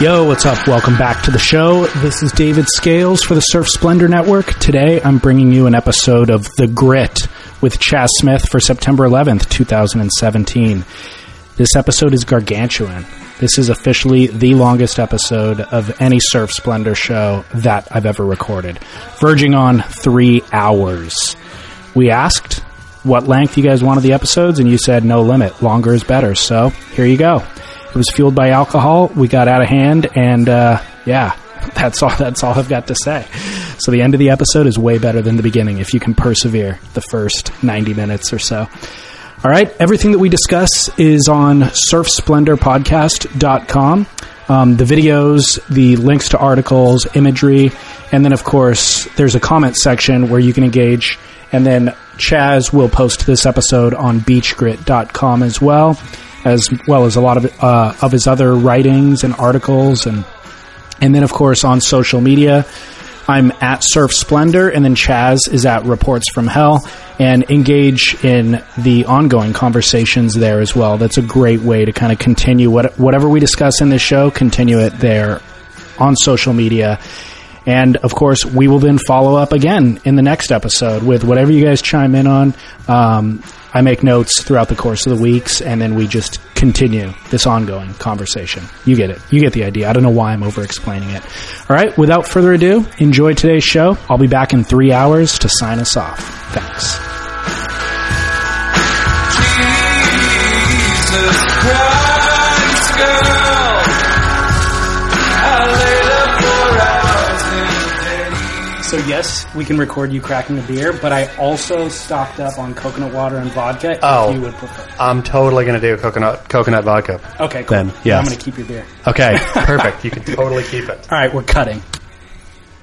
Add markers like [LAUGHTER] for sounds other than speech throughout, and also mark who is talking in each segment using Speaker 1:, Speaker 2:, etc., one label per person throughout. Speaker 1: Yo, what's up? Welcome back to the show. This is David Scales for the Surf Splendor Network. Today I'm bringing you an episode of The Grit with Chaz Smith for September 11th, 2017. This episode is gargantuan. This is officially the longest episode of any Surf Splendor show that I've ever recorded, verging on three hours. We asked what length you guys wanted the episodes, and you said no limit. Longer is better. So here you go. It was fueled by alcohol. We got out of hand, and uh, yeah, [LAUGHS] that's all. That's all I've got to say. So the end of the episode is way better than the beginning if you can persevere the first ninety minutes or so. All right. Everything that we discuss is on surfsplendorpodcast.com. Um, the videos, the links to articles, imagery, and then, of course, there's a comment section where you can engage. And then Chaz will post this episode on beachgrit.com as well, as well as a lot of, uh, of his other writings and articles. And, and then, of course, on social media, I'm at Surf Splendor, and then Chaz is at Reports from Hell, and engage in the ongoing conversations there as well. That's a great way to kind of continue what, whatever we discuss in this show, continue it there on social media. And of course, we will then follow up again in the next episode with whatever you guys chime in on. Um, I make notes throughout the course of the weeks, and then we just continue this ongoing conversation. You get it. You get the idea. I don't know why I'm over explaining it. All right, without further ado, enjoy today's show. I'll be back in three hours to sign us off. Thanks.
Speaker 2: Jesus Christ, girl. I laid up four hours in bed.
Speaker 1: So yes, we can record you cracking a beer, but I also stocked up on coconut water and vodka
Speaker 3: Oh.
Speaker 1: if you would prefer.
Speaker 3: I'm totally gonna do coconut coconut vodka.
Speaker 1: Okay, cool.
Speaker 3: Then,
Speaker 1: I'm
Speaker 3: yes.
Speaker 1: going to keep your beer.
Speaker 3: [LAUGHS] Okay, perfect. You can totally keep it.
Speaker 1: All right, we're cutting.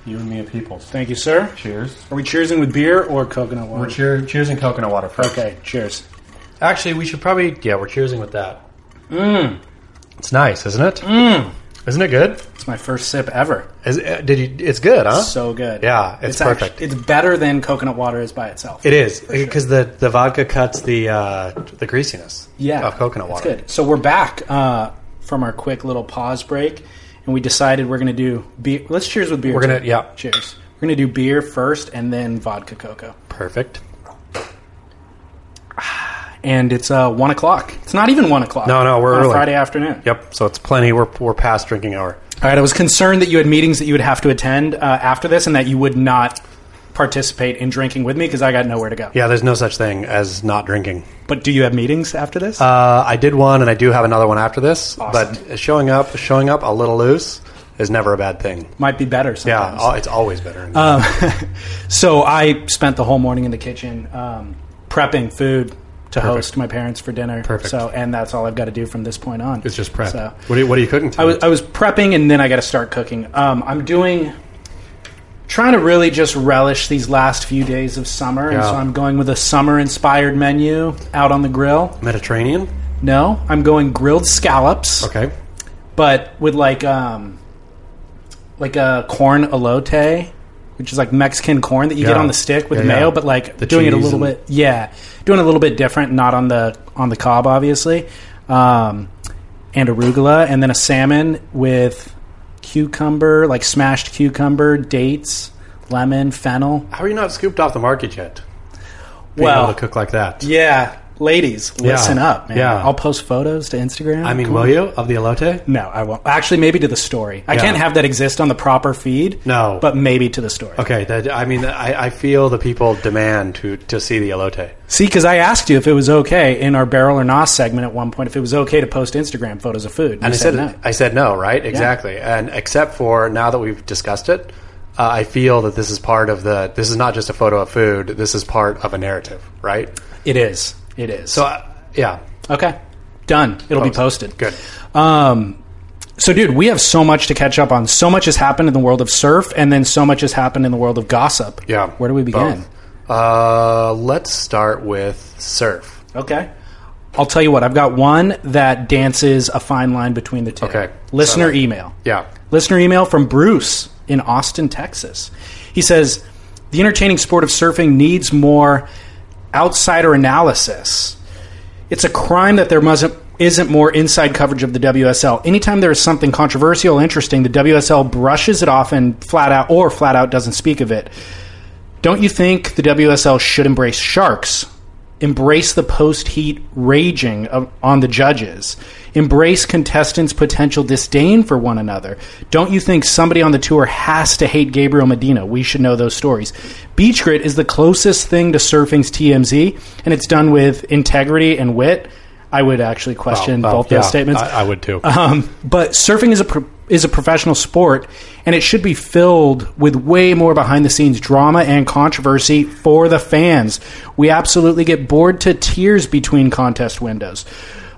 Speaker 3: You and me and peoples.
Speaker 1: Thank you, sir.
Speaker 3: Cheers.
Speaker 1: Are we cheersing with beer or coconut
Speaker 3: We're
Speaker 1: water?
Speaker 3: cheer- cheers and coconut water first.
Speaker 1: okay, cheers.
Speaker 3: Actually, we should probably yeah, we're cheersing with that. Mmm. It's nice, isn't it?
Speaker 1: Mmm.
Speaker 3: Isn't it good?
Speaker 1: It's my first sip ever.
Speaker 3: Is, uh, did you? It's good, huh?
Speaker 1: So good.
Speaker 3: Yeah, it's
Speaker 1: act-
Speaker 3: perfect.
Speaker 1: it's better than coconut water is by itself.
Speaker 3: it is because the the vodka cuts the uh, the greasiness.
Speaker 1: yeah,
Speaker 3: of coconut water.
Speaker 1: It's good. So we're back uh, from our quick little pause break, and we decided we're going to do beer. Let's cheers with beer.
Speaker 3: We're gonna
Speaker 1: too.
Speaker 3: yeah,
Speaker 1: Cheers. We're going to do beer first and then vodka cocoa.
Speaker 3: perfect.
Speaker 1: and it's uh, one o'clock. It's not even one o'clock.
Speaker 3: No, no, we're
Speaker 1: on a
Speaker 3: early.
Speaker 1: Friday afternoon.
Speaker 3: Yep. So it's plenty. We're we're past drinking hour.
Speaker 1: All right, I was concerned that you had meetings that you would have to attend uh, after this, and that you would not participate in drinking with me because I got nowhere to go.
Speaker 3: Yeah, there's no such thing as not drinking.
Speaker 1: But do you have meetings after this?
Speaker 3: Uh, I did one, and I do have another one after this.
Speaker 1: Awesome.
Speaker 3: But showing up, showing up a little loose is never a bad thing.
Speaker 1: Might be better.
Speaker 3: Yeah,
Speaker 1: Sometimes.
Speaker 3: al- it's always better.
Speaker 1: So I spent the whole morning in the kitchen um, prepping food to host my parents for dinner.
Speaker 3: Perfect.
Speaker 1: So, and that's all I've got to do from this point on.
Speaker 3: it's just prep.
Speaker 1: So.
Speaker 3: what, are you, what are you cooking? Tonight?
Speaker 1: I was, I was prepping and then I got to start cooking. Um, I'm doing, trying to really just relish these last few days of summer. And
Speaker 3: Yeah.
Speaker 1: so I'm going with a summer inspired menu out on the grill.
Speaker 3: Mediterranean.
Speaker 1: No, I'm going grilled scallops,
Speaker 3: Okay.
Speaker 1: but with like, um, like a corn elote, which is like Mexican corn that you get
Speaker 3: Yeah.
Speaker 1: on the stick with
Speaker 3: Yeah,
Speaker 1: mayo,
Speaker 3: yeah.
Speaker 1: but like
Speaker 3: The
Speaker 1: doing it a
Speaker 3: cheese
Speaker 1: little
Speaker 3: and-
Speaker 1: bit, yeah, doing it a little bit different, not on the, on the cob, obviously. Um, and arugula, and then a salmon with cucumber, like smashed cucumber, dates, lemon, fennel.
Speaker 3: How are you not scooped off the market yet? Being able to cook like that.
Speaker 1: yeah, ladies, listen up, man.
Speaker 3: yeah.
Speaker 1: I'll post photos to Instagram.
Speaker 3: I mean,
Speaker 1: Come
Speaker 3: will
Speaker 1: on.
Speaker 3: you of the elote?
Speaker 1: No, I won't. Actually, maybe to the story. I
Speaker 3: Yeah.
Speaker 1: can't have that exist on the proper feed.
Speaker 3: No.
Speaker 1: but maybe to the story.
Speaker 3: Okay. That, I mean, I, I feel the people demand to to see the elote.
Speaker 1: See, because I asked you if it was okay in our barrel or nos segment at one point if it was okay to post Instagram photos of food,
Speaker 3: And
Speaker 1: You
Speaker 3: I said,
Speaker 1: no.
Speaker 3: I said no, right? Exactly. And except for now that we've discussed it, uh, I feel that this is part of the. This is not just a photo of food. This is part of a narrative, right?
Speaker 1: It is. It is.
Speaker 3: So, uh, yeah,
Speaker 1: okay, done. It'll be posted.
Speaker 3: good.
Speaker 1: Um, so, dude, we have so much to catch up on. So much has happened in the world of surf, and then so much has happened in the world of gossip.
Speaker 3: Yeah.
Speaker 1: Where do we begin?
Speaker 3: Both. Uh, let's start with surf.
Speaker 1: Okay. I'll tell you what, I've got one that dances a fine line between the two.
Speaker 3: Okay.
Speaker 1: Listener email.
Speaker 3: Yeah.
Speaker 1: Listener email from Bruce in Austin, Texas. He says, The entertaining sport of surfing needs more outsider analysis. It's a crime that there mustn't isn't more inside coverage of the WSL. Anytime there is something controversial, interesting, the WSL brushes it off and flat out, or flat out doesn't speak of it. Don't you think the WSL should embrace sharks? Embrace the post heat raging of, on the judges. Embrace contestants' potential disdain for one another. Don't you think somebody on the tour has to hate Gabriel Medina? We should know those stories. Beach Grit is the closest thing to surfing's TMZ, and it's done with integrity and wit. I would actually question
Speaker 3: Well,
Speaker 1: both
Speaker 3: yeah,
Speaker 1: those statements.
Speaker 3: I, I would too.
Speaker 1: Um, but surfing is a pro- is a professional sport, and it should be filled with way more behind the scenes drama and controversy for the fans. We absolutely get bored to tears between contest windows.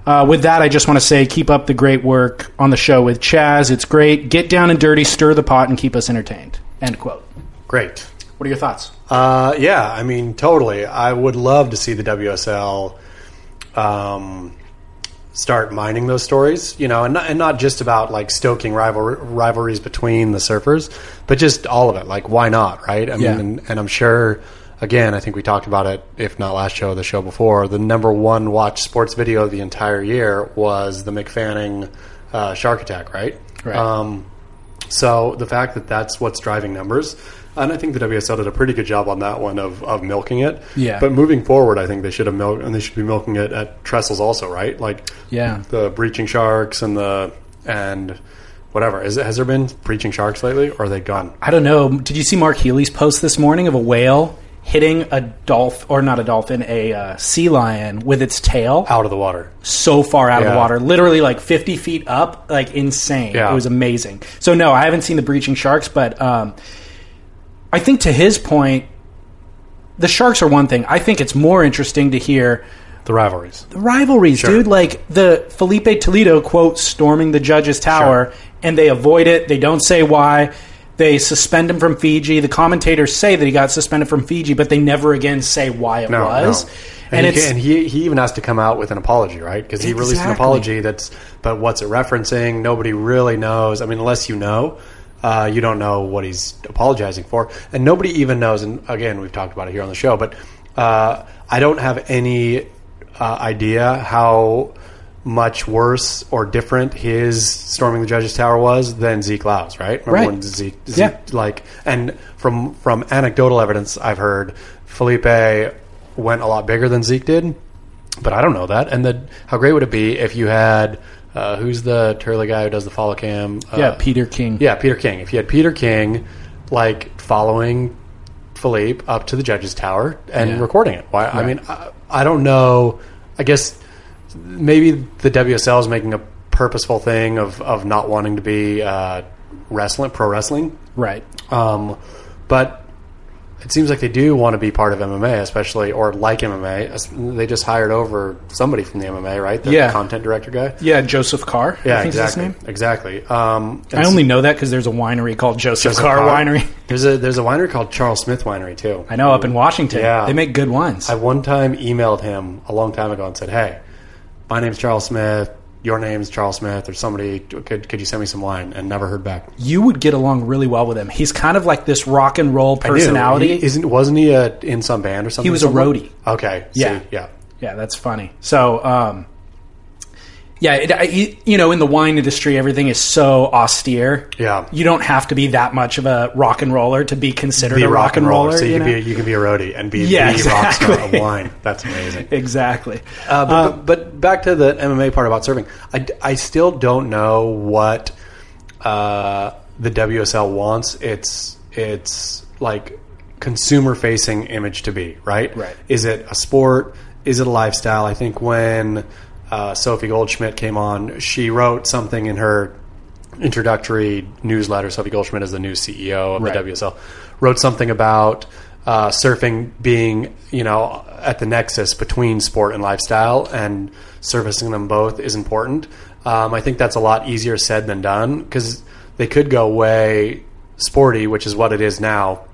Speaker 1: Uh, with that, I just want to say, keep up the great work on the show with Chaz. It's great. Get down and dirty, stir the pot, and keep us entertained. End quote.
Speaker 3: Great.
Speaker 1: What are your thoughts?
Speaker 3: Uh, yeah, I mean, totally. I would love to see the WSL um, start mining those stories, you know, and not, and not just about like stoking rival, rivalries between the surfers, but just all of it. Like, why not, right? I mean,
Speaker 1: Yeah.
Speaker 3: and, and I'm sure, again, I think we talked about it, if not last show, the show before, the number one watch sports video of the entire year was the McFanning uh, shark attack, right?
Speaker 1: Right.
Speaker 3: Um, so the fact that that's what's driving numbers, and I think the WSL did a pretty good job on that one of, of milking it.
Speaker 1: Yeah.
Speaker 3: But moving forward, I think they should have milked, and they should be milking it at trestles also, right? Like
Speaker 1: Yeah.
Speaker 3: the breaching sharks and the and whatever. Is, has there been breaching sharks lately, or are they gone?
Speaker 1: I don't know. Did you see Mark Healy's post this morning of a whale hitting a dolphin, or not a dolphin, a uh, sea lion with its tail?
Speaker 3: Out of the water.
Speaker 1: so far out of
Speaker 3: Yeah.
Speaker 1: the water, literally like 50 feet up, like insane.
Speaker 3: Yeah.
Speaker 1: It was amazing. So no, I haven't seen the breaching sharks, but um, I think to his point, the sharks are one thing. I think it's more interesting to hear
Speaker 3: The rivalries.
Speaker 1: the rivalries, dude. Like the Felipe Toledo quote storming the judge's tower, and they avoid it. They don't say why. They suspend him from Fiji. The commentators say that he got suspended from Fiji, but they never again say why it
Speaker 3: No,
Speaker 1: was.
Speaker 3: no.
Speaker 1: And,
Speaker 3: And, he,
Speaker 1: it's
Speaker 3: can- and he he even has to come out with an apology, right? Because he released an
Speaker 1: Exactly.
Speaker 3: apology that's but what's it referencing? Nobody really knows. I mean, unless you know, uh, you don't know what he's apologizing for, and nobody even knows. And again, we've talked about it here on the show, but uh, I don't have any uh, idea how much worse or different his storming the judge's tower was than Zeke Laus, right? Remember
Speaker 1: Right.
Speaker 3: when Zeke, Zeke
Speaker 1: Yeah.
Speaker 3: like and from from anecdotal evidence I've heard Felipe went a lot bigger than Zeke did, but I don't know that. And the how great would it be if you had uh, who's the Turley guy who does the follow cam? Uh,
Speaker 1: yeah, Peter King.
Speaker 3: yeah, Peter King. If you had Peter King like following Philippe up to the judge's tower and
Speaker 1: Yeah.
Speaker 3: recording it, why? I mean, I, I don't know. I guess maybe the WSL is making a purposeful thing of of not wanting to be uh, wrestling pro wrestling
Speaker 1: right.
Speaker 3: um, but it seems like they do want to be part of MMA, especially or like MMA. As- They just hired over somebody from the MMA, right? The
Speaker 1: Yeah.
Speaker 3: content director guy.
Speaker 1: Yeah, Joseph Carr.
Speaker 3: Yeah,
Speaker 1: I think is
Speaker 3: exactly,
Speaker 1: his name.
Speaker 3: exactly. Um,
Speaker 1: I only know that because there's a winery called Joseph, Carr, Winery. [LAUGHS]
Speaker 3: There's a there's a winery called Charles Smith Winery too.
Speaker 1: I know up in Washington.
Speaker 3: Yeah.
Speaker 1: They make good wines.
Speaker 3: I one time emailed him a long time ago and said, "Hey, my name's Charles Smith. Your name's Charles Smith, or somebody. Could could you send me some wine?" And never heard back.
Speaker 1: you would get along really well with him. He's kind of like this rock and roll
Speaker 3: Ew,
Speaker 1: personality.
Speaker 3: he- isn't wasn't he uh in some band or something?
Speaker 1: was a
Speaker 3: somewhere?
Speaker 1: roadie.
Speaker 3: Okay. see,
Speaker 1: Yeah.
Speaker 3: yeah.
Speaker 1: yeah, that's funny. So, um, yeah, it, I, you- you know, in the wine industry, everything is so austere.
Speaker 3: Yeah.
Speaker 1: You don't have to be that much of a rock and roller to be considered
Speaker 3: be
Speaker 1: a rock and roller.
Speaker 3: So you,
Speaker 1: you
Speaker 3: can
Speaker 1: know?
Speaker 3: be a, you can be a roadie and be
Speaker 1: Yeah,
Speaker 3: the rock star
Speaker 1: exactly.
Speaker 3: of wine. That's amazing.
Speaker 1: exactly.
Speaker 3: [LAUGHS] Uh, but, but, but back to the MMA part about serving. I, I still don't know what uh, the WSL wants. It's it's like consumer facing image to be right.
Speaker 1: Right.
Speaker 3: Is it a sport? Is it a lifestyle? I think when uh, Sophie Goldschmidt came on, she wrote something in her introductory newsletter. Sophie Goldschmidt is the new CEO of
Speaker 1: Right.
Speaker 3: the WSL. Wrote something about uh, surfing being, you know, at the nexus between sport and lifestyle, and servicing them both is important. Um, I think that's a lot easier said than done because they could go way sporty, which is what it is now,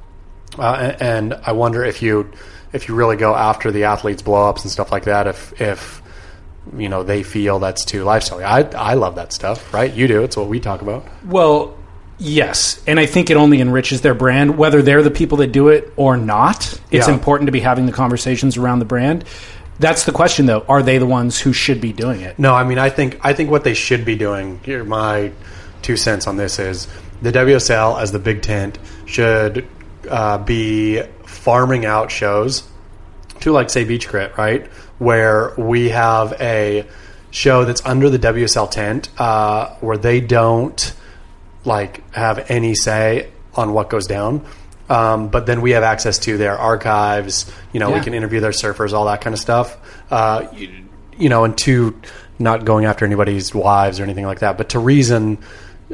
Speaker 3: uh, and I wonder if you if you really go after the athletes' blowups and stuff like that, if if you know they feel that's too lifestyle. I I love that stuff, right? You do. It's what we talk about.
Speaker 1: Well, yes, and I think it only enriches their brand, whether they're the people that do it or not. It's
Speaker 3: Yeah.
Speaker 1: important to be having the conversations around the brand. That's the question, though. Are they the ones who should be doing it?
Speaker 3: No, I mean, I think I think what they should be doing. Here, my two cents on this is the WSL as the big tent should uh, be farming out shows to, like, say, Beach Crit, right? Where we have a show that's under the WSL tent, uh, where they don't like have any say on what goes down. Um, but then we have access to their archives. You know,
Speaker 1: Yeah.
Speaker 3: we can interview their surfers, all that kind of stuff. Uh, you, you know, and to not going after anybody's wives or anything like that, but to reason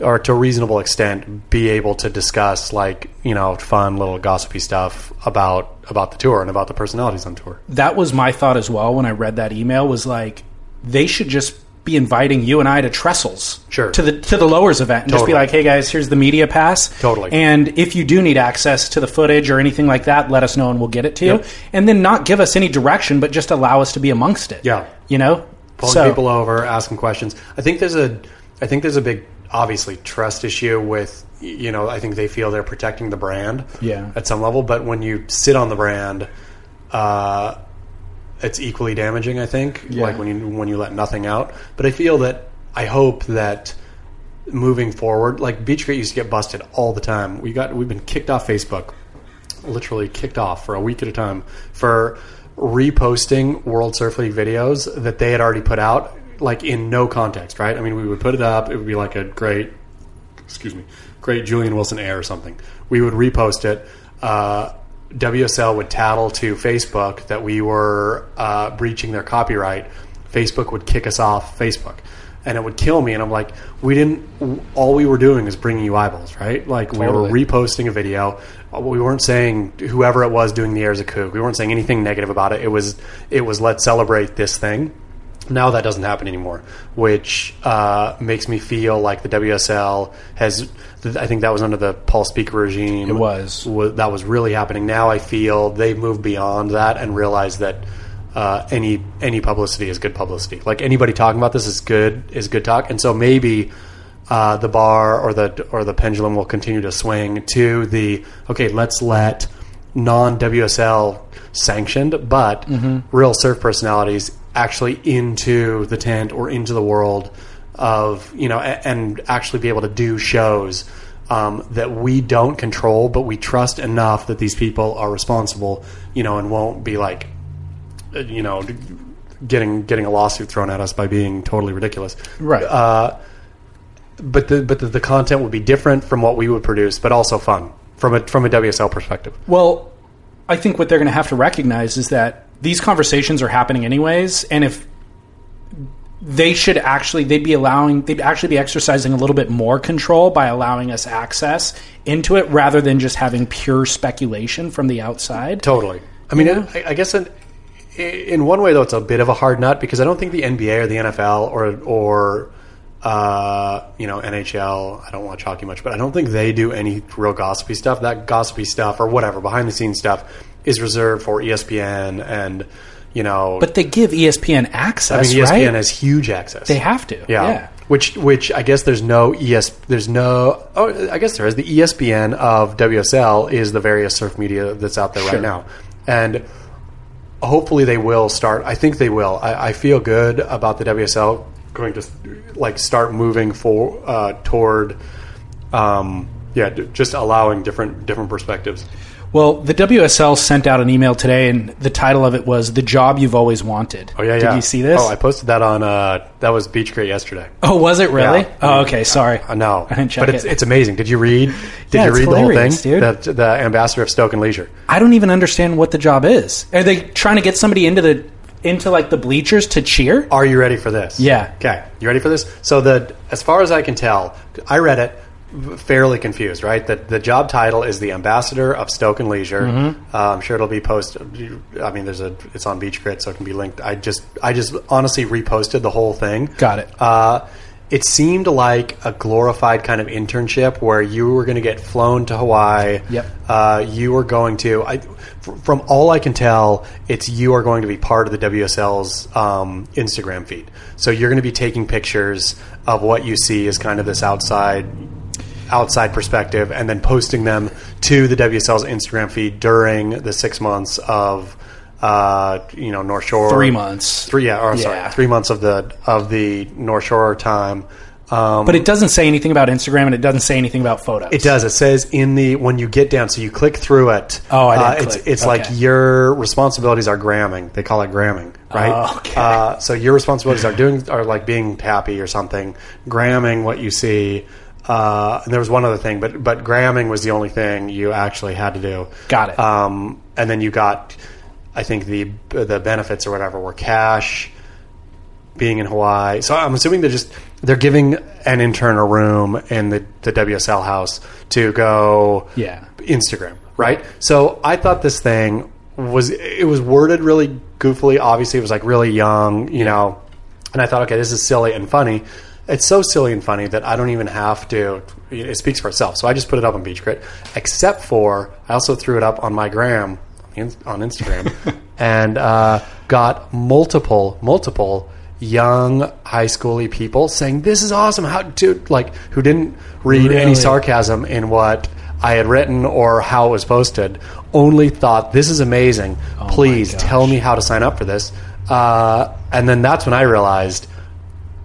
Speaker 3: or to a reasonable extent, be able to discuss like you know fun little gossipy stuff about about the tour and about the personalities on tour.
Speaker 1: That was my thought as well when I read that email. Was like they should just be inviting you and I to trestles,
Speaker 3: Sure.
Speaker 1: to the to the lowers event, and just be
Speaker 3: Totally.
Speaker 1: like, hey guys, here's the media pass,
Speaker 3: Totally.
Speaker 1: And if you do need access to the footage or anything like that, let us know and we'll get it to you.
Speaker 3: Yep.
Speaker 1: And then not give us any direction, but just allow us to be amongst it.
Speaker 3: Yeah.
Speaker 1: you know.
Speaker 3: pulling
Speaker 1: So-
Speaker 3: people over, asking questions. I think there's a, I think there's a big, obviously trust issue with, y- you know, I think they feel they're protecting the brand,
Speaker 1: Yeah.
Speaker 3: at some level. But when you sit on the brand, uh, it's equally damaging. I think, like when you when you let nothing out. But I feel that I hope that moving forward, like Beach Grit used to get busted all the time. We got we've been kicked off Facebook literally kicked off for a week at a time for reposting World Surf League videos that they had already put out, like in no context, right? I mean, we would put it up, it would be like a great, excuse me, great Julian Wilson air or something. We would repost it. Uh, WSL would tattle to Facebook that we were uh, breaching their copyright. Facebook would kick us off Facebook. And it would kill me, and I'm like, we didn't. All we were doing is bringing you eyeballs, right? Like we were
Speaker 1: Totally.
Speaker 3: re- reposting a video. Uh, We weren't saying whoever it was doing the air is a kook. We weren't saying anything negative about it. It was it was let's celebrate this thing. Now that doesn't happen anymore, which uh, makes me feel like the WSL has. th- I think that was under the Paul Speaker regime. It
Speaker 1: was.
Speaker 3: that was really happening. Now I feel they've moved beyond that and realized that uh, any any publicity is good publicity. Like anybody talking about this is good is good talk. And so maybe uh, the bar or the or the pendulum will continue to swing to the okay. Let's let non WSL sanctioned but real surf personalities actually into the tent or into the world of you know a- and actually be able to do shows um, that we don't control, but we trust enough that these people are responsible, you know, and won't be like, uh, you know, d- getting getting a lawsuit thrown at us by being totally ridiculous.
Speaker 1: Right.
Speaker 3: Uh, but the but the, the content would be different from what we would produce, but also fun from a from a WSL perspective.
Speaker 1: Well, I think what they're going to have to recognize is that these conversations are happening anyways, and if they should actually they'd be allowing they'd actually be exercising a little bit more control by allowing us access into it rather than just having pure speculation from the outside.
Speaker 3: Totally. I mean, I, I guess in, in one way though, it's a bit of a hard nut because I don't think the NBA or the NFL or or uh, you know NHL. I don't watch hockey much, but I don't think they do any real gossipy stuff. That gossipy stuff or whatever behind the scenes stuff is reserved for E ESPN and you know.
Speaker 1: But they give E ESPN
Speaker 3: I
Speaker 1: access,
Speaker 3: mean, E ESPN
Speaker 1: right?
Speaker 3: has huge access.
Speaker 1: they have to.
Speaker 3: Yeah. Which which I guess there's no ES there's no oh I guess there is the ESPN of WSL is the various surf media that's out there
Speaker 1: Sure.
Speaker 3: right now. And hopefully they will start I think they will. I, I feel good about the WSL going to like start moving for uh, toward um yeah, d- just allowing different different perspectives.
Speaker 1: Well, the WSL sent out an email today and the title of it was The Job You've Always Wanted.
Speaker 3: Oh yeah,
Speaker 1: Did
Speaker 3: yeah.
Speaker 1: you see this?
Speaker 3: Oh, I posted that on uh that was Beach Crate yesterday.
Speaker 1: Oh, was it really?
Speaker 3: Yeah.
Speaker 1: Oh, okay, sorry.
Speaker 3: I know,
Speaker 1: I didn't check
Speaker 3: but it's,
Speaker 1: it.
Speaker 3: it's amazing. Did you read? Did
Speaker 1: Yeah,
Speaker 3: you
Speaker 1: it's
Speaker 3: read the whole thing?
Speaker 1: hilarious, dude.
Speaker 3: The, the ambassador of Stoke and Leisure.
Speaker 1: I don't even understand what the job is. Are they trying to get somebody into the into like the bleachers to cheer?
Speaker 3: Are you ready for this?
Speaker 1: Yeah.
Speaker 3: Okay. You ready for this? So the as far as I can tell, I read it v- fairly confused. Right. The the job title is the ambassador of Stoke and Leisure.
Speaker 1: Mm-hmm.
Speaker 3: Uh, I'm sure it'll be posted. I mean, there's a it's on Beach Grit, so it can be linked. I just I just honestly reposted the whole thing.
Speaker 1: Got it.
Speaker 3: Uh, it seemed like a glorified kind of internship where you were going to get flown to Hawaii.
Speaker 1: Yep.
Speaker 3: Uh, you are going to, I, fr- from all I can tell, it's you are going to be part of the WSL's um, Instagram feed. So you're going to be taking pictures of what you see as kind of this outside, outside perspective, and then posting them to the WSL's Instagram feed during the six months of uh, you know North Shore
Speaker 1: three months.
Speaker 3: three yeah, or,
Speaker 1: Yeah.
Speaker 3: sorry, three months of the of the North Shore time. Um,
Speaker 1: But it doesn't say anything about Instagram and it doesn't say anything about photos.
Speaker 3: It does. It says in the when you get down, so you click through it. uh,
Speaker 1: Oh, I didn't
Speaker 3: It's
Speaker 1: click.
Speaker 3: it's like
Speaker 1: Okay.
Speaker 3: your responsibilities are gramming. They call it gramming, right?
Speaker 1: Oh, okay.
Speaker 3: Uh, so your responsibilities are doing are like being happy or something. Gramming what you see. Uh, and there was one other thing, but but gramming was the only thing you actually had to do.
Speaker 1: Got it.
Speaker 3: Um, and then you got, I think the the benefits or whatever were cash being in Hawaii. So I'm assuming they're just they're giving an intern a room in the, the WSL house to go
Speaker 1: Yeah.
Speaker 3: Instagram, right? So I thought this thing was it was worded really goofily. Obviously, it was like really young, you know. And I thought, okay, this is silly and funny. It's so silly and funny that I don't even have to. It speaks for itself. So I just put it up on Beach Grit, except for I also threw it up on my gram in- on Instagram, and uh, got multiple, multiple young high schooly people saying, "This is awesome!" How, dude, like who didn't read any
Speaker 1: Really?
Speaker 3: sarcasm sarcasm in what I had written or how it was posted. Only thought, this is amazing. Please
Speaker 1: gosh.
Speaker 3: tell me how to sign up for this. Uh, and then that's when I realized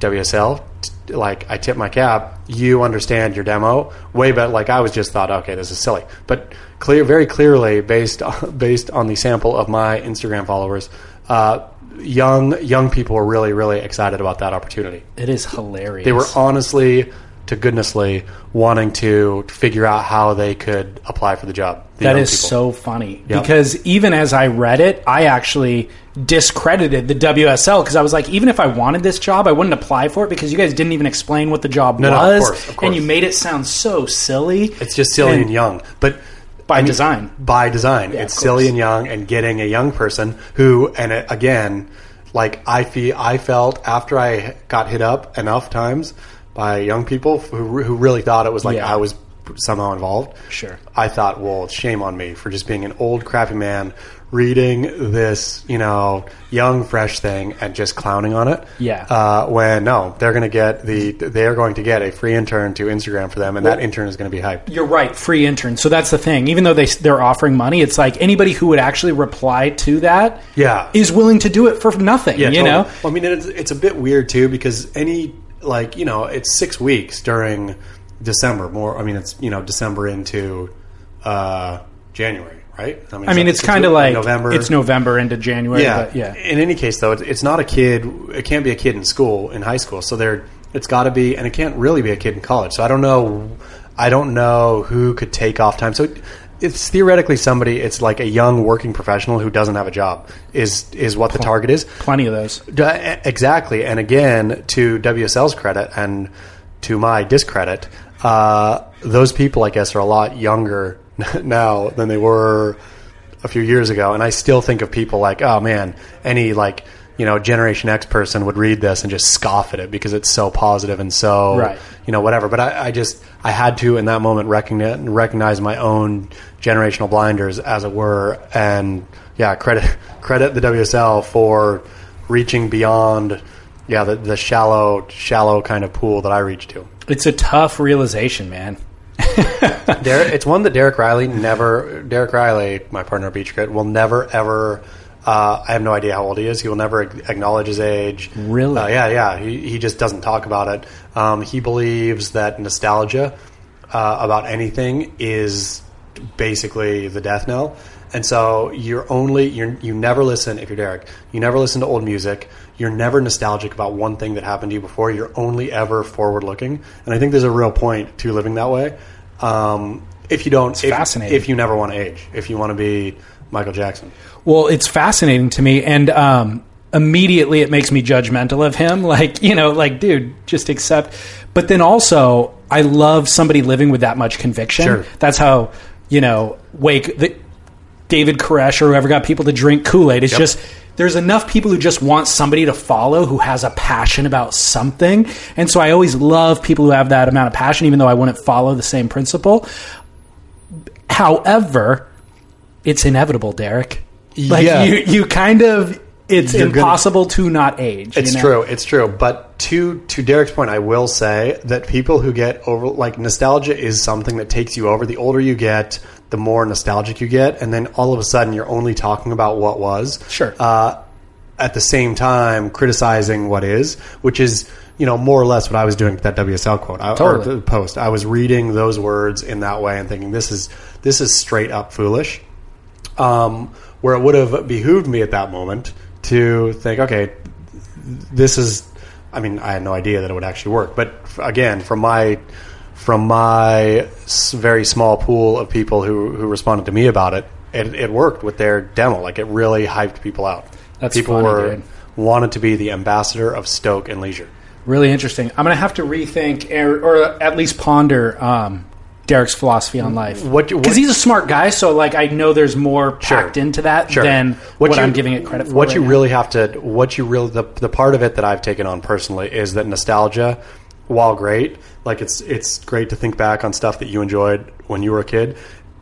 Speaker 3: WSL, t- like I tip my cap, you understand your demo way better. Like I was just thought, okay, this is silly. But clear, very clearly, based [LAUGHS] on, based on the sample of my Instagram followers, uh, young young people were really really excited about that opportunity.
Speaker 1: It is hilarious.
Speaker 3: They were honestly to goodnessly wanting to figure out how they could apply for the job. the
Speaker 1: That
Speaker 3: young
Speaker 1: is
Speaker 3: people.
Speaker 1: so funny
Speaker 3: Yeah.
Speaker 1: because even as I read it, I actually discredited the WSL because I was like, even if I wanted this job, I wouldn't apply for it because you guys didn't even explain what the job
Speaker 3: No, no, of
Speaker 1: was,
Speaker 3: course, of course.
Speaker 1: and you made it sound so silly.
Speaker 3: It's just silly and, young, but
Speaker 1: by design.
Speaker 3: By design,
Speaker 1: of
Speaker 3: it's
Speaker 1: course.
Speaker 3: silly and young, and getting a young person who, and it, again, like I feel, I felt after I got hit up enough times by young people who who really thought it was like
Speaker 1: Yeah.
Speaker 3: I was somehow involved.
Speaker 1: Sure.
Speaker 3: I thought, well, shame on me for just being an old crappy man reading this, you know, young fresh thing and just clowning on it.
Speaker 1: Yeah.
Speaker 3: Uh, when no, they're going to get the they are going to get a free intern to Instagram for them, and that intern is going to be hyped.
Speaker 1: You're right, free intern. So that's the thing. Even though they they're offering money, it's like anybody who would actually reply to that is
Speaker 3: Yeah.
Speaker 1: willing to do it for nothing. you
Speaker 3: totally.
Speaker 1: know,
Speaker 3: Well, I mean, it's, it's a bit weird too because any like you know it's six weeks during December. More, I mean, it's you know December into uh, January, right?
Speaker 1: I mean, it's, kind of like
Speaker 3: November.
Speaker 1: It's November into January.
Speaker 3: Yeah,
Speaker 1: but yeah.
Speaker 3: In any case, though, it, it's not a kid. It can't be a kid in school in high school. So there, it's got to be, and it can't really be a kid in college. So I don't know. I don't know who could take off time. So it's theoretically somebody. It's like a young working professional who doesn't have a job is is what the target is.
Speaker 1: Plenty of those.
Speaker 3: D- e- Exactly, and again, to WSL's credit and to my discredit, uh, those people, I guess, are a lot younger [LAUGHS] now than they were a few years ago. And I still think of people like, oh man, any like you know Generation X person would read this and just scoff at it because it's so positive and so
Speaker 1: Right.
Speaker 3: you know whatever. But I, I just I had to in that moment recognize, recognize my own generational blinders, as it were, and yeah, credit [LAUGHS] credit the WSL for reaching beyond yeah the, the shallow shallow kind of pool that I reached [LAUGHS] to.
Speaker 1: It's a tough realization, man.
Speaker 3: Der it's one that Derek Riley never. Derek Riley, my partner at Beach Grit, will never ever. Uh, I have no idea how old he is. He will never ag- acknowledge his age.
Speaker 1: Really?
Speaker 3: Uh, yeah, yeah. He, he just doesn't talk about it. Um, he believes that nostalgia uh, about anything is basically the death knell. And so you're only you're, you never listen if you're Derek. You never listen to old music. You're never nostalgic about one thing that happened to you before. You're only ever forward looking. And I think there's a real point to living that way. Um, if you don't, if,
Speaker 1: fascinating.
Speaker 3: if you never want to age, if you want to be Michael Jackson,
Speaker 1: Well, it's fascinating to me, and um, immediately it makes me judgmental of him. [LAUGHS] Like, you know, like, dude, just accept. But then also, I love somebody living with that much conviction.
Speaker 3: Sure.
Speaker 1: That's how you know Wake the, David Koresh or whoever got people to drink Kool Aid. It's
Speaker 3: Yep.
Speaker 1: just there's enough people who just want somebody to follow who has a passion about something, and so I always love people who have that amount of passion, even though I wouldn't follow the same principle. However, it's inevitable, Derek. Like
Speaker 3: Yeah.
Speaker 1: you, you kind of it's
Speaker 3: You're gonna-
Speaker 1: impossible to not age.
Speaker 3: It's
Speaker 1: you know?
Speaker 3: true. It's true. But to to Derek's point, I will say that people who get over like nostalgia is something that takes you over. The older you get, the more nostalgic you get, and then all of a sudden you're only talking about what was.
Speaker 1: Sure.
Speaker 3: Uh, at the same time, criticizing what is, which is you know more or less what I was doing with that WSL quote I,
Speaker 1: Totally.
Speaker 3: or the post. I was reading those words in that way and thinking this is this is straight up foolish. Um, where it would have behooved me at that moment to think, okay, this is i mean i had no idea that it would actually work but f- again from my from my s- very small pool of people who who responded to me about it it, it worked with their demo like it really hyped people out
Speaker 1: That's
Speaker 3: people
Speaker 1: funny,
Speaker 3: were
Speaker 1: dude.
Speaker 3: wanted to be the ambassador of stoke and leisure
Speaker 1: Really interesting. I'm going to have to rethink or, or at least ponder um, Derek's philosophy on life.
Speaker 3: What- what-
Speaker 1: Because he's a smart guy, so like I know there's more packed into that
Speaker 3: Sure.
Speaker 1: than what,
Speaker 3: What you-
Speaker 1: I'm giving it credit for.
Speaker 3: what you
Speaker 1: right now.
Speaker 3: really have to what you really the, the part of it that i've taken on personally is that nostalgia while great like it's it's great to think back on stuff that you enjoyed when you were a kid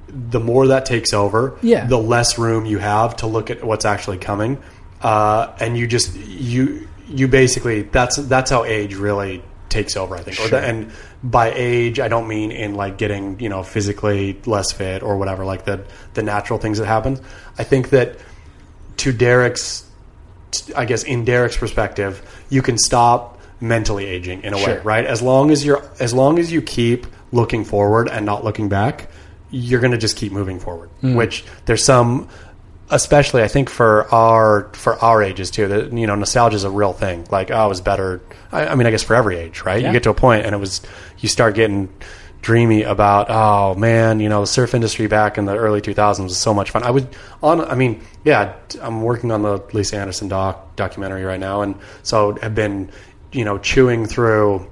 Speaker 3: the more that takes over
Speaker 1: Yeah.
Speaker 3: the less room you have to look at what's actually coming uh, and you just you you basically that's that's how age really takes over i think Or the- and by age i don't mean in like getting you know physically less fit or whatever like the the natural things that happen i think that to Derek's, I guess in Derek's perspective, you can stop mentally aging in a
Speaker 1: Sure.
Speaker 3: way, right? As long as you're, as long as you keep looking forward and not looking back, you're going to just keep moving forward. Which there's some, especially I think for our for our ages too. That you know, nostalgia is a real thing. Like, oh, it was better. I, I mean, I guess for every age, right?
Speaker 1: Yeah.
Speaker 3: You get to a point, and it was, you start getting. Dreamy about oh man, you know the surf industry back in the early 2000s was so much fun. I would on, I mean, yeah, I'm working on the Lisa Anderson doc documentary right now, and so have been, you know, chewing through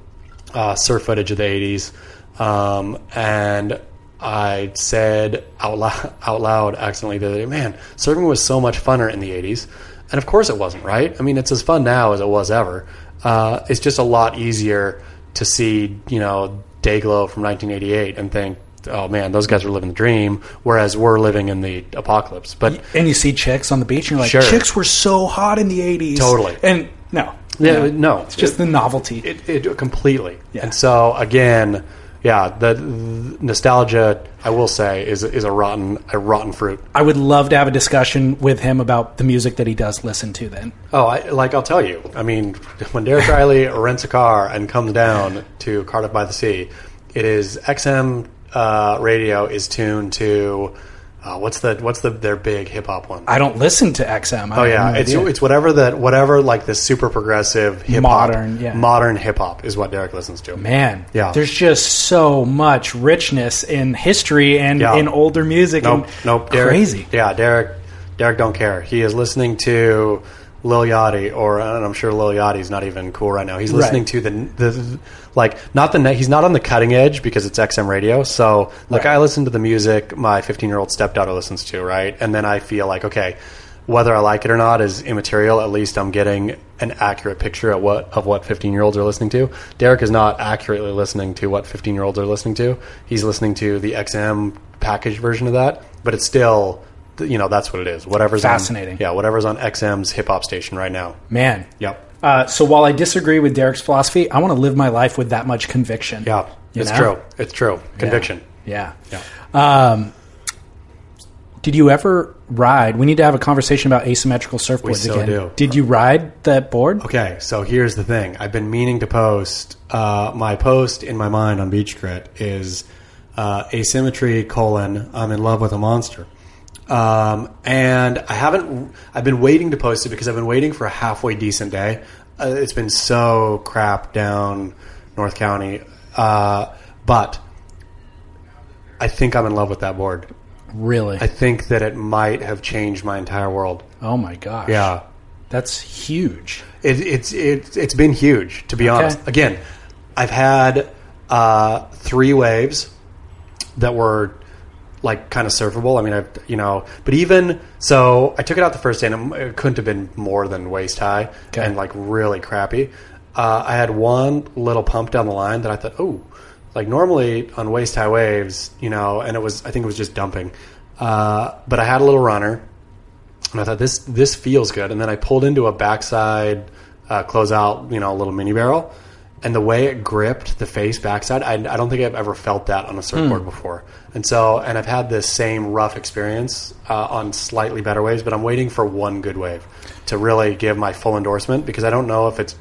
Speaker 3: uh, surf footage of the 80s, um, and I said out loud, [LAUGHS] out loud accidentally the other day, man, surfing was so much funner in the 80s. And of course it wasn't, right? I mean, it's as fun now as it was ever. Uh, it's just a lot easier to see, you know, Dayglow from 1988 and think, oh man, those guys were living the dream, whereas we're living in the apocalypse. But
Speaker 1: and you see chicks on the beach, and you're like,
Speaker 3: Sure.
Speaker 1: chicks were so hot in the '80s,
Speaker 3: Totally.
Speaker 1: And no,
Speaker 3: yeah, no,
Speaker 1: it's just the novelty.
Speaker 3: it, it completely.
Speaker 1: Yeah.
Speaker 3: And so again, yeah, the, the nostalgia I will say is is a rotten a rotten fruit.
Speaker 1: I would love to have a discussion with him about the music that he does listen to. Then
Speaker 3: Oh, I, like I'll tell you. I mean, [LAUGHS] when Derek Riley rents a car and comes down to Cardiff by the Sea, it is XM uh, radio is tuned to uh, what's the what's the their big hip hop one?
Speaker 1: I don't listen to XM. I
Speaker 3: Oh
Speaker 1: have
Speaker 3: yeah,
Speaker 1: no
Speaker 3: it's
Speaker 1: idea.
Speaker 3: it's whatever that whatever like the super progressive hip hop
Speaker 1: Modern, yeah.
Speaker 3: modern hip hop is what Derek listens to.
Speaker 1: man.
Speaker 3: Yeah.
Speaker 1: there's just so much richness in history and
Speaker 3: Yeah.
Speaker 1: in older music.
Speaker 3: Nope,
Speaker 1: and
Speaker 3: nope. Derek,
Speaker 1: crazy.
Speaker 3: Yeah, Derek. Derek don't care. He is listening to Lil Yachty, or and I'm sure Lil Yachty's not even cool right now. He's listening
Speaker 1: Right.
Speaker 3: to the the like not the ne- he's not on the cutting edge because it's XM radio. So like
Speaker 1: Right.
Speaker 3: I listen to the music my 15 year old stepdaughter listens to, right? And then I feel like okay. Whether I like it or not is immaterial. At least I'm getting an accurate picture of what of what 15 year olds are listening to. Derek is not accurately listening to what 15 year olds are listening to. He's listening to the XM packaged version of that, but it's still, you know, that's what it is. Whatever's on-
Speaker 1: Fascinating.
Speaker 3: yeah, whatever's on XM's hip hop station right now.
Speaker 1: Man.
Speaker 3: Yep.
Speaker 1: Uh, so while I disagree with Derek's philosophy, I want to live my life with that much conviction.
Speaker 3: Yeah,
Speaker 1: You
Speaker 3: it's
Speaker 1: know?
Speaker 3: true. It's true. Conviction.
Speaker 1: Yeah. Um, did you ever ride? We need to have a conversation about asymmetrical surfboards
Speaker 3: so
Speaker 1: again.
Speaker 3: do.
Speaker 1: Did you ride that board?
Speaker 3: Okay, so here's the thing. I've been meaning to post. Uh, my post in my mind on Beach Grit is uh, asymmetry colon I'm in love with a monster, um, and I haven't. I've been waiting to post it because I've been waiting for a halfway decent day. Uh, it's been so crap down North County, uh, but I think I'm in love with that board.
Speaker 1: Really?
Speaker 3: I think that it might have changed my entire world.
Speaker 1: oh my gosh.
Speaker 3: Yeah.
Speaker 1: That's huge.
Speaker 3: It, it's it's it's been huge to be honest. Again, I've had uh, three waves that were like kind of surfable. I mean, I've you know, but even so, I took it out the first day, and it couldn't have been more than waist high
Speaker 1: Okay.
Speaker 3: and like really crappy. Uh, I had one little pump down the line that I thought, oh, like normally on waist high waves, you know, and it was I think it was just dumping. Uh, but I had a little runner, and I thought this this feels good. And then I pulled into a backside uh, closeout, you know, a little mini barrel, and the way it gripped the face backside, I, I don't think I've ever felt that on a surfboard
Speaker 1: Hmm.
Speaker 3: before. And so, and I've had this same rough experience uh, on slightly better waves, but I'm waiting for one good wave to really give my full endorsement because I don't know if it's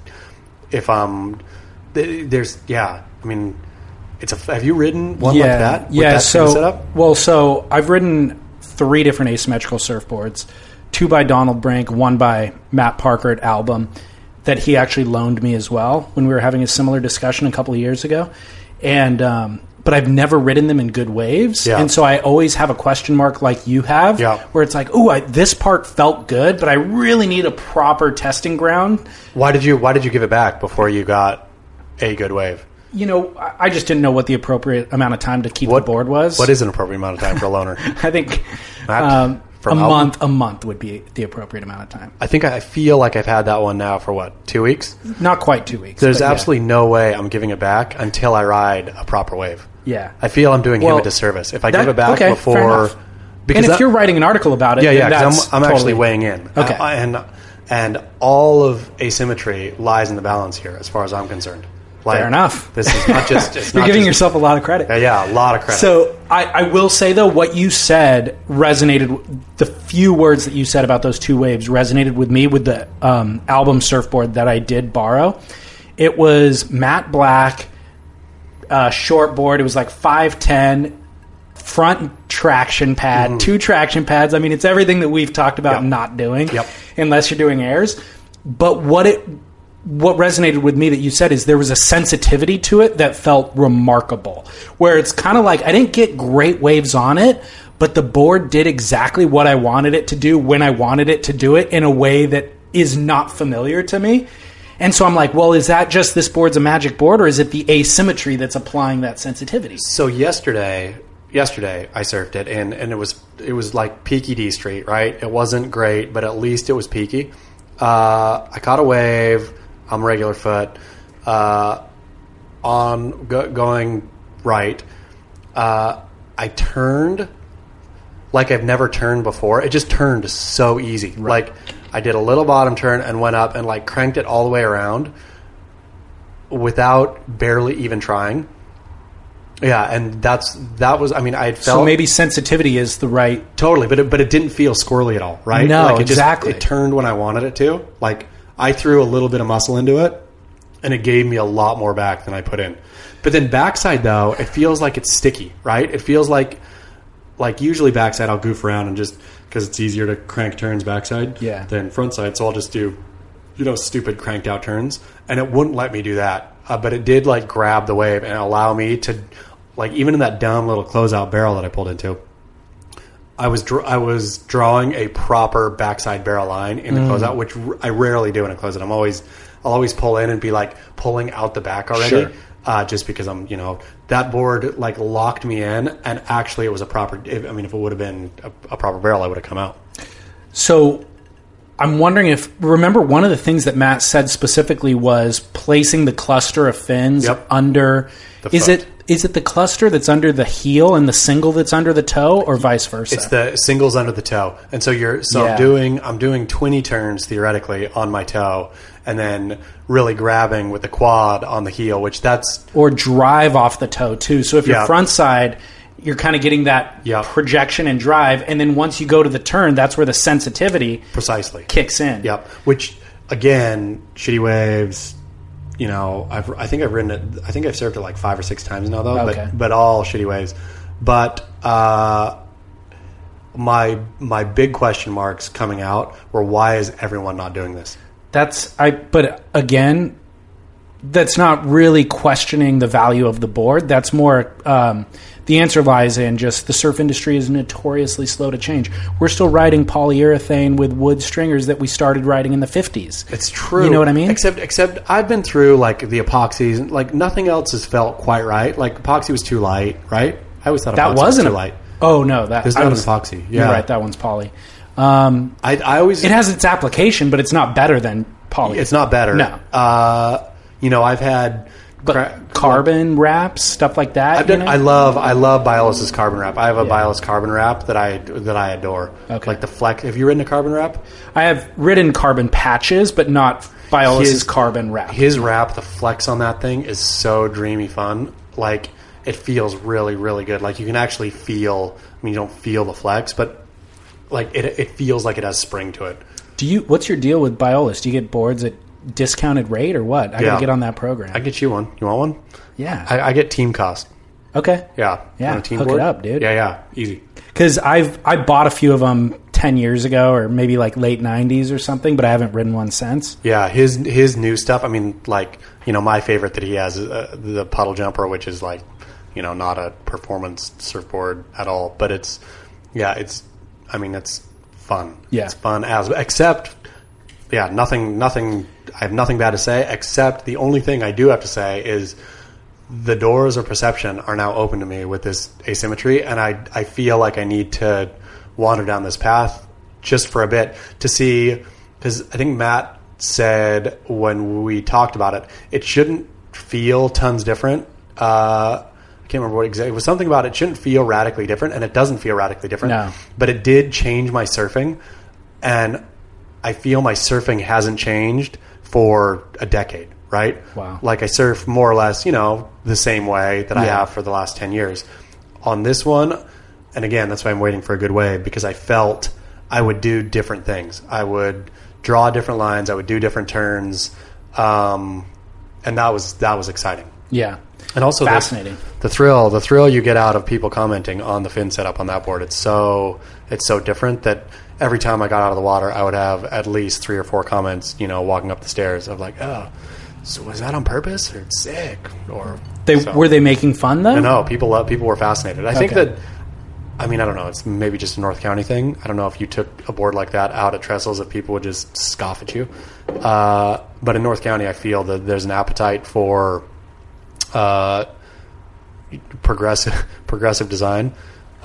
Speaker 3: if um th- there's yeah I mean it's a have you ridden one like that with
Speaker 1: yeah.
Speaker 3: that kind
Speaker 1: so
Speaker 3: of setup
Speaker 1: well, so I've ridden three different asymmetrical surfboards, two by Donald Brink, one by Matt Parker at Album, that he actually loaned me as well when we were having a similar discussion a couple of years ago, and um, but I've never ridden them in good waves,
Speaker 3: Yeah.
Speaker 1: and so I always have a question mark like you have,
Speaker 3: Yeah.
Speaker 1: where it's like, oh, this part felt good, but I really need a proper testing ground
Speaker 3: why did you why did you give it back before you got a good wave
Speaker 1: you know, I I just didn't know what the appropriate amount of time to keep the
Speaker 3: what
Speaker 1: board was.
Speaker 3: what is an appropriate amount of time for a loner
Speaker 1: [LAUGHS] I think
Speaker 3: Matt,
Speaker 1: um, a
Speaker 3: from Album?
Speaker 1: month. A month would be the appropriate amount of time.
Speaker 3: I think I feel like I've had that one now for what two weeks
Speaker 1: Not quite two weeks.
Speaker 3: there's
Speaker 1: but yeah.
Speaker 3: absolutely no way I'm giving it back until I ride a proper wave
Speaker 1: yeah.
Speaker 3: I feel I'm doing
Speaker 1: Well,
Speaker 3: him a disservice if I
Speaker 1: that-
Speaker 3: give it back
Speaker 1: okay, fair
Speaker 3: before
Speaker 1: enough.
Speaker 3: because
Speaker 1: and if
Speaker 3: that-
Speaker 1: you're writing an article about it,
Speaker 3: Yeah,
Speaker 1: then
Speaker 3: yeah. 'cause
Speaker 1: that's
Speaker 3: I'm, I'm actually
Speaker 1: totally-
Speaker 3: weighing in.
Speaker 1: Okay.
Speaker 3: Uh, and and all of asymmetry lies in the balance here, as far as I'm concerned. Like,
Speaker 1: Fair enough.
Speaker 3: This is not just.
Speaker 1: [LAUGHS]
Speaker 3: It's
Speaker 1: You're
Speaker 3: not
Speaker 1: giving
Speaker 3: just-
Speaker 1: yourself a lot of credit.
Speaker 3: Yeah, yeah, a lot of credit.
Speaker 1: So I, I will say though, what you said resonated. w- The few words that you said about those two waves resonated with me with the um, album surfboard that I did borrow. It was matte black, uh, short board. It was like five ten, front traction pad, two traction pads. I mean, it's everything that we've talked about
Speaker 3: Mm-hmm. Yep.
Speaker 1: not doing,
Speaker 3: Yep.
Speaker 1: unless you're doing airs. But what it what resonated with me that you said is there was a sensitivity to it that felt remarkable. Where it's kind of like I didn't get great waves on it, but the board did exactly what I wanted it to do when I wanted it to do it in a way that is not familiar to me. And so I'm like, well, is that just this board's a magic board, or is it the asymmetry that's applying that sensitivity?
Speaker 3: So yesterday, yesterday I surfed it, and and it was it was like peaky D Street, right? It wasn't great, but at least it was peaky. Uh, I caught a wave. I'm regular foot. Uh, on go, going right, uh, I turned like I've never turned before. It just turned so easy. Like I did a little bottom turn and went up and like cranked it all the way around without barely even trying. Yeah, and that's that was. I mean, I had felt
Speaker 1: So maybe sensitivity is the right.
Speaker 3: totally, but it, but it didn't feel squirrely at all, right?
Speaker 1: No,
Speaker 3: like it just-
Speaker 1: exactly.
Speaker 3: it turned when I wanted it to. Like I threw a little bit of muscle into it, and it gave me a lot more back than I put in. But then backside though, it feels like it's sticky, right? It feels like like usually backside I'll goof around and just because it's easier to crank turns backside
Speaker 1: Yeah.
Speaker 3: than front side, so I'll just do you know stupid cranked out turns, and it wouldn't let me do that. Uh, but it did like grab the wave and allow me to like even in that dumb little closeout barrel that I pulled into. I was dr- I was drawing a proper backside barrel line in the
Speaker 1: Mm.
Speaker 3: closeout, which r- I rarely do in a closeout. I'm always I'll always pull in and be like pulling out the back already,
Speaker 1: Sure.
Speaker 3: uh, just because I'm you know that board like locked me in, and actually it was a proper. If, I mean, if it would have been a, a proper barrel, I would have come out.
Speaker 1: So I'm wondering if remember one of the things that Matt said specifically was placing the cluster of fins
Speaker 3: Yep.
Speaker 1: under.
Speaker 3: The
Speaker 1: is
Speaker 3: front.
Speaker 1: it is it the cluster that's under the heel and the single that's under the toe, or vice versa?
Speaker 3: It's the singles under the toe, and so you're so
Speaker 1: Yeah.
Speaker 3: I'm doing I'm doing twenty turns theoretically on my toe, and then really grabbing with the quad on the heel, which that's
Speaker 1: or drive off the toe too. So if you're
Speaker 3: Yeah.
Speaker 1: front side, you're kind of getting that
Speaker 3: Yeah.
Speaker 1: projection and drive, and then once you go to the turn, that's where the sensitivity
Speaker 3: precisely
Speaker 1: kicks in.
Speaker 3: Yep. Which again, shitty waves. You know, I've I think I've ridden it. I think I've served it like five or six times now, though.
Speaker 1: Okay.
Speaker 3: But but all shitty waves. But uh, my my big question marks coming out were why is everyone not doing this?
Speaker 1: That's I but again, that's not really questioning the value of the board. That's more um, the answer lies in just the surf industry is notoriously slow to change. We're still riding polyurethane with wood stringers that we started riding in the fifties.
Speaker 3: It's true.
Speaker 1: You know what I mean?
Speaker 3: Except, except I've been through like the epoxies. and, Like nothing else has felt quite right. Like epoxy was too light, right? I always thought
Speaker 1: that
Speaker 3: epoxy
Speaker 1: wasn't a
Speaker 3: too light.
Speaker 1: Oh no, that
Speaker 3: There's
Speaker 1: I
Speaker 3: not an
Speaker 1: was-
Speaker 3: epoxy.
Speaker 1: You're
Speaker 3: Yeah.
Speaker 1: right. That one's poly. Um,
Speaker 3: I, I always
Speaker 1: it has its application, but it's not better than poly.
Speaker 3: It's not better.
Speaker 1: No.
Speaker 3: Uh, you know, I've had cra-
Speaker 1: carbon wraps, stuff like that.
Speaker 3: I've done,
Speaker 1: you know?
Speaker 3: I love I love Biolus's carbon wrap. I have a Biolus carbon wrap that I that I adore.
Speaker 1: Okay.
Speaker 3: Like the flex. Have you ridden a carbon wrap?
Speaker 1: I have ridden carbon patches, but not Biolis
Speaker 3: his-
Speaker 1: is carbon wrap.
Speaker 3: his rap, the flex on that thing is so dreamy fun. Like it feels really, really good. Like you can actually feel. I mean, you don't feel the flex, but like it, it feels like it has spring to it.
Speaker 1: Do you? What's your deal with Biolis? Do you get boards at discounted rate or what? I
Speaker 3: Yeah.
Speaker 1: gotta get on that program.
Speaker 3: I can get you one. You want one?
Speaker 1: yeah.
Speaker 3: I, I get team cost.
Speaker 1: okay.
Speaker 3: Yeah,
Speaker 1: Yeah,
Speaker 3: On a team
Speaker 1: hook it
Speaker 3: board?
Speaker 1: up, dude.
Speaker 3: Yeah, yeah, easy.
Speaker 1: Because I've I bought a few of them ten years ago or maybe like late '90s or something, but I haven't ridden one since.
Speaker 3: Yeah, his his new stuff. I mean, like you know, my favorite that he has is uh, the puddle jumper, which is like you know not a performance surfboard at all, but it's yeah, it's I mean it's fun.
Speaker 1: Yeah.
Speaker 3: it's fun as except yeah, nothing nothing. I have nothing bad to say except the only thing I do have to say is the doors of perception are now open to me with this asymmetry, and I I feel like I need to wander down this path just for a bit to see because I think Matt said when we talked about it, it shouldn't feel tons different. Uh, I can't remember what exactly it was something about it shouldn't feel radically different, and it doesn't feel radically different.
Speaker 1: No.
Speaker 3: But it did change my surfing, and I feel my surfing hasn't changed for a decade. Right?
Speaker 1: Wow.
Speaker 3: Like I surf more or less, you know, the same way that I
Speaker 1: Yeah.
Speaker 3: have for the last 10 years. On this one, and again, that's why I'm waiting for a good wave because I felt I would do different things. I would draw different lines, I would do different turns. Um, and that was that was exciting.
Speaker 1: Yeah.
Speaker 3: And also the-
Speaker 1: Fascinating.
Speaker 3: The, thrill, the thrill you get out of people commenting on the fin setup on that board. It's so it's so different that every time I got out of the water, I would have at least three or four comments. You know, walking up the stairs of like, oh, so was that on purpose or sick or
Speaker 1: They
Speaker 3: so- uh,
Speaker 1: were they making fun though?
Speaker 3: I know people love people were fascinated. I think
Speaker 1: Okay.
Speaker 3: that. I mean, I don't know. It's maybe just a North County thing. I don't know if you took a board like that out at trestles, if people would just scoff at you. Uh, but in North County, I feel that there's an appetite for uh, progressive [LAUGHS] progressive design,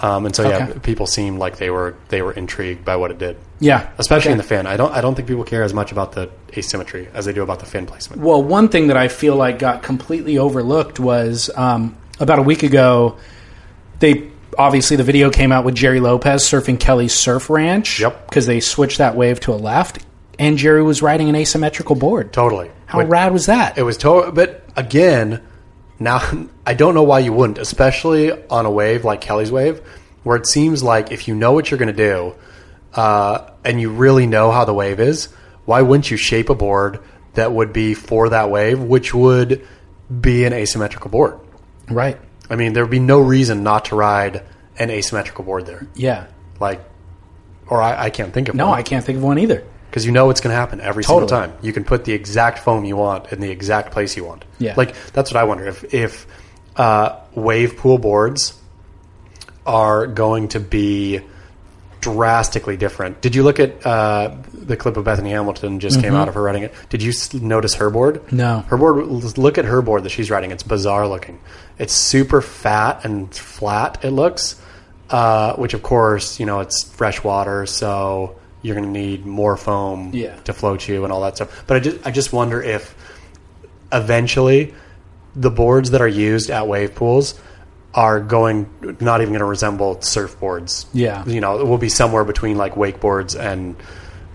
Speaker 3: um, and so yeah,
Speaker 1: Okay.
Speaker 3: people seemed like they were they were intrigued by what it did,
Speaker 1: Yeah.
Speaker 3: especially in the fin. I don't I don't think people care as much about the asymmetry as they do about the fin placement.
Speaker 1: Well, one thing that I feel like got completely overlooked was um, about a week ago. They obviously the video came out with Jerry Lopez surfing Kelly's Surf Ranch.
Speaker 3: Yep.
Speaker 1: Because they switched that wave to a left, and Jerry was riding an asymmetrical board.
Speaker 3: Totally.
Speaker 1: How
Speaker 3: Which-
Speaker 1: rad was that?
Speaker 3: It was total, but again, now [LAUGHS] I don't know why you wouldn't, especially on a wave like Kelly's wave, where it seems like if you know what you're going to do, uh, and you really know how the wave is, why wouldn't you shape a board that would be for that wave, which would be an asymmetrical board?
Speaker 1: right.
Speaker 3: I mean, there would be no reason not to ride an asymmetrical board there,
Speaker 1: Yeah.
Speaker 3: like, or I, I can't think of
Speaker 1: No,
Speaker 3: one
Speaker 1: I can't think of one either.
Speaker 3: because you know it's going to happen every single
Speaker 1: Totally.
Speaker 3: time. You can put the exact foam you want in the exact place you want.
Speaker 1: Yeah.
Speaker 3: like that's what I wonder if if uh, wave pool boards are going to be drastically different. Did you look at uh, the clip of Bethany Hamilton just came out of her riding it? Did you s- notice her board?
Speaker 1: Mm-hmm. No.
Speaker 3: Her board. Look at her board that she's riding. It's bizarre looking. It's super fat and flat. It looks, uh, which of course you know it's fresh water, so you're going to need more foam
Speaker 1: Yeah.
Speaker 3: to float you and all that stuff. But I just I just wonder if eventually the boards that are used at wave pools are going not even going to resemble surfboards.
Speaker 1: Yeah.
Speaker 3: You know, it will be somewhere between like wakeboards and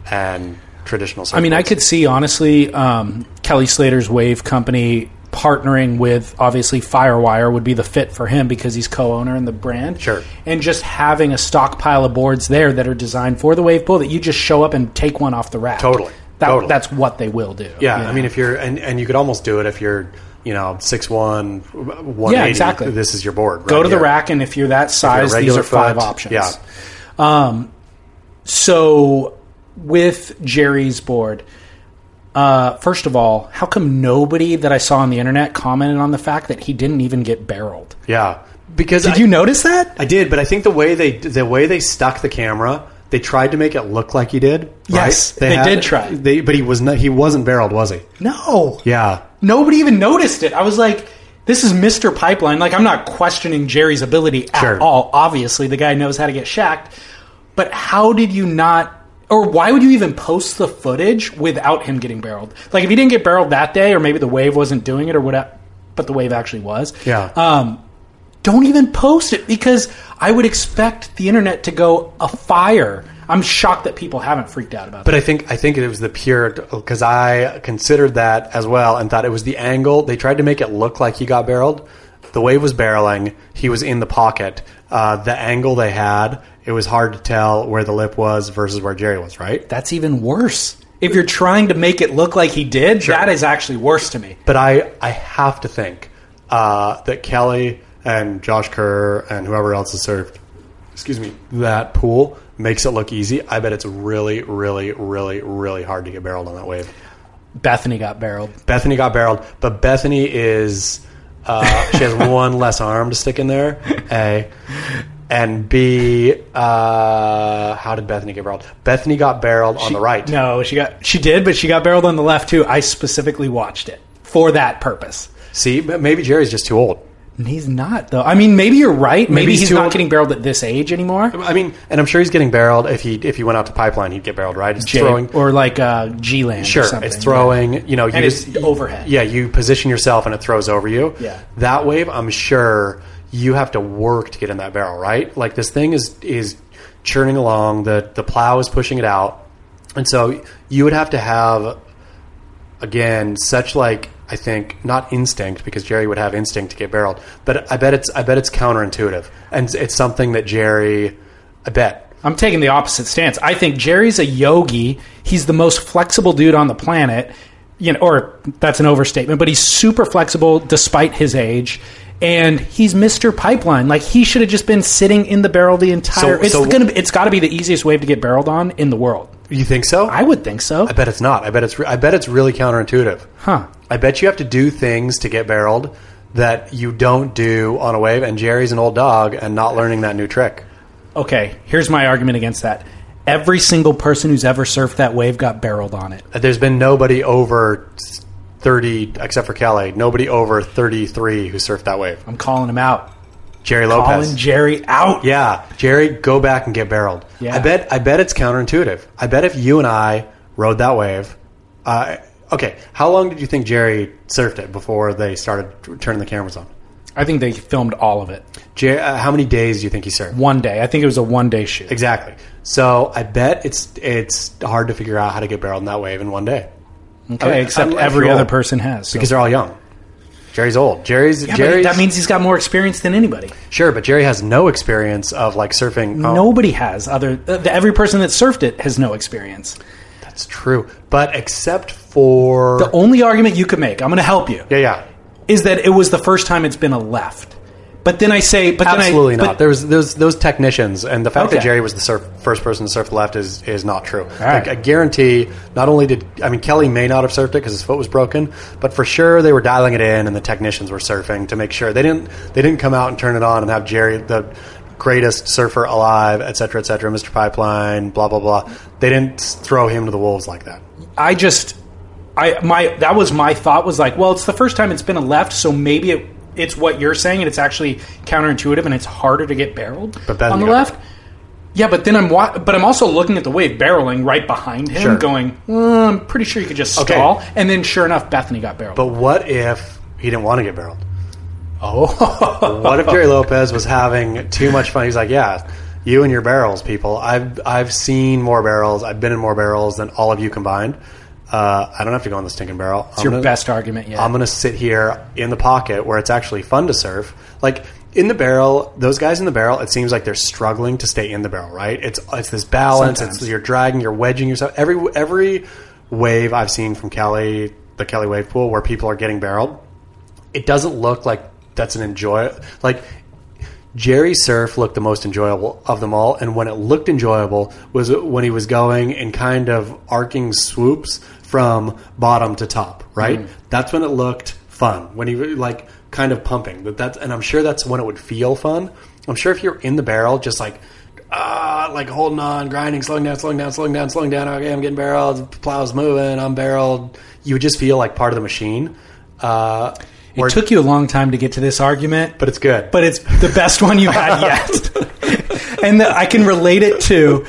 Speaker 3: and traditional surfboards.
Speaker 1: I mean, I could see honestly um, Kelly Slater's Wave Company partnering with obviously Firewire would be the fit for him because he's co-owner in the brand.
Speaker 3: Sure.
Speaker 1: And just having a stockpile of boards there that are designed for the wave pool that you just show up and take one off the rack.
Speaker 3: Totally.
Speaker 1: That,
Speaker 3: Totally.
Speaker 1: That's what they will do.
Speaker 3: Yeah,
Speaker 1: you know?
Speaker 3: I mean, if you're and, and you could almost do it if you're you know six one, one
Speaker 1: Yeah, exactly.
Speaker 3: This is your board.
Speaker 1: go
Speaker 3: right
Speaker 1: to the
Speaker 3: here.
Speaker 1: rack, and if you're that
Speaker 3: Your
Speaker 1: size, these
Speaker 3: regular
Speaker 1: are five
Speaker 3: foot.
Speaker 1: options.
Speaker 3: Yeah,
Speaker 1: So with Jerry's board, uh, first of all, how come nobody that I saw on the internet commented on the fact that he didn't even get barreled?
Speaker 3: yeah. Because
Speaker 1: Did
Speaker 3: I,
Speaker 1: you notice that?
Speaker 3: I did, but I think the way they the way they stuck the camera, they tried to make it look like he did. right?
Speaker 1: Yes, they did try.
Speaker 3: They, but he was not. He wasn't barreled, was he?
Speaker 1: No.
Speaker 3: Yeah,
Speaker 1: Nobody even noticed it. I was like, this is Mr. Pipeline. Like, I'm not questioning Jerry's ability at
Speaker 3: Sure.
Speaker 1: all. Obviously, the guy knows how to get shacked. But how did you not, or why would you even post the footage without him getting barreled? Like, if he didn't get barreled that day, or maybe the wave wasn't doing it, or whatever, but the wave actually was.
Speaker 3: Yeah.
Speaker 1: Um, don't even post it because I would expect the internet to go afire. I'm shocked that people haven't freaked out about
Speaker 3: But
Speaker 1: that.
Speaker 3: I think I think it was the pure because I considered that as well and thought it was the angle. They tried to make it look like he got barreled. The wave was barreling. He was in the pocket. Uh, the angle they had, it was hard to tell where the lip was versus where Jerry was. Right.
Speaker 1: That's even worse. If you're trying to make it look like he did, that is actually worse to me.
Speaker 3: But I I have to think uh, that Kelly and Josh Kerr and whoever else has served, excuse me, that pool makes it look easy. I bet it's really really really really hard to get barreled on that wave.
Speaker 1: Bethany got barreled.
Speaker 3: Bethany got barreled, but Bethany is uh,
Speaker 1: [LAUGHS]
Speaker 3: she has one less arm to stick in there. A and B. Uh, how did Bethany get barreled? Bethany got barreled on the right.
Speaker 1: No, she got she did, but she got barreled on the left too. I specifically watched it for that purpose.
Speaker 3: See, but maybe Jerry's just too old.
Speaker 1: And he's not though. I mean, maybe you're right. Maybe,
Speaker 3: he's
Speaker 1: he's,
Speaker 3: too
Speaker 1: not
Speaker 3: old.
Speaker 1: getting barreled at this age anymore.
Speaker 3: I mean, and I'm sure he's getting barreled if he if he went out to pipeline, he'd get barreled, right? It's
Speaker 1: Jay,
Speaker 3: throwing.
Speaker 1: or like uh, G Land.
Speaker 3: Sure,
Speaker 1: or something.
Speaker 3: it's throwing. You know, you
Speaker 1: And it's
Speaker 3: just-
Speaker 1: overhead.
Speaker 3: Yeah, you position yourself and it throws over you.
Speaker 1: Yeah.
Speaker 3: that wave, I'm sure you have to work to get in that barrel, right? Like this thing is is churning along. The the plow is pushing it out, and so you would have to have again such like I think not instinct because Jerry would have instinct to get barreled, but I bet it's I bet it's counterintuitive, and it's- it's something that Jerry, I bet
Speaker 1: I'm taking the opposite stance. I think Jerry's a yogi. He's the most flexible dude on the planet. You know, or that's an overstatement, but he's super flexible despite his age. And he's Mr. Pipeline. Like he should have just been sitting in the barrel the entire.
Speaker 3: So-
Speaker 1: it's
Speaker 3: so-
Speaker 1: gonna. be- It's got to be the easiest wave to get barreled on in the world.
Speaker 3: you think so.
Speaker 1: I would think so.
Speaker 3: I bet it's not. I bet it's. Re- I bet it's really counterintuitive.
Speaker 1: Huh.
Speaker 3: I bet you have to do things to get barreled that you don't do on a wave. And Jerry's an old dog and not learning that new trick.
Speaker 1: Okay. Here's my argument against that. Every single person who's ever surfed that wave got barreled on it.
Speaker 3: There's been nobody over thirty, except for Kelly. Nobody over thirty-three who surfed that wave.
Speaker 1: I'm calling him out.
Speaker 3: Jerry
Speaker 1: Calling
Speaker 3: Lopez.
Speaker 1: Jerry out.
Speaker 3: Yeah, Jerry, go back and get barreled.
Speaker 1: Yeah.
Speaker 3: I bet. I bet it's counterintuitive. I bet if you and I rode that wave, uh, okay. How long did you think Jerry surfed it before they started turning the cameras on?
Speaker 1: I think they filmed all of it.
Speaker 3: Jer- uh, how many days do you think he served?
Speaker 1: One day. I think it was a one day shoot.
Speaker 3: Exactly. So I bet it's it's hard to figure out how to get barreled in that wave in one day
Speaker 1: Okay,
Speaker 3: I-
Speaker 1: except
Speaker 3: I'm- I
Speaker 1: every
Speaker 3: feel-
Speaker 1: other person has. so-
Speaker 3: because they're all young. Jerry's old. Jerry's
Speaker 1: Yeah, but
Speaker 3: Jerry's
Speaker 1: that means he's got more experience than anybody.
Speaker 3: sure, but Jerry has no experience of like surfing. Oh,
Speaker 1: Nobody has other. Uh, the- every person that surfed it has no experience.
Speaker 3: that's true. But except for
Speaker 1: The only argument you could make, I'm going to help you,
Speaker 3: yeah, yeah,
Speaker 1: is that it was the first time it's been a left. But then I say, but
Speaker 3: absolutely
Speaker 1: then I,
Speaker 3: not.
Speaker 1: but-
Speaker 3: there was those those technicians, and the fact that
Speaker 1: Okay.
Speaker 3: Jerry was the surf, first person to surf the left is is not true.
Speaker 1: right.
Speaker 3: Like, I guarantee, not only did I mean Kelly may not have surfed it because his foot was broken, but for sure they were dialing it in, and the technicians were surfing to make sure they didn't they didn't come out and turn it on and have Jerry the greatest surfer alive, et cetera, et cetera, Mr. Pipeline, blah blah blah. They didn't throw him to the wolves like that.
Speaker 1: I just, I my that was my thought was like, well, it's the first time it's been a left, so maybe it, it's what you're saying, and it's actually counterintuitive, and it's harder to get barreled
Speaker 3: But Bethany
Speaker 1: on the
Speaker 3: got
Speaker 1: left. Yeah, but then I'm wa- but I'm also looking at the wave barreling right behind him,
Speaker 3: Sure.
Speaker 1: going, "Mm, I'm pretty sure you could just
Speaker 3: Okay.
Speaker 1: stall, and then sure enough, Bethany got barreled.
Speaker 3: But what if he didn't want to get barreled?
Speaker 1: oh,
Speaker 3: What if Jerry Lopez was having too much fun? He's like, yeah, you and your barrels, people. I've I've seen more barrels. I've been in more barrels than all of you combined. Uh, I don't have to go in the stinking barrel. It's
Speaker 1: your best argument yet.
Speaker 3: I'm gonna sit here in the pocket where it's actually fun to surf. Like in the barrel, those guys in the barrel, it seems like they're struggling to stay in the barrel, right? It's it's this balance. It's
Speaker 1: Sometimes.
Speaker 3: you're dragging, you're wedging yourself. Every every wave I've seen from Kelly, the Kelly wave pool, where people are getting barreled, it doesn't look like that's an enjoy. Like Jerry Surf looked the most enjoyable of them all, and when it looked enjoyable was when he was going in kind of arcing swoops from bottom to top. Right, that's when it looked fun. When he really, like kind of pumping that that's, and I'm sure that's when it would feel fun. I'm sure if you're in the barrel, just like ah, like holding on, grinding, slowing down, slowing down, slowing down, slowing down. Okay, I'm getting barreled. Plow's moving. I'm barreled. You would just feel like part of the machine. Uh,
Speaker 1: it took you a long time to get to this argument,
Speaker 3: but it's good.
Speaker 1: but it's the best one you've
Speaker 3: [LAUGHS]
Speaker 1: had yet. and the, I can relate it to.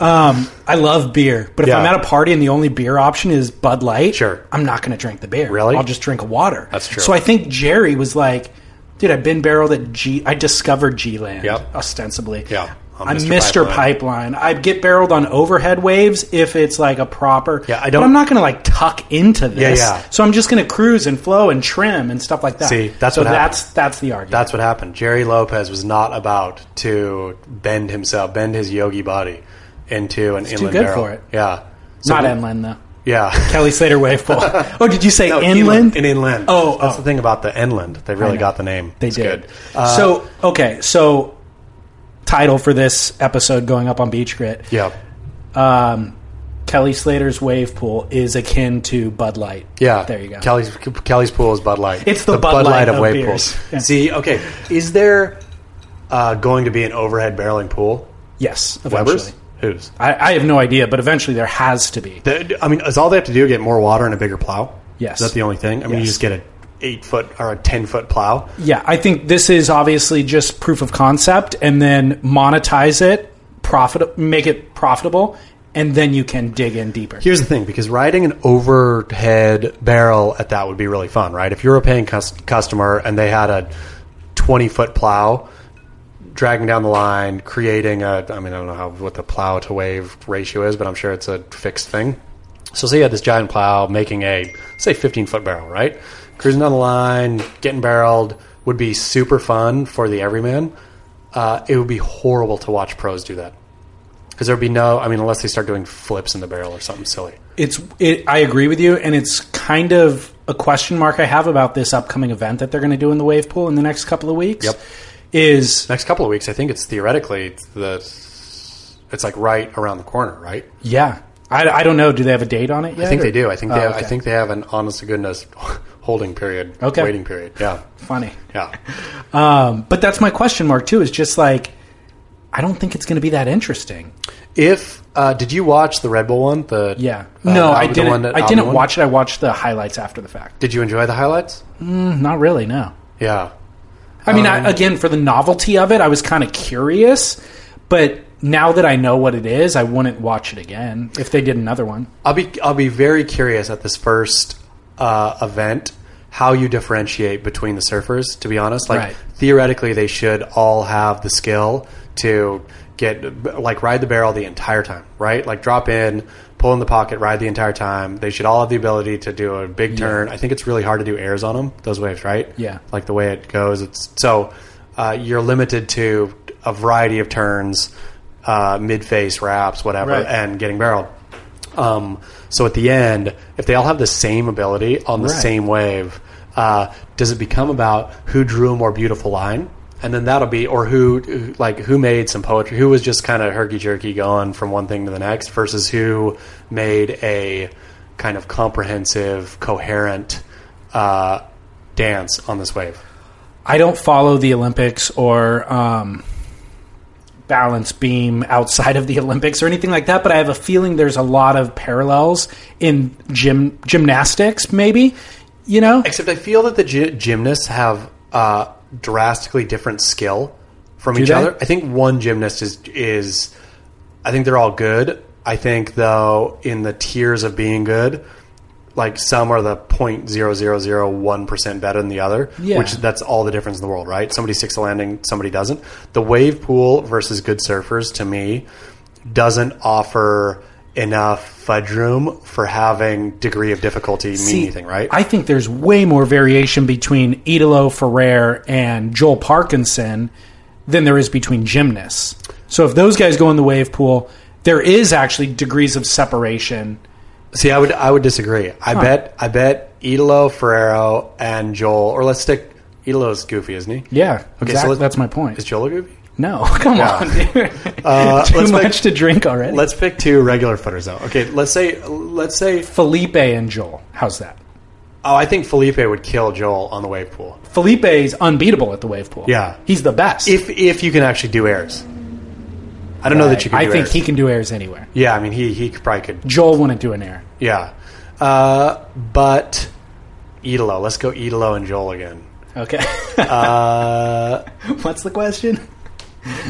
Speaker 1: Um, I love beer, but if
Speaker 3: Yeah.
Speaker 1: I'm at a party and the only beer option is Bud Light,
Speaker 3: Sure.
Speaker 1: I'm not going to drink the beer.
Speaker 3: Really?
Speaker 1: I'll just drink water.
Speaker 3: That's true.
Speaker 1: So I think Jerry was like, "Dude, I've been barreled at G. I discovered G Land,
Speaker 3: Yep.
Speaker 1: ostensibly.
Speaker 3: Yeah. on
Speaker 1: I'm
Speaker 3: Mr.
Speaker 1: Mr.
Speaker 3: Pipeline.
Speaker 1: Pipeline. I get barreled on overhead waves if it's like a proper.
Speaker 3: Yeah, I
Speaker 1: but
Speaker 3: don't-
Speaker 1: I'm not going to like tuck into this.
Speaker 3: yeah.
Speaker 1: So I'm just going to cruise and flow and trim and stuff like that.
Speaker 3: See, that's
Speaker 1: so
Speaker 3: what happened.
Speaker 1: that's that's the argument.
Speaker 3: That's what happened. Jerry Lopez was not about to bend himself, bend his yogi body into an
Speaker 1: too
Speaker 3: inland
Speaker 1: good
Speaker 3: barrel.
Speaker 1: for it.
Speaker 3: Yeah. So
Speaker 1: not
Speaker 3: we-
Speaker 1: inland though.
Speaker 3: Yeah.
Speaker 1: Kelly Slater wave
Speaker 3: [LAUGHS]
Speaker 1: pool. oh, did you say
Speaker 3: No,
Speaker 1: inland?
Speaker 3: In inland.
Speaker 1: Oh,
Speaker 3: that's
Speaker 1: oh.
Speaker 3: the thing about the inland. They
Speaker 1: I
Speaker 3: really
Speaker 1: know.
Speaker 3: got the name.
Speaker 1: They
Speaker 3: It's
Speaker 1: did.
Speaker 3: good. Uh,
Speaker 1: so okay, so title for this episode going up on Beach Grit.
Speaker 3: yeah,
Speaker 1: Um, Kelly Slater's wave pool is akin to Bud Light.
Speaker 3: yeah.
Speaker 1: there you go.
Speaker 3: Kelly's Kelly's pool is Bud Light.
Speaker 1: It's the Bud Light of beers. Yeah.
Speaker 3: See, okay, is there uh, going to be an overhead barreling pool?
Speaker 1: yes, eventually.
Speaker 3: Weber's. Whose?
Speaker 1: I, I have no idea, but eventually there has to be.
Speaker 3: The- I mean, is all they have to do get more water and a bigger plow?
Speaker 1: Yes.
Speaker 3: Is that the only thing? I mean, you
Speaker 1: Yes. Mm-hmm.
Speaker 3: just get a eight foot or a ten foot plow.
Speaker 1: Yeah, I think this is obviously just proof of concept, and then monetize it, profit, make it profitable, and then you can dig in deeper.
Speaker 3: Here's the thing, because riding an overhead barrel at that would be really fun, right? If you're a paying cus- customer and they had a 20 foot plow dragging down the line, creating a, I mean, I don't know how what the plow to wave ratio is, but I'm sure it's a fixed thing. So say you had this giant plow making a, say, 15 foot barrel, right? Cruising down the line, getting barreled would be super fun for the everyman. Uh, it would be horrible to watch pros do that. Because there would be no, I mean, unless they start doing flips in the barrel or something silly.
Speaker 1: it's it, I agree with you, and it's kind of a question mark I have about this upcoming event that they're going to do in the wave pool in the next couple of weeks.
Speaker 3: Yep.
Speaker 1: Is
Speaker 3: Next couple of weeks, I think it's theoretically the, it's like right around the corner, right?
Speaker 1: yeah, I, I don't know. Do they have a date on it yet?
Speaker 3: I think
Speaker 1: or-
Speaker 3: they do. I think
Speaker 1: Oh,
Speaker 3: they have, I
Speaker 1: okay.
Speaker 3: think they have an honest to goodness [LAUGHS] holding period,
Speaker 1: Okay.
Speaker 3: waiting period. Yeah,
Speaker 1: Funny, [LAUGHS]
Speaker 3: yeah.
Speaker 1: um, but that's my question mark too. Is just like I don't think it's going to be that interesting.
Speaker 3: If uh, did you watch the Red Bull one? The
Speaker 1: Yeah.
Speaker 3: uh,
Speaker 1: no,
Speaker 3: Alba-
Speaker 1: I
Speaker 3: the
Speaker 1: didn't.
Speaker 3: one that
Speaker 1: I
Speaker 3: Alba
Speaker 1: didn't
Speaker 3: won?
Speaker 1: watch it. I watched the highlights after the fact.
Speaker 3: Did you enjoy the highlights?
Speaker 1: Mm, Not really. No.
Speaker 3: Yeah,
Speaker 1: I mean,
Speaker 3: Um,
Speaker 1: I, again, for the novelty of it, I was kind of curious, but now that I know what it is, I wouldn't watch it again if they did another one.
Speaker 3: I'll be I'll be very curious at this first uh, event how you differentiate between the surfers. To be honest, like
Speaker 1: Right.
Speaker 3: theoretically, they should all have the skill to get like ride the barrel the entire time, right? Like drop in, pull in the pocket, ride the entire time. They should all have the ability to do a big turn. I think it's really hard to do airs on them those waves, right?
Speaker 1: Yeah.
Speaker 3: like the way it goes. It's so uh, you're limited to a variety of turns, uh, mid face wraps, whatever,
Speaker 1: Right.
Speaker 3: and getting barreled. Um, so at the end, if they all have the same ability on the
Speaker 1: Right.
Speaker 3: same wave, uh, does it become about who drew a more beautiful line? And then that'll be, or who, who- like, who made some poetry? Who was just kind of herky jerky going from one thing to the next versus who made a kind of comprehensive, coherent uh, dance on this wave?
Speaker 1: I don't follow the Olympics or um, balance beam outside of the [LAUGHS] Olympics or anything like that, but I have a feeling there's a lot of parallels in gym gymnastics, maybe. You know,
Speaker 3: Except I feel that the gy- gymnasts have uh, drastically different skill from each
Speaker 1: they?
Speaker 3: other. I think one gymnast is is I think they're all good. I think though in the tiers of being good, like some are the point zero zero zero one percent better than the other,
Speaker 1: Yeah.
Speaker 3: which that's all the difference in the world, right? Somebody sticks a landing, somebody doesn't. The wave pool versus good surfers to me doesn't offer enough fudge room for having degree of difficulty mean
Speaker 1: See,
Speaker 3: anything, right?
Speaker 1: I think there's way more variation between Idolo Ferrer and Joel Parkinson than there is between gymnasts. So if those guys go in the wave pool, there is actually degrees of separation.
Speaker 3: See, I would I would disagree. I bet I bet Idolo, Ferrero, and Joel, or let's stick. Idolo's goofy, isn't he?
Speaker 1: Yeah, exactly.
Speaker 3: let's-
Speaker 1: that's my
Speaker 3: Is
Speaker 1: point.
Speaker 3: Joel a goofy?
Speaker 1: No, [LAUGHS] come on, dude. [LAUGHS]
Speaker 3: Uh,
Speaker 1: Too
Speaker 3: let's
Speaker 1: much
Speaker 3: pick,
Speaker 1: to drink already.
Speaker 3: let's pick two regular footers though. Okay, let's say let's say.
Speaker 1: Felipe and Joel. How's that?
Speaker 3: Oh, I think Felipe would kill Joel on the wave pool
Speaker 1: Felipe is unbeatable at the wave pool.
Speaker 3: Yeah.
Speaker 1: he's the best.
Speaker 3: if if you can actually do airs. I don't know that you can.
Speaker 1: I
Speaker 3: do
Speaker 1: think
Speaker 3: airs.
Speaker 1: he can do airs anywhere.
Speaker 3: Yeah, I mean he he probably could
Speaker 1: Joel wouldn't do an air.
Speaker 3: Yeah. Uh, but Idolo, let's go Idolo and Joel again.
Speaker 1: Okay,
Speaker 3: Uh,
Speaker 1: [LAUGHS] what's the question?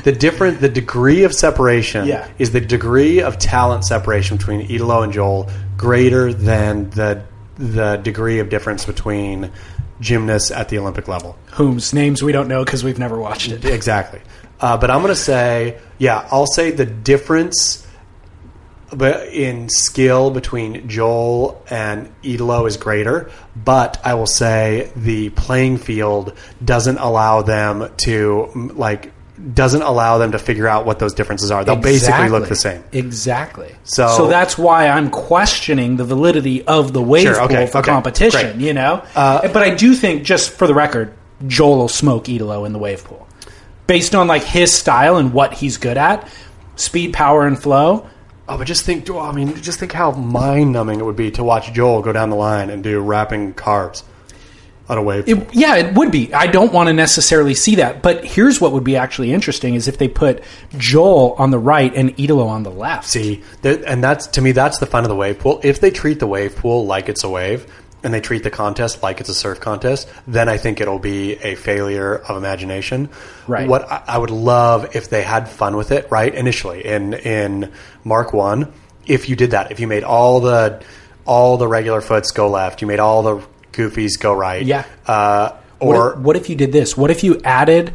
Speaker 3: the different the degree of separation
Speaker 1: Yeah.
Speaker 3: is the degree of talent separation between Idolo and Joel greater than the the degree of difference between gymnasts at the Olympic level.
Speaker 1: Whom's names we don't know because we've never watched it.
Speaker 3: Exactly. Uh, but I'm going to say, yeah, I'll say the difference but in skill between Joel and Idolo is greater, but I will say the playing field doesn't allow them to mm, like doesn't allow them to figure out what those differences are. They'll basically look the same.
Speaker 1: Exactly.
Speaker 3: So-
Speaker 1: that's why I'm questioning the validity of the wave
Speaker 3: Sure,
Speaker 1: pool
Speaker 3: okay,
Speaker 1: for
Speaker 3: okay,
Speaker 1: competition.
Speaker 3: great.
Speaker 1: You know,
Speaker 3: Uh,
Speaker 1: but I do think, just for the record, Joel will smoke Idolo in the wave pool, based on like his style and what he's good at, speed, power, and flow.
Speaker 3: Oh, but just think, oh, I mean, just think how mind numbing it would be to watch Joel go down the line and do wrapping carbs on a wave.
Speaker 1: It, yeah, it would be. I don't want to necessarily see that, but here's what would be actually interesting: is if they put Joel on the right and Idolo on the left.
Speaker 3: See, that, and that's to me, that's the fun of the wave pool. If they treat the wave pool like it's a wave, and they treat the contest like it's a surf contest, then I think it'll be a failure of imagination.
Speaker 1: Right.
Speaker 3: What I, I would love if they had fun with it, right? Initially, in in Mark One, if you did that, if you made all the all the regular foots go left, you made all the goofies go right.
Speaker 1: Yeah.
Speaker 3: Uh,
Speaker 1: What
Speaker 3: or
Speaker 1: if, what if you did this? What if you added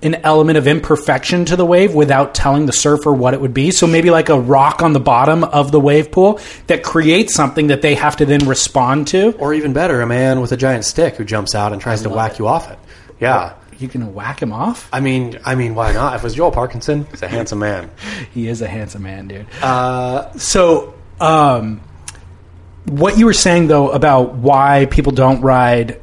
Speaker 1: an element of imperfection to the wave without telling the surfer what it would be? So maybe like a rock on the bottom of the wave pool that creates something that they have to then respond to.
Speaker 3: or even better, a man with a giant stick who jumps out and tries to whack you off it. Yeah.
Speaker 1: You can whack him off.
Speaker 3: I mean, I mean, why not? If it was Joel Parkinson, he's a handsome man.
Speaker 1: He is a handsome man, dude. Uh, so, um, what you were saying though about why people don't ride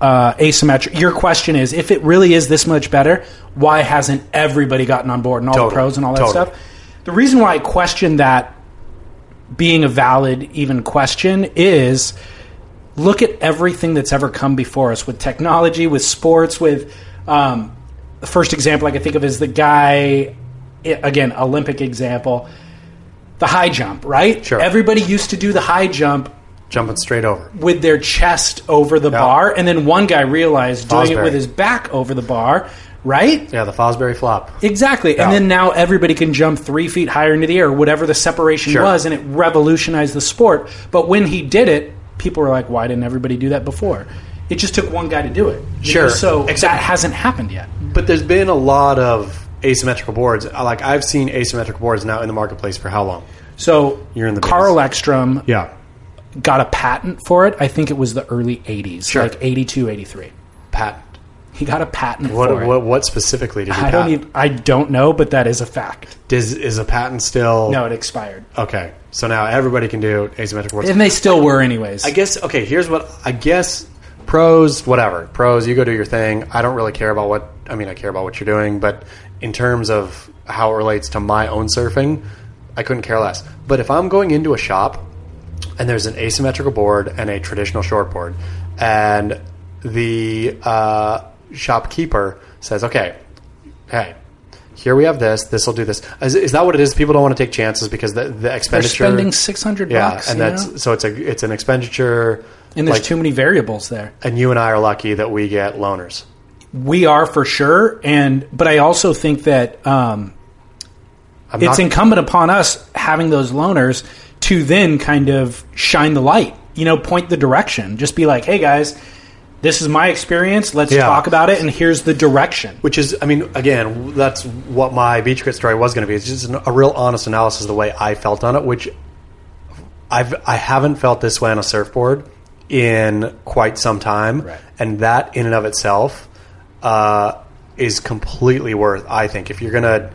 Speaker 1: uh, asymmetric, your question is: if it really is this much better, why hasn't everybody gotten on board and all the
Speaker 3: Totally.
Speaker 1: pros and all that
Speaker 3: Totally.
Speaker 1: stuff? The reason why I question that being a valid even question is look at everything that's ever come before us with technology, with sports, with um, the first example I can think of is the guy, i- again, Olympic example, the high jump, right?
Speaker 3: Sure.
Speaker 1: Everybody used to do the high jump
Speaker 3: jumping straight over.
Speaker 1: with their chest over the bar, and then one guy realized doing it
Speaker 3: Fosbury.
Speaker 1: with his back over the bar, right?
Speaker 3: Yeah, the Fosbury flop.
Speaker 1: Exactly. And
Speaker 3: Yeah.
Speaker 1: then now everybody can jump three feet higher into the air, whatever the separation
Speaker 3: Sure.
Speaker 1: was, and it revolutionized the sport. But when he did it, people were like, why didn't everybody do that before? It just took one guy to do it. You
Speaker 3: Sure.
Speaker 1: know, So
Speaker 3: Except-
Speaker 1: that hasn't happened yet.
Speaker 3: But there's been a lot of asymmetrical boards. I- Like I've seen asymmetrical boards now in the marketplace for how long?
Speaker 1: So
Speaker 3: You're in the
Speaker 1: Carl Ekstrom
Speaker 3: Yeah,
Speaker 1: got a patent for it. I think it was the early 80s,
Speaker 3: Sure.
Speaker 1: like 82, 83.
Speaker 3: patent.
Speaker 1: He got a patent
Speaker 3: What
Speaker 1: for it.
Speaker 3: what, what specifically did you
Speaker 1: I don't
Speaker 3: patent?
Speaker 1: even, I don't know, but that is a fact.
Speaker 3: Does, is a patent still
Speaker 1: No, it expired.
Speaker 3: Okay, so now everybody can do asymmetrical boards.
Speaker 1: And they still were anyways.
Speaker 3: I guess okay. Here's what I guess. Pros, whatever. Pros, you go do your thing. I don't really care about what. I mean, I care about what you're doing, but in terms of how it relates to my own surfing, I couldn't care less. But if I'm going into a shop and there's an asymmetrical board and a traditional short board, and the uh, shopkeeper says, "Okay, hey." Here we have this. This will do this. Is, is that what it is? People don't want to take chances because the, the
Speaker 1: They're
Speaker 3: expenditure
Speaker 1: spending 600
Speaker 3: yeah,
Speaker 1: bucks.
Speaker 3: and
Speaker 1: you
Speaker 3: that's
Speaker 1: know?
Speaker 3: so it's a it's an expenditure.
Speaker 1: and there's
Speaker 3: like-
Speaker 1: too many variables there.
Speaker 3: and you and I are lucky that we get loaners.
Speaker 1: We are for sure, and but I also think that um,
Speaker 3: I'm
Speaker 1: it's
Speaker 3: not-
Speaker 1: incumbent upon us having those loaners to then kind of shine the light, you know, point the direction. Just be like, hey guys, this is my experience. Let's
Speaker 3: Yeah.
Speaker 1: talk about it, and here's the direction.
Speaker 3: which is, I mean, again, that's what my beach grit story was going to be. It's just an, a real honest analysis of the way I felt on it, which I've I haven't felt this way on a surfboard in quite some time,
Speaker 1: Right.
Speaker 3: and that in and of itself uh, is completely worth. I think if you're gonna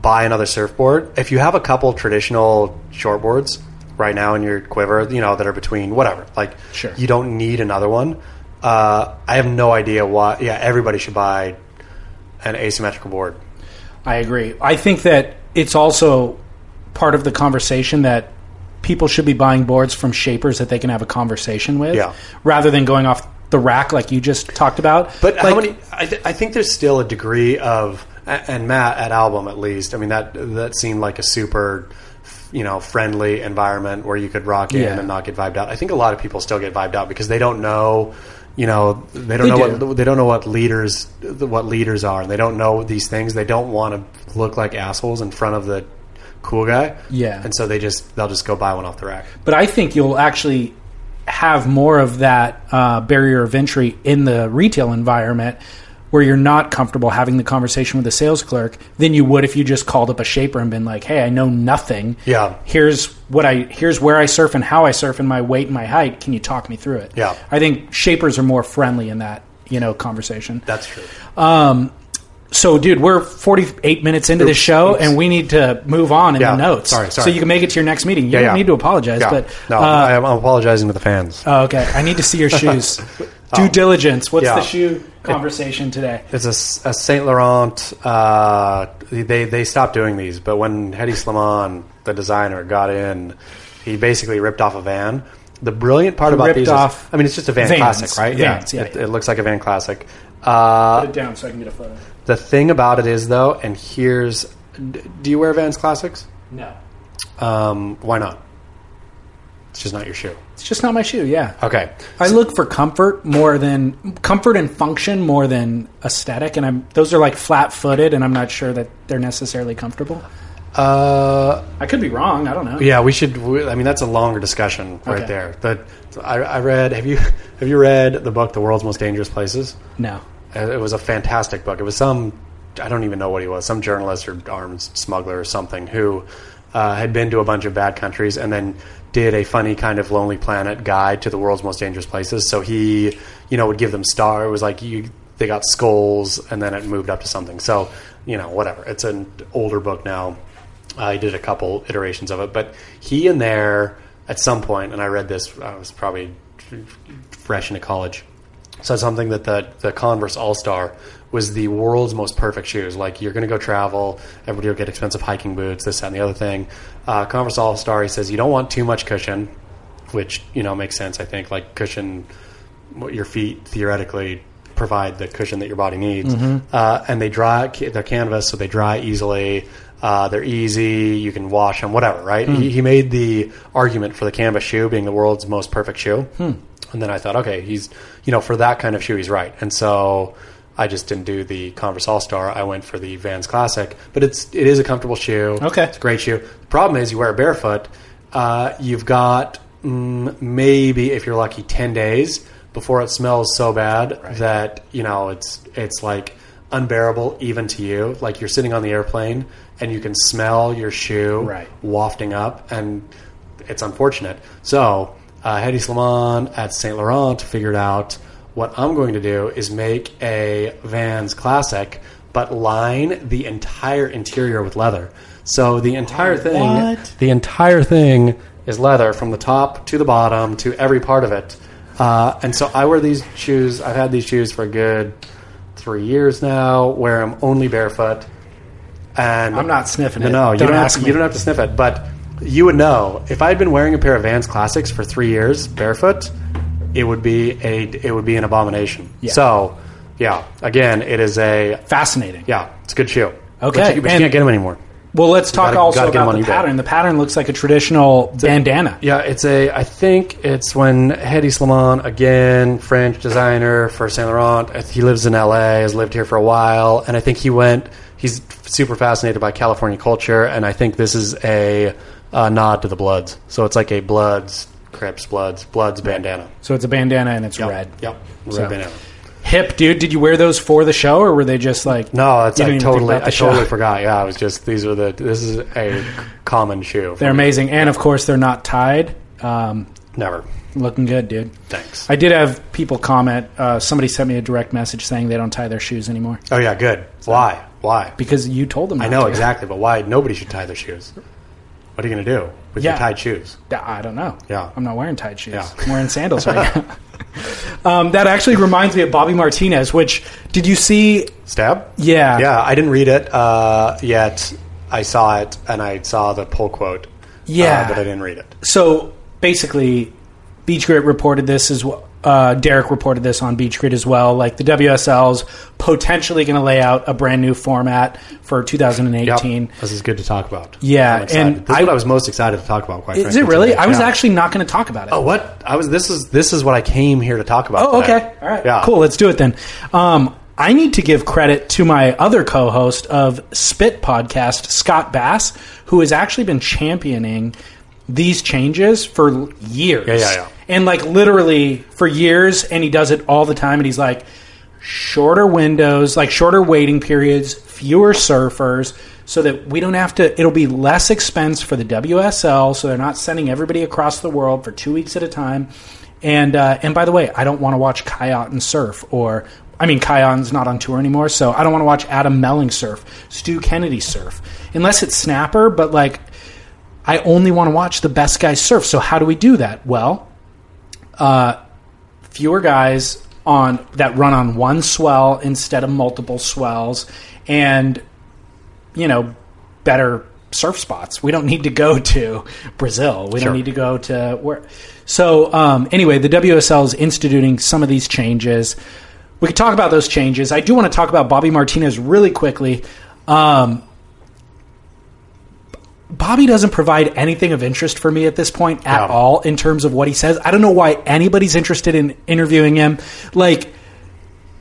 Speaker 3: buy another surfboard, if you have a couple traditional shortboards right now in your quiver, you know that are between whatever, like
Speaker 1: Sure.
Speaker 3: you don't need another one. Uh, I have no idea why. Yeah, everybody should buy an asymmetrical board.
Speaker 1: I agree. I think that it's also part of the conversation that people should be buying boards from shapers that they can have a conversation with,
Speaker 3: Yeah.
Speaker 1: rather than going off the rack like you just talked about.
Speaker 3: But how
Speaker 1: Like-
Speaker 3: many? I, th- I think there's still a degree of, a- and Matt at album at least. I mean that that seemed like a super, you know, friendly environment where you could rock in
Speaker 1: Yeah.
Speaker 3: and not get vibed out. I think a lot of people still get vibed out because they don't know, you know, they don't
Speaker 1: They
Speaker 3: know
Speaker 1: do.
Speaker 3: what they don't know what leaders what leaders are. They don't know these things. They don't want to look like assholes in front of the cool guy.
Speaker 1: Yeah.
Speaker 3: and so they just they'll just go buy one off the rack.
Speaker 1: But I think you'll actually have more of that uh, barrier of entry in the retail environment where you're not comfortable having the conversation with the sales clerk than you would if you just called up a shaper and been like, "Hey, I know nothing.
Speaker 3: Yeah.
Speaker 1: here's what I here's where I surf and how I surf and my weight and my height. Can you talk me through it?"
Speaker 3: Yeah.
Speaker 1: I think shapers are more friendly in that you know conversation.
Speaker 3: That's true.
Speaker 1: So, dude, we're 48 minutes into the
Speaker 3: Oops,
Speaker 1: show,
Speaker 3: oops.
Speaker 1: and we need to move on in
Speaker 3: Yeah,
Speaker 1: the notes.
Speaker 3: sorry, sorry.
Speaker 1: So you can make it to your next meeting. You don't
Speaker 3: yeah.
Speaker 1: need to apologize,
Speaker 3: Yeah.
Speaker 1: but
Speaker 3: no,
Speaker 1: uh,
Speaker 3: I, I'm apologizing to the fans.
Speaker 1: oh, okay. I need to see your
Speaker 3: [LAUGHS]
Speaker 1: shoes. Due diligence. What's
Speaker 3: Um, yeah.
Speaker 1: the shoe conversation today?
Speaker 3: It's a, S- a Saint Laurent. Uh, they they stopped doing these, but when Hedy Slimane, the designer, got in, he basically ripped off a van. The brilliant part about
Speaker 1: ripped
Speaker 3: these,
Speaker 1: off
Speaker 3: is, I mean, it's just a van
Speaker 1: Vans.
Speaker 3: classic, right?
Speaker 1: Vans, yeah,
Speaker 3: yeah, it,
Speaker 1: yeah.
Speaker 3: it looks like a van classic. Uh,
Speaker 1: Put it down so I can get a photo.
Speaker 3: the thing about it is, though, and here's, d- do you wear Vans classics?
Speaker 1: No.
Speaker 3: Um, why not? It's just not your shoe.
Speaker 1: It's just not my shoe, yeah.
Speaker 3: Okay,
Speaker 1: I look for comfort more than comfort and function more than aesthetic, and I'm those are like flat-footed, and I'm not sure that they're necessarily comfortable.
Speaker 3: uh,
Speaker 1: I could be wrong. I don't know.
Speaker 3: Yeah, we should. We, I mean, that's a longer discussion right
Speaker 1: Okay.
Speaker 3: there. But I, I read. Have you [LAUGHS] have you read the book, The World's Most Dangerous Places?
Speaker 1: No.
Speaker 3: Uh, It was a fantastic book. It was some I don't even know what he was, some journalist or arms smuggler or something who uh, had been to a bunch of bad countries and then did a funny kind of Lonely Planet guide to the world's most dangerous places. So he, you know, would give them star. It was like you they got skulls and then it moved up to something. So you know, whatever. It's an older book now. I did a couple iterations of it, but he in there at some point, and I read this. I was probably fresh into college said something that the, the Converse All Star was the world's most perfect shoes. Like you're going to go travel, everybody will get expensive hiking boots, this that, and the other thing. Uh, Converse All Star, he says you don't want too much cushion, which you know makes sense. I think like cushion, what your feet theoretically provide the cushion that your body needs, uh, and they dry they're canvas, so they dry easily. Uh, they're easy. You can wash them, whatever. Right? He, he made the argument for the canvas shoe being the world's most perfect shoe. And then I thought, okay, he's, you know, for that kind of shoe, he's right. And so I just didn't do the Converse All Star. I went for the Vans Classic, but it's it is a comfortable shoe.
Speaker 1: Okay.
Speaker 3: it's a great shoe. The problem is, you wear it barefoot. Uh, you've got mm, maybe, if you're lucky, ten days before it smells so bad that you know it's it's like unbearable even to you. Like you're sitting on the airplane and you can smell your shoe
Speaker 1: Right.
Speaker 3: wafting up, and it's unfortunate. So, uh, Hedy Slimane at Saint Laurent figured out what I'm going to do is make a Vans Classic, but line the entire interior with leather. So the entire thing,
Speaker 1: What?
Speaker 3: the entire thing is leather from the top to the bottom to every part of it. Uh, and so I wear these shoes. I've had these shoes for a good three years now. Wear them only barefoot. And
Speaker 1: I'm not sniffing
Speaker 3: no,
Speaker 1: it.
Speaker 3: No, you
Speaker 1: Don't
Speaker 3: don't,
Speaker 1: ask
Speaker 3: have to,
Speaker 1: me.
Speaker 3: you don't have to sniff it. But you would know if I had been wearing a pair of Vans Classics for three years barefoot, it would be a it would be an abomination.
Speaker 1: Yeah.
Speaker 3: So, yeah, again, it is a
Speaker 1: Fascinating.
Speaker 3: yeah, it's a good shoe.
Speaker 1: Okay,
Speaker 3: but you, but you
Speaker 1: and-
Speaker 3: can't get them anymore.
Speaker 1: Well, let's talk
Speaker 3: gotta-
Speaker 1: also
Speaker 3: gotta get 'em
Speaker 1: about
Speaker 3: on
Speaker 1: the
Speaker 3: eBay.
Speaker 1: pattern. The pattern looks like a traditional bandana.
Speaker 3: Yeah, it's a. I think it's when Hedy Slimane, again, French designer for Saint Laurent. I th- He lives in L.A. Has lived here for a while, and I think he went. He's super fascinated by California culture, and I think this is a, uh nod to the Bloods. So it's like a Bloods, Crips, Bloods, Bloods bandana.
Speaker 1: So it's a bandana and it's red.
Speaker 3: Yep. Red
Speaker 1: So-
Speaker 3: bandana.
Speaker 1: Hip, dude. Did you wear those for the show, or were they just like
Speaker 3: No, it's,
Speaker 1: You didn't
Speaker 3: I
Speaker 1: even think
Speaker 3: totally,
Speaker 1: about the
Speaker 3: I totally
Speaker 1: show.
Speaker 3: forgot. Yeah, I was just these are the. This is
Speaker 1: [LAUGHS]
Speaker 3: a common shoe.
Speaker 1: They're amazing, and of course they're not tied. Um,
Speaker 3: Never.
Speaker 1: looking good, dude.
Speaker 3: Thanks.
Speaker 1: I did have people comment. Uh, somebody sent me a direct message saying they don't tie their shoes anymore
Speaker 3: oh yeah, good. Why? Why?
Speaker 1: because you told them.
Speaker 3: I
Speaker 1: not
Speaker 3: know
Speaker 1: to.
Speaker 3: exactly, but why nobody should tie their shoes? What are you going to do with
Speaker 1: Yeah.
Speaker 3: your tied shoes?
Speaker 1: I don't know.
Speaker 3: Yeah.
Speaker 1: I'm not wearing tight shoes.
Speaker 3: Yeah.
Speaker 1: I'm wearing sandals
Speaker 3: [LAUGHS]
Speaker 1: right now. um, that actually reminds me of Bobby Martinez. Which did you see?
Speaker 3: Stab?
Speaker 1: Yeah.
Speaker 3: yeah. I didn't read it uh, yet. I saw it, and I saw the pull quote.
Speaker 1: Yeah.
Speaker 3: uh, but I didn't read it.
Speaker 1: so basically, Beach Grit reported this as well. Uh, Derek reported this on Beach Grit as well. Like the WSL's potentially going to lay out a brand new format for 2018.
Speaker 3: Yep. This is good to talk about.
Speaker 1: Yeah,
Speaker 3: I'm excited.
Speaker 1: and
Speaker 3: this
Speaker 1: I-
Speaker 3: is what I was most excited to talk about. Quite
Speaker 1: Is
Speaker 3: frankly,
Speaker 1: it really?
Speaker 3: today.
Speaker 1: I was
Speaker 3: Yeah.
Speaker 1: actually not going to talk about it.
Speaker 3: Oh, what I was. This is this is what I came here to talk about.
Speaker 1: Oh,
Speaker 3: today.
Speaker 1: okay. All right.
Speaker 3: Yeah.
Speaker 1: Cool. Let's do it then. Um, I need to give credit to my other co host of Spit Podcast, Scott Bass, who has actually been championing these changes for l- years.
Speaker 3: Yeah, yeah, yeah.
Speaker 1: And like literally for years, and he does it all the time, and he's like, shorter windows, like shorter waiting periods, fewer surfers, so that we don't have to. It'll be less expense for the WSL, so they're not sending everybody across the world for two weeks at a time. And uh, and by the way, I don't want to watch Kayat surf, or I mean, Kyon's not on tour anymore, so I don't want to watch Adam Melling surf, Stu Kennedy surf, unless it's Snapper. But like, I only want to watch the best guys surf. So how do we do that? Well, fewer guys on that run on one swell instead of multiple swells and you know better surf spots we don't need to go to brazil we
Speaker 3: Sure.
Speaker 1: don't need to go to where so um, anyway the wsl is instituting some of these changes we could talk about those changes i do want to talk about bobby martinez really quickly um, Bobby doesn't provide anything of interest for me at this point at
Speaker 3: No.
Speaker 1: all in terms of what he says. I don't know why anybody's interested in interviewing him. Like,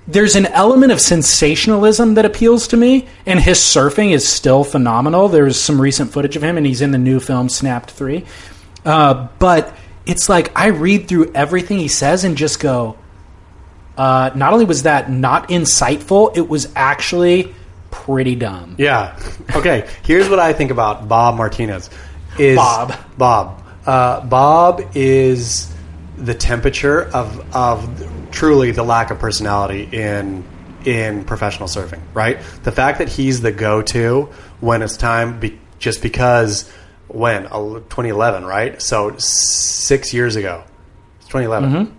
Speaker 1: there's an element of sensationalism that appeals to me, and his surfing is still phenomenal. There's some recent footage of him, and he's in the new film Snapped 3. Uh, but it's like I read through everything he says and just go, uh, not only was that not insightful, it was actually pretty dumb.
Speaker 3: Yeah. Okay. Here's what I think about Bob Martinez. Is
Speaker 1: Bob.
Speaker 3: Bob. Uh, Bob is the temperature of of truly the lack of personality in in professional surfing. Right. The fact that he's the go to when it's time, be, just because when El- 2011, right? So six years ago, it's 2011.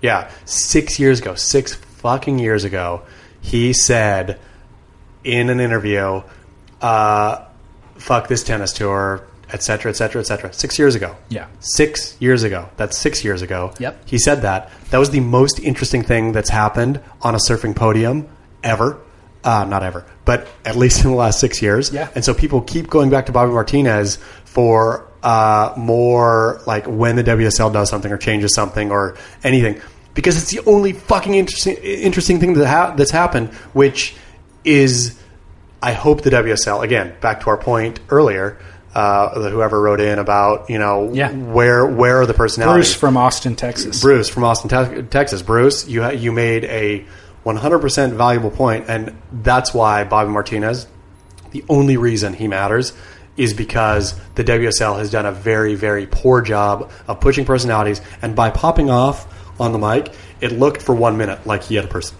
Speaker 3: Yeah, six years ago, six fucking years ago, he said in an interview, uh, "Fuck this tennis tour," et cetera, et cetera, et cetera. Six years ago.
Speaker 1: Yeah.
Speaker 3: Six years ago. That's six years ago.
Speaker 1: Yep.
Speaker 3: He said that. That was the most interesting thing that's happened on a surfing podium ever. Uh, not ever, but at least [LAUGHS] in the last six years.
Speaker 1: Yeah.
Speaker 3: And so people keep going back to Bobby Martinez for uh, more like when the WSL does something or changes something or anything because it's the only fucking interesting interesting thing that ha- that's happened, which is I hope the WSL again back to our point earlier. Uh, whoever wrote in about you know
Speaker 1: Yeah.
Speaker 3: where where are the personalities
Speaker 1: Bruce from Austin, Texas.
Speaker 3: Bruce from Austin, Te- Texas. Bruce, you ha- you made a 100% valuable point, and that's why Bobby Martinez, the only reason he matters, is because the WSL has done a very very poor job of pushing personalities, and by popping off on the mic, it looked for one minute like he had a person,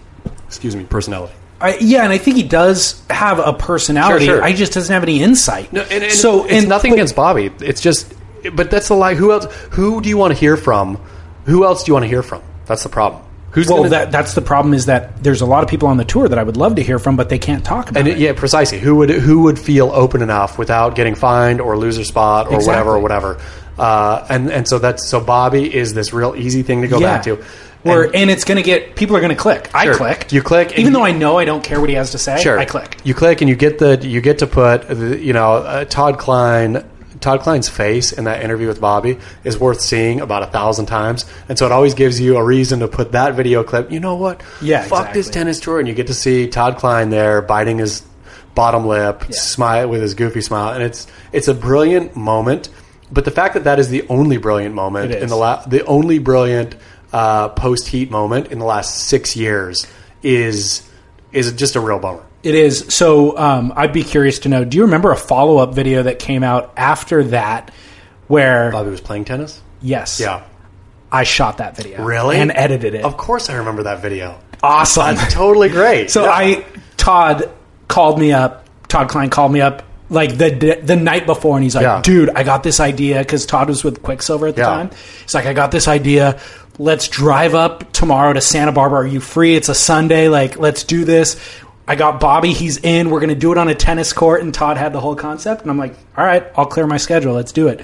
Speaker 3: excuse me, personality.
Speaker 1: I, yeah, and I think he does have a personality.
Speaker 3: Sure, sure.
Speaker 1: I just doesn't have any insight.
Speaker 3: No, and, and
Speaker 1: so
Speaker 3: it's
Speaker 1: and
Speaker 3: nothing against Bobby. It's just, but that's the lie. Who else? Who do you want to hear from? Who else do you want to hear from? That's the problem. Who's
Speaker 1: Well,
Speaker 3: gonna-
Speaker 1: that, that's the problem is that there's a lot of people on the tour that I would love to hear from, but they can't talk about
Speaker 3: And
Speaker 1: it.
Speaker 3: it- yeah, precisely. Who would who would feel open enough without getting fined or lose their spot or whatever or
Speaker 1: Exactly.
Speaker 3: whatever? Uh, and and so that's so Bobby is this real easy thing to go
Speaker 1: Yeah.
Speaker 3: back to.
Speaker 1: Or,
Speaker 3: And-
Speaker 1: and, it's going to get people are going to click. I
Speaker 3: Sure.
Speaker 1: click.
Speaker 3: You click and
Speaker 1: even
Speaker 3: you-
Speaker 1: though I know I don't care what he has to say.
Speaker 3: sure,
Speaker 1: I click.
Speaker 3: You click and you get the you get to put the, you know uh, Todd Klein. Todd Klein's face in that interview with Bobby is worth seeing about a thousand times, and so it always gives you a reason to put that video clip. You know what?
Speaker 1: Yeah,
Speaker 3: fuck this
Speaker 1: exactly.
Speaker 3: tennis tour, and you get to see Todd Klein there biting his bottom lip, smile with his goofy smile, and it's it's a brilliant moment. But the fact that that is the only brilliant moment
Speaker 1: It is.
Speaker 3: in the la- the only brilliant uh, post heat moment in the last six years is is just a real bummer.
Speaker 1: It is. So um, I'd be curious to know. Do you remember a follow up video that came out after that where
Speaker 3: Bobby was playing tennis.
Speaker 1: yes, I shot that video
Speaker 3: really, Oh,
Speaker 1: and edited it.
Speaker 3: Of course, I remember that video.
Speaker 1: awesome.
Speaker 3: Totally great.
Speaker 1: So
Speaker 3: Yeah.
Speaker 1: I Todd called me up. Todd Klein called me up like the d- the night before, and he's like,
Speaker 3: Yeah.
Speaker 1: "Dude, I got this idea because Todd was with Quicksilver at the
Speaker 3: Yeah.
Speaker 1: time. He's like, I got this idea. Let's drive up tomorrow to Santa Barbara. Are you free? It's a Sunday. Like, let's do this. I got Bobby. He's in. We're gonna do it on a tennis court. And Todd had the whole concept, and I'm like, all right, I'll clear my schedule. Let's do it.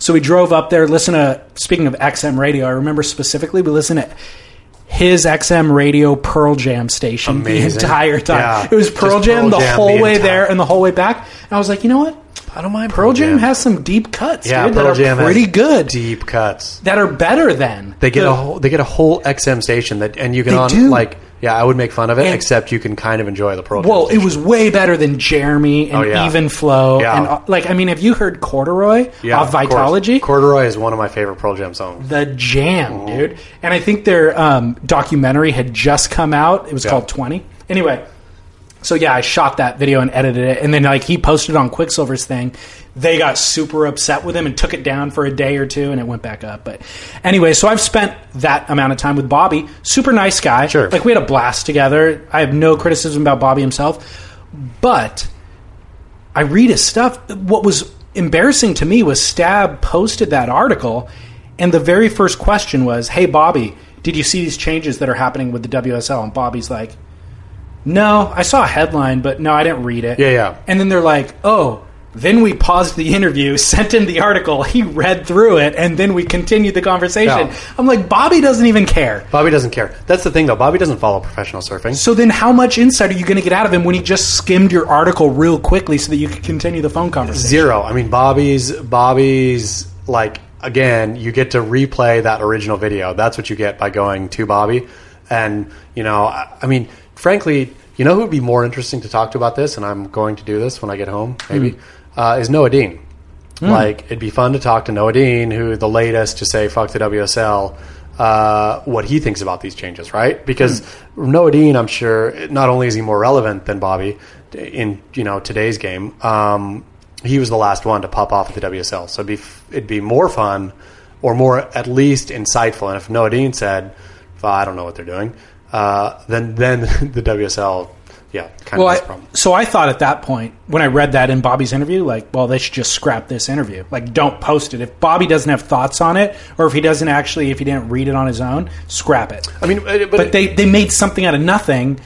Speaker 1: So we drove up there. Listen to speaking of XM radio, I remember specifically we listened to his XM radio Pearl Jam station the
Speaker 3: Amazing.
Speaker 1: entire time.
Speaker 3: Yeah.
Speaker 1: It was
Speaker 3: Just
Speaker 1: Pearl Jam
Speaker 3: Pearl
Speaker 1: the
Speaker 3: Jam
Speaker 1: whole
Speaker 3: the
Speaker 1: way
Speaker 3: entire-
Speaker 1: there and the whole way back. And I was like, you know what?
Speaker 3: I don't mind
Speaker 1: Pearl Jam has some deep cuts
Speaker 3: yeah,
Speaker 1: dude,
Speaker 3: Pearl
Speaker 1: that are
Speaker 3: Jam has
Speaker 1: pretty good.
Speaker 3: deep cuts.
Speaker 1: That are better than
Speaker 3: They get
Speaker 1: the-
Speaker 3: a whole, they get a whole XM station that, and you can
Speaker 1: They
Speaker 3: on
Speaker 1: do.
Speaker 3: like Yeah, I would make fun of it,
Speaker 1: And-
Speaker 3: except you can kind of enjoy the pro.
Speaker 1: Well, it was way better than Jeremy and
Speaker 3: Oh, yeah.
Speaker 1: Even Flow.
Speaker 3: Yeah.
Speaker 1: And uh, like, I mean, have you heard Corduroy
Speaker 3: yeah,
Speaker 1: of
Speaker 3: of course.
Speaker 1: Vitology?
Speaker 3: Corduroy is one of my favorite Pearl Jam songs.
Speaker 1: the jam,
Speaker 3: Oh.
Speaker 1: dude. And I think their um, documentary had just come out. It was
Speaker 3: Yeah.
Speaker 1: called Twenty. Anyway, so yeah, I shot that video and edited it, and then like he posted on Quicksilver's thing. They got super upset with him and took it down for a day or two, and it went back up. But anyway, so I've spent that amount of time with Bobby. Super nice guy.
Speaker 3: Sure.
Speaker 1: Like we had a blast together. I have no criticism about Bobby himself, but I read his stuff. What was embarrassing to me was Stab posted that article, and the very first question was, "Hey Bobby, did you see these changes that are happening with the WSL?" And Bobby's like, "No, I saw a headline, but no, I didn't read it."
Speaker 3: Yeah, yeah.
Speaker 1: And then they're like, "Oh." Then we paused the interview, [LAUGHS] sent in the article, he read through it, and then we continued the conversation.
Speaker 3: Yeah.
Speaker 1: I'm like, Bobby doesn't even care.
Speaker 3: Bobby doesn't care. That's the thing, though. Bobby doesn't follow professional surfing.
Speaker 1: So then, how much insight are you going to get out of him when he just skimmed your article real quickly so that you could continue the phone conversation?
Speaker 3: Zero. I mean, Bobby's Bobby's like again. You get to replay that original video. That's what you get by going to Bobby. And you know, I, I mean, frankly, you know who would be more interesting to talk to about this? And I'm going to do this when I get home. Maybe uh, is Noah Dean. Like it'd be fun to talk to Noah Dean, who the latest to say fuck the WSL. Uh, what he thinks about these changes, right? Because Noah Dean, I'm sure, not only is he more relevant than Bobby in you know today's game, um, he was the last one to pop off at the WSL. So it'd be f- it'd be more fun, or more at least insightful. And if Noah Dean said, "Well, "I don't know what they're doing," uh, then then [LAUGHS] the WSL, yeah, kind
Speaker 1: Well,
Speaker 3: of has a
Speaker 1: I,
Speaker 3: problem.
Speaker 1: so I thought at that point when I read that in Bobby's interview, like, well, they should just scrap this interview. Like, don't post it. If Bobby doesn't have thoughts on it, or if he doesn't actually, if he didn't read it on his own, scrap it.
Speaker 3: I mean, but,
Speaker 1: But they they made something out of nothing,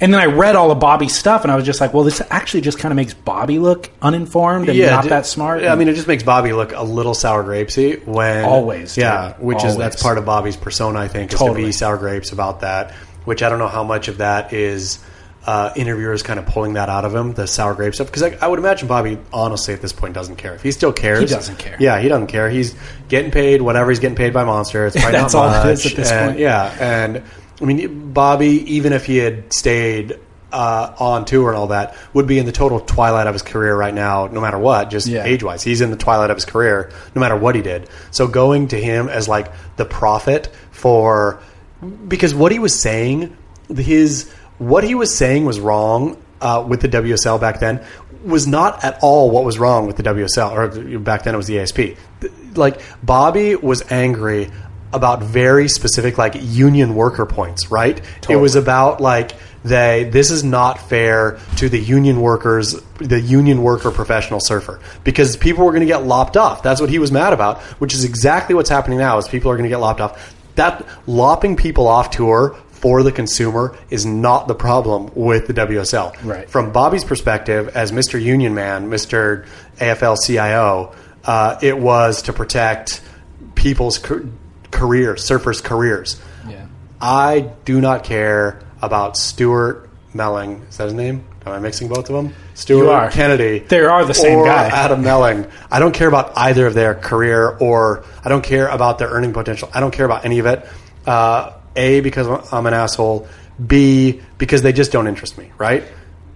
Speaker 1: and then I read all of Bobby's stuff, and I was just like, well, this actually just kind of makes Bobby look uninformed and not
Speaker 3: ju-
Speaker 1: that smart.
Speaker 3: Yeah, I mean, it just makes Bobby look a little sour grapesy when
Speaker 1: Always,
Speaker 3: yeah,
Speaker 1: dude.
Speaker 3: which is that's
Speaker 1: Always.
Speaker 3: part of Bobby's persona. I think is to
Speaker 1: Totally.
Speaker 3: be sour grapes about that. Which I don't know how much of that is uh, interviewers kind of pulling that out of him, the sour grape stuff. Because I, I would imagine Bobby, honestly, at this point, doesn't care. If he still cares,
Speaker 1: He doesn't care.
Speaker 3: Yeah, he doesn't care. He's getting paid whatever he's getting paid by Monster. It's
Speaker 1: [LAUGHS]
Speaker 3: probably
Speaker 1: That's
Speaker 3: not
Speaker 1: all it is
Speaker 3: much,
Speaker 1: at this
Speaker 3: and-
Speaker 1: point.
Speaker 3: Yeah, and I mean, Bobby, even if he had stayed uh, on tour and all that, would be in the total twilight of his career right now, no matter what, just
Speaker 1: Yeah.
Speaker 3: age wise. He's in the twilight of his career, no matter what he did. So going to him as like the prophet for. Because what he was saying, his. What he was saying was wrong uh, with the WSL back then was not at all what was wrong with the WSL, or back then it was the ASP. Th- Like, Bobby was angry about very specific, like, union worker points, right? It was about, like, they, this is not fair to the union workers, the union worker professional surfer, because people were going to get lopped off. That's what he was mad about, which is exactly what's happening now is people are going to get lopped off. That lopping people off tour for the consumer is not the problem with the WSL
Speaker 1: Right.
Speaker 3: from Bobby's perspective, as Mr. Union Man, Mr. AFL CIO, uh, it was to protect people's ca- careers, surfers' careers.
Speaker 1: yeah.
Speaker 3: I do not care about Stuart Melling. Is that his name? Am I mixing both of them? Stuart
Speaker 1: are.
Speaker 3: Kennedy.
Speaker 1: They are the same
Speaker 3: or
Speaker 1: guy.
Speaker 3: Adam Melling. I don't care about either of their career, or I don't care about their earning potential. I don't care about any of it. Uh, A because I'm an asshole. B because they just don't interest me. Right.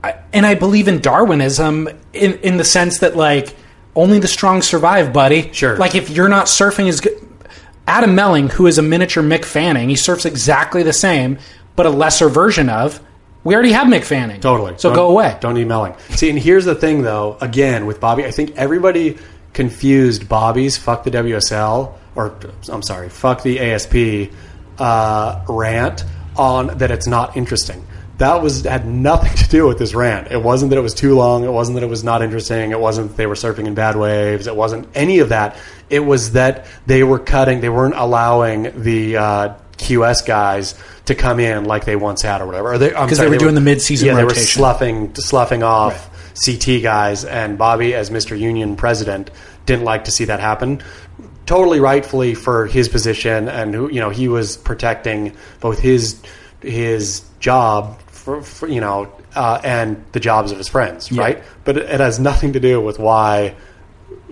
Speaker 1: I, and I believe in Darwinism in in the sense that like only the strong survive, buddy.
Speaker 3: Sure.
Speaker 1: Like if you're not surfing as good, Adam Melling, who is a miniature Mick Fanning, he surfs exactly the same, but a lesser version of. We already have Mick Fanning.
Speaker 3: Totally.
Speaker 1: So
Speaker 3: Don't-
Speaker 1: go away.
Speaker 3: Don't need Melling. See, and here's the thing, though. Again, with Bobby, I think everybody confused Bobby's "fuck the WSL" or I'm sorry, "fuck the ASP" uh, rant on that it's not interesting. That was had nothing [LAUGHS] to do with this rant. It wasn't that it was too long. It wasn't that it was not interesting. It wasn't that they were surfing in bad waves. It wasn't any of that. It was that they were cutting. They weren't allowing the uh, QS guys to come in like they once had or whatever. Or they- I'm
Speaker 1: 'Cause they
Speaker 3: sorry,
Speaker 1: were doing the mid-season
Speaker 3: yeah, They were
Speaker 1: rotation.
Speaker 3: sloughing, sloughing off CT guys, and Bobby, as Mr. Union president, didn't like to see that happen. Totally rightfully for his position, and who you know he was protecting both his his job, for, for, you know, uh, and the jobs of his friends, right? But it, it has nothing to do with why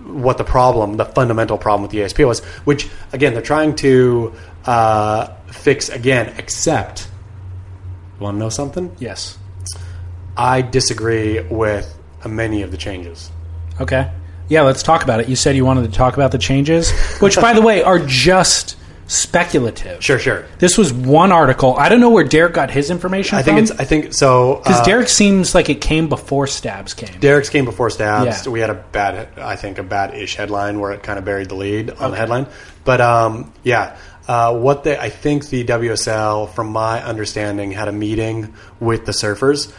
Speaker 3: what the problem, the fundamental problem with the ASP was, which again they're trying to uh, fix again, except Want to know something?
Speaker 1: Yes.
Speaker 3: I disagree with many of the changes.
Speaker 1: Okay. Yeah, let's talk about it. You said you wanted to talk about the changes, which, by the way, are just speculative.
Speaker 3: Sure, sure.
Speaker 1: This was one article. I don't know where Derek got his information
Speaker 3: I think it's. I think so.
Speaker 1: Because
Speaker 3: uh,
Speaker 1: Derek seems like it came before Stabs came.
Speaker 3: Derek's came before Stabs.
Speaker 1: Yeah.
Speaker 3: We had a bad, I think, a bad-ish headline where it kind of buried the lead on the headline. But um, yeah, uh, what they, I think the WSL, from my understanding, had a meeting with the surfers,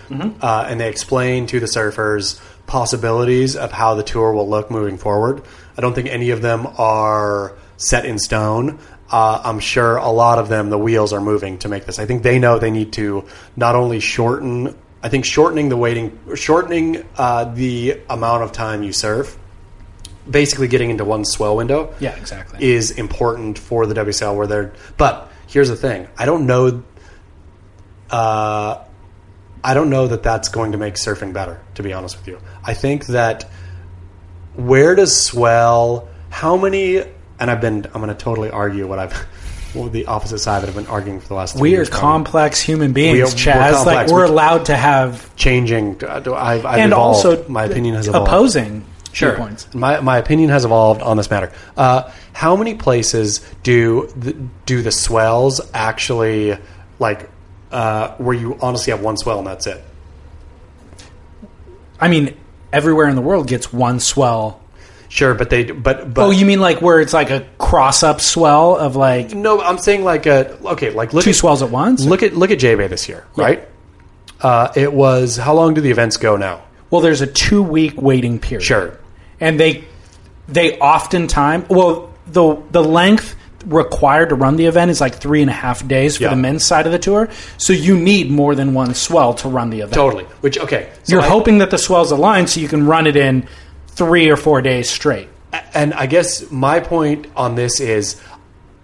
Speaker 3: uh, and they explained to the surfers possibilities of how the tour will look moving forward. I don't think any of them are set in stone. Uh, I'm sure a lot of them, the wheels are moving to make this. I think they know they need to not only shorten. I think shortening the waiting, shortening uh, the amount of time you surf, basically getting into one swell window
Speaker 1: yeah, exactly.
Speaker 3: is important for the WSL where they're. But here's the thing: I don't know. Uh, I don't know that that's going to make surfing better. To be honest with you, I think that where does swell? How many? And I've been. I'm going to totally argue what I've. [LAUGHS] Well, the opposite side that I've been arguing for the last. three
Speaker 1: we are
Speaker 3: years probably.
Speaker 1: complex human beings,
Speaker 3: We are- we're
Speaker 1: Chaz. like
Speaker 3: complex.
Speaker 1: we're
Speaker 3: We-
Speaker 1: allowed to have
Speaker 3: changing. uh, do- I've, I've
Speaker 1: and
Speaker 3: evolved.
Speaker 1: also
Speaker 3: my opinion has evolved.
Speaker 1: opposing viewpoints.
Speaker 3: My, my opinion has evolved on this matter. Uh, how many places do the, do the swells actually like uh, where you honestly have one swell and that's it?
Speaker 1: I mean, everywhere in the world gets one swell.
Speaker 3: Sure, but they but but
Speaker 1: Oh, you mean like where it's like a cross up swell of like
Speaker 3: no, I'm saying like a okay, like look
Speaker 1: two
Speaker 3: at,
Speaker 1: swells at once?
Speaker 3: look at look at J Bay this year, right? Uh, it was how long do the events go now?
Speaker 1: Well, there's a two week waiting period.
Speaker 3: Sure.
Speaker 1: and they they oftentimes well the the length required to run the event is like three and a half days for
Speaker 3: Yeah.
Speaker 1: the men's side of the tour. So you need more than one swell to run the event.
Speaker 3: Totally. Which okay, so
Speaker 1: You're
Speaker 3: I-
Speaker 1: hoping that the swells align so you can run it in three or four days straight.
Speaker 3: And I guess my point on this is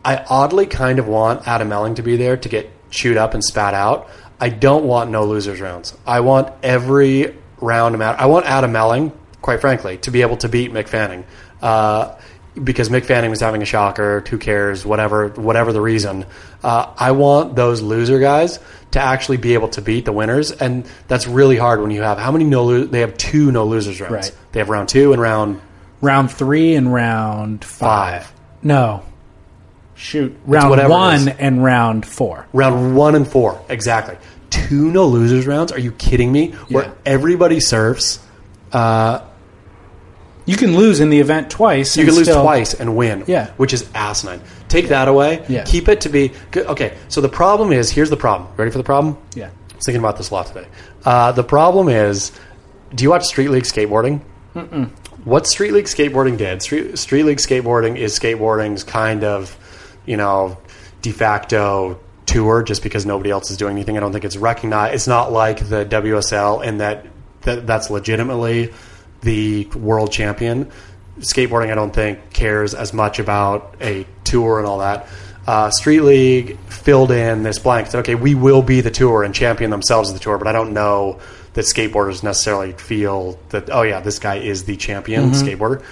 Speaker 3: I oddly kind of want Adam Elling to be there to get chewed up and spat out. I don't want no losers rounds. I want every round to matter. I want Adam Elling, quite frankly, to be able to beat Mick Fanning. Uh, because Mick Fanning was having a shocker, who cares, whatever, whatever the reason. Uh, I want those loser guys to actually be able to beat the winners, and that's really hard when you have how many no lo- they have two no losers rounds.
Speaker 1: Right.
Speaker 3: They have round two and round
Speaker 1: Round three and round five.
Speaker 3: five.
Speaker 1: No. Shoot. Round
Speaker 3: whatever it is.
Speaker 1: one and round four.
Speaker 3: Round one and four, exactly. Two no losers rounds? Are you kidding me?
Speaker 1: Yeah.
Speaker 3: Where everybody serves,
Speaker 1: You can lose in the event twice.
Speaker 3: you
Speaker 1: and
Speaker 3: can lose
Speaker 1: still-
Speaker 3: twice and win.
Speaker 1: Yeah.
Speaker 3: which is asinine. Take that away.
Speaker 1: Yeah.
Speaker 3: keep it to be good. okay. So the problem is here's the problem. Ready for the problem?
Speaker 1: Yeah.
Speaker 3: I was thinking about this a lot today. Uh, the problem is, do you watch Street League skateboarding? What Street League skateboarding did, Street, Street League skateboarding is skateboarding's kind of, you know, de facto tour just because nobody else is doing anything. I don't think it's recognized. It's not like the WSL in that, that that's legitimately the world champion. Skateboarding, I don't think, cares as much about a tour and all that. Uh, Street League filled in this blank. Said, okay, we will be the tour and champion themselves as the tour, but I don't know that skateboarders necessarily feel that, oh, yeah, this guy is the champion skateboarder.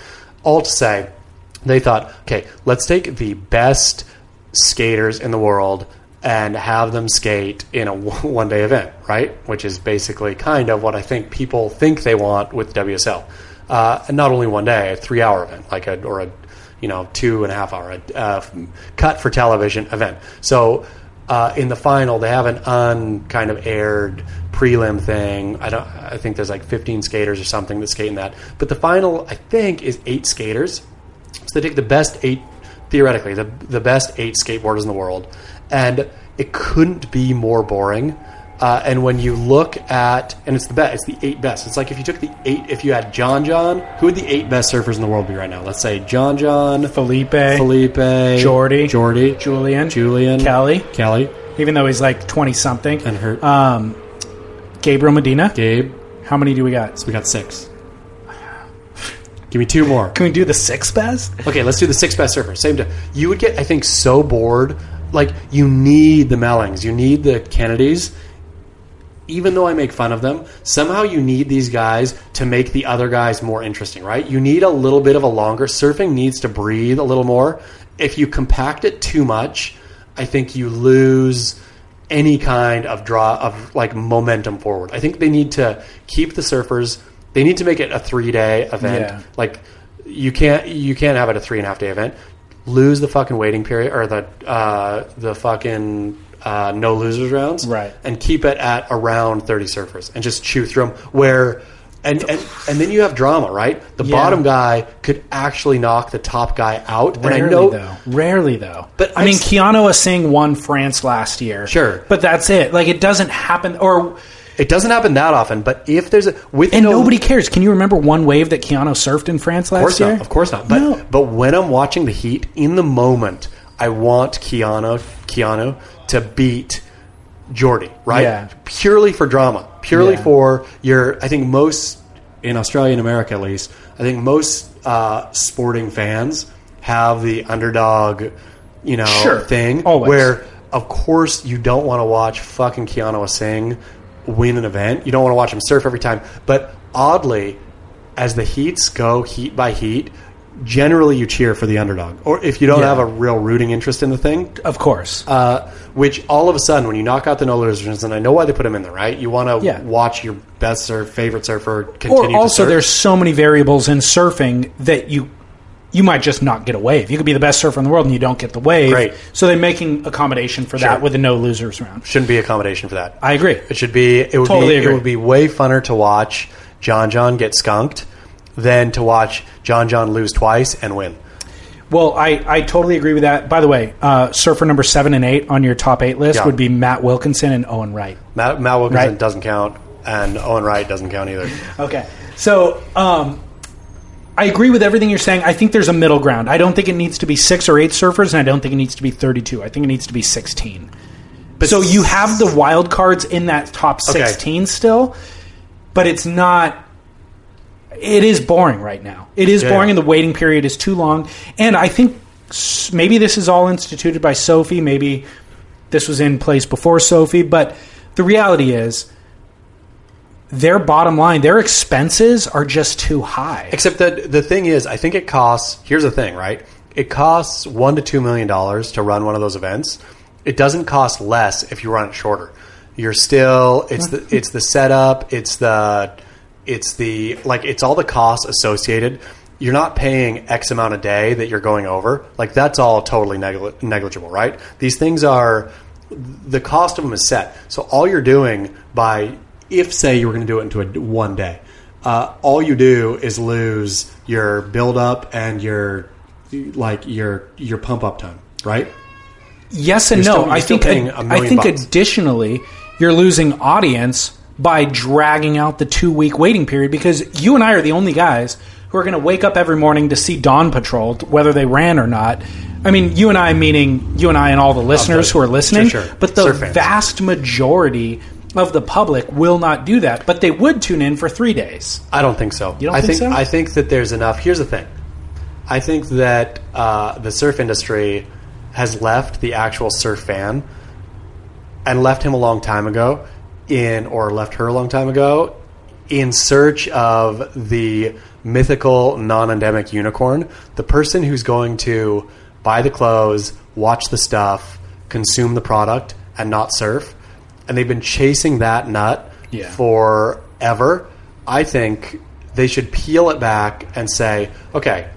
Speaker 3: All to say, they thought, okay, let's take the best skaters in the world and have them skate in a [LAUGHS] one day event, right? Which is basically kind of what I think people think they want with WSL. Uh, and not only one day, a three hour event, like a, or a, you know, two and a half hour, a uh, cut for television event. So, uh, in the final, they have an un kind of aired prelim thing. I don't. I think there's like 15 skaters or something that skate in that. But the final, I think, is eight skaters. So they take the best eight, theoretically, the the best eight skateboarders in the world, and it couldn't be more boring. Uh, and when you look at, and it's the best, it's the eight best. It's like if you took the eight, if you had John John, who would the eight best surfers in the world be right now? Let's say John John,
Speaker 1: Felipe.
Speaker 3: Felipe,
Speaker 1: Jordy.
Speaker 3: Jordy,
Speaker 1: Julian.
Speaker 3: Julian,
Speaker 1: Kelly.
Speaker 3: Kelly,
Speaker 1: Even though he's like 20 something.
Speaker 3: and Hurt,
Speaker 1: Um, Gabriel Medina.
Speaker 3: Gabe.
Speaker 1: How many do we got?
Speaker 3: We got six. Give me two more.
Speaker 1: Can we do the six best?
Speaker 3: Okay, let's do the six best surfers. Same day. You would get, I think, so bored. Like you need the Mellings, you need the Kennedys. Even though I make fun of them, somehow you need these guys to make the other guys more interesting, right? You need a little bit of a longer surfing needs to breathe a little more. If you compact it too much, I think you lose any kind of draw of like momentum forward. I think they need to keep the surfers. They need to make it a three day event.
Speaker 1: Yeah.
Speaker 3: Like you can't you can't have it a three and a half day event. Lose the fucking waiting period or the uh, the fucking uh, no losers rounds,
Speaker 1: Right.
Speaker 3: And keep it at around thirty surfers and just chew through them. Where and and, and then you have drama, right? The
Speaker 1: Yeah.
Speaker 3: bottom guy could actually knock the top guy out,
Speaker 1: Rarely,
Speaker 3: and I know
Speaker 1: though. Rarely, though.
Speaker 3: But
Speaker 1: I
Speaker 3: I've
Speaker 1: mean,
Speaker 3: s-
Speaker 1: Keanu Singh won France last year.
Speaker 3: Sure.
Speaker 1: but that's it. Like it doesn't happen, or
Speaker 3: it doesn't happen that often. But if there's a with
Speaker 1: and
Speaker 3: no-
Speaker 1: nobody cares. Can you remember one wave that Keanu surfed in France last
Speaker 3: Of course
Speaker 1: year?
Speaker 3: not. Of course not. But
Speaker 1: No.
Speaker 3: but when I'm watching the Heat in the moment, I want Keanu Keanu to beat Jordy, right?
Speaker 1: Yeah.
Speaker 3: Purely for drama, purely
Speaker 1: Yeah.
Speaker 3: for your. I think most in Australia and America, at least, I think most uh, sporting fans have the underdog, you know,
Speaker 1: Sure.
Speaker 3: Oh, thing
Speaker 1: Always.
Speaker 3: where of course you don't want to watch fucking Keanu Singh win an event. You don't want to watch him surf every time. But oddly, as the heats go heat by heat, generally you cheer for the underdog. Or if you don't
Speaker 1: Yeah.
Speaker 3: have a real rooting interest in the thing,
Speaker 1: Of course.
Speaker 3: uh, which all of a sudden when you knock out the no losers, and I know why they put him in there, right? You want to
Speaker 1: Yeah.
Speaker 3: watch your best surf, favorite surfer continue
Speaker 1: or also,
Speaker 3: to surf.
Speaker 1: there's so many variables in surfing that you you might just not get a wave. You could be the best surfer in the world and you don't get the wave.
Speaker 3: Great.
Speaker 1: So they're making accommodation for
Speaker 3: Sure.
Speaker 1: that with a no losers round.
Speaker 3: shouldn't be accommodation for that.
Speaker 1: I agree.
Speaker 3: It should be. It would
Speaker 1: Totally
Speaker 3: be.
Speaker 1: agree.
Speaker 3: It would be way funner to watch John John get skunked than to watch John John lose twice and win.
Speaker 1: Well, I, I totally agree with that. By the way, uh, surfer number seven and eight on your top eight list
Speaker 3: Yeah.
Speaker 1: would be Matt Wilkinson and Owen Wright.
Speaker 3: Matt, Matt Wilkinson
Speaker 1: Right.
Speaker 3: doesn't count, and Owen Wright doesn't count either.
Speaker 1: Okay. So um, I agree with everything you're saying. I think there's a middle ground. I don't think it needs to be six or eight surfers, and I don't think it needs to be 32. I think it needs to be 16. so you have the wild cards in that top
Speaker 3: Okay.
Speaker 1: 16 still, but it's not. It is boring right now. It is
Speaker 3: Yeah.
Speaker 1: boring, and the waiting period is too long. And I think s- maybe this is all instituted by Sophie. Maybe this was in place before Sophie, but the reality is their bottom line, their expenses are just too high.
Speaker 3: Except that the thing is, I think it costs. Here's the thing, right? It costs one to two million dollars to run one of those events. It doesn't cost less if you run it shorter. You're still it's the it's the setup, it's the it's the like it's all the costs associated. You're not paying X amount a day that you're going over. Like that's all totally negli- negligible, right? These things are the cost of them is set. So all you're doing by if say you were going to do it into a one day, uh, all you do is lose your build up and your like your your pump up time, right?
Speaker 1: Yes and no.
Speaker 3: You're still- you're
Speaker 1: I
Speaker 3: still
Speaker 1: think
Speaker 3: paying
Speaker 1: ad-
Speaker 3: a
Speaker 1: I
Speaker 3: million
Speaker 1: think
Speaker 3: bucks.
Speaker 1: additionally, you're losing audience by dragging out the two week waiting period because you and I are the only guys who are going to wake up every morning to see Dawn Patrol, whether they ran or not. I mean, you and I, meaning you and I and all the listeners who are listening,
Speaker 3: sure.
Speaker 1: but the
Speaker 3: Surf fans.
Speaker 1: vast majority of the public will not do that, but they would tune in for three days.
Speaker 3: I don't think so.
Speaker 1: You don't
Speaker 3: I
Speaker 1: think so?
Speaker 3: I think that there's enough. Here's the thing. I think that uh, the surf industry has left the actual surf fan and left him a long time ago in or left her a long time ago in search of the mythical non-endemic unicorn, the person who's going to buy the clothes, watch the stuff, consume the product and not surf. And they've been chasing that nut
Speaker 1: Yeah.
Speaker 3: for forever, I think they should peel it back and say, okay,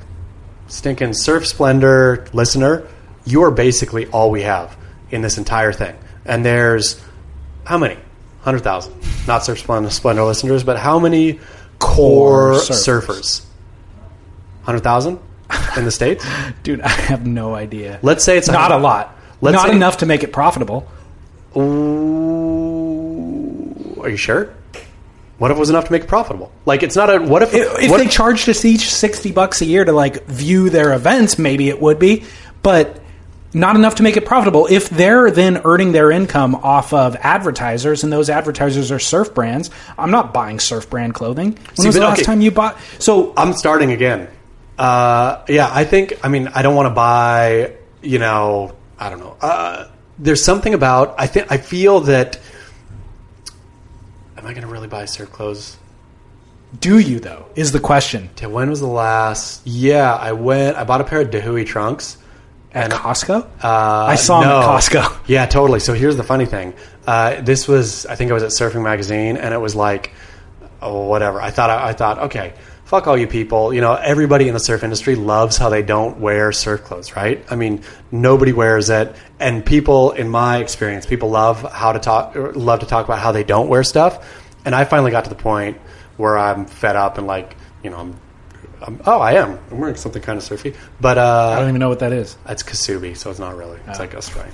Speaker 3: stinking Surf Splendor listener, you are basically all we have in this entire thing. And there's how many? 100,000. Not Surf Splendor, Splendor listeners, but how many
Speaker 1: Core
Speaker 3: core,
Speaker 1: surfers.
Speaker 3: surfers? 100,000 in the States?
Speaker 1: Dude, [LAUGHS] I have no idea.
Speaker 3: Let's say it's
Speaker 1: not a
Speaker 3: 100
Speaker 1: lot.
Speaker 3: Let's
Speaker 1: not
Speaker 3: say-
Speaker 1: enough to make it profitable.
Speaker 3: Ooh, are you sure? What if it was enough to make it profitable? Like, it's not a. What if.
Speaker 1: If
Speaker 3: what
Speaker 1: they charged us each sixty bucks a year to like view their events, maybe it would be, but not enough to make it profitable. If they're then earning their income off of advertisers, and those advertisers are surf brands, I'm not buying surf brand clothing. When was the
Speaker 3: but-
Speaker 1: last
Speaker 3: okay.
Speaker 1: time you bought? So
Speaker 3: I'm starting again. Uh, yeah, I think. I mean, I don't want to buy. You know, I don't know. Uh, there's something about. I think. I feel that. Am I going to really buy surf clothes?
Speaker 1: do you though? Is the question?
Speaker 3: Yeah, when was the last? Yeah, I went. I bought a pair of Dahui trunks,
Speaker 4: at
Speaker 3: And-
Speaker 4: Costco.
Speaker 3: Uh,
Speaker 4: I saw him at Costco. [LAUGHS]
Speaker 3: Yeah, totally. So here's the funny thing. Uh, this was, I think I was at Surfing Magazine, and it was like, oh, whatever. I thought, I, thought, okay, fuck all you people. You know, everybody in the surf industry loves how they don't wear surf clothes, right? I mean, nobody wears it, and people, in my experience, people love how to talk, or love to talk about how they don't wear stuff. And I finally got to the point where I'm fed up and like, you know, I'm, I'm oh, I am. I'm wearing something kind of surfy, but uh,
Speaker 4: I don't even know what that is.
Speaker 3: it's Kasubi, so it's not really. It's like Australian.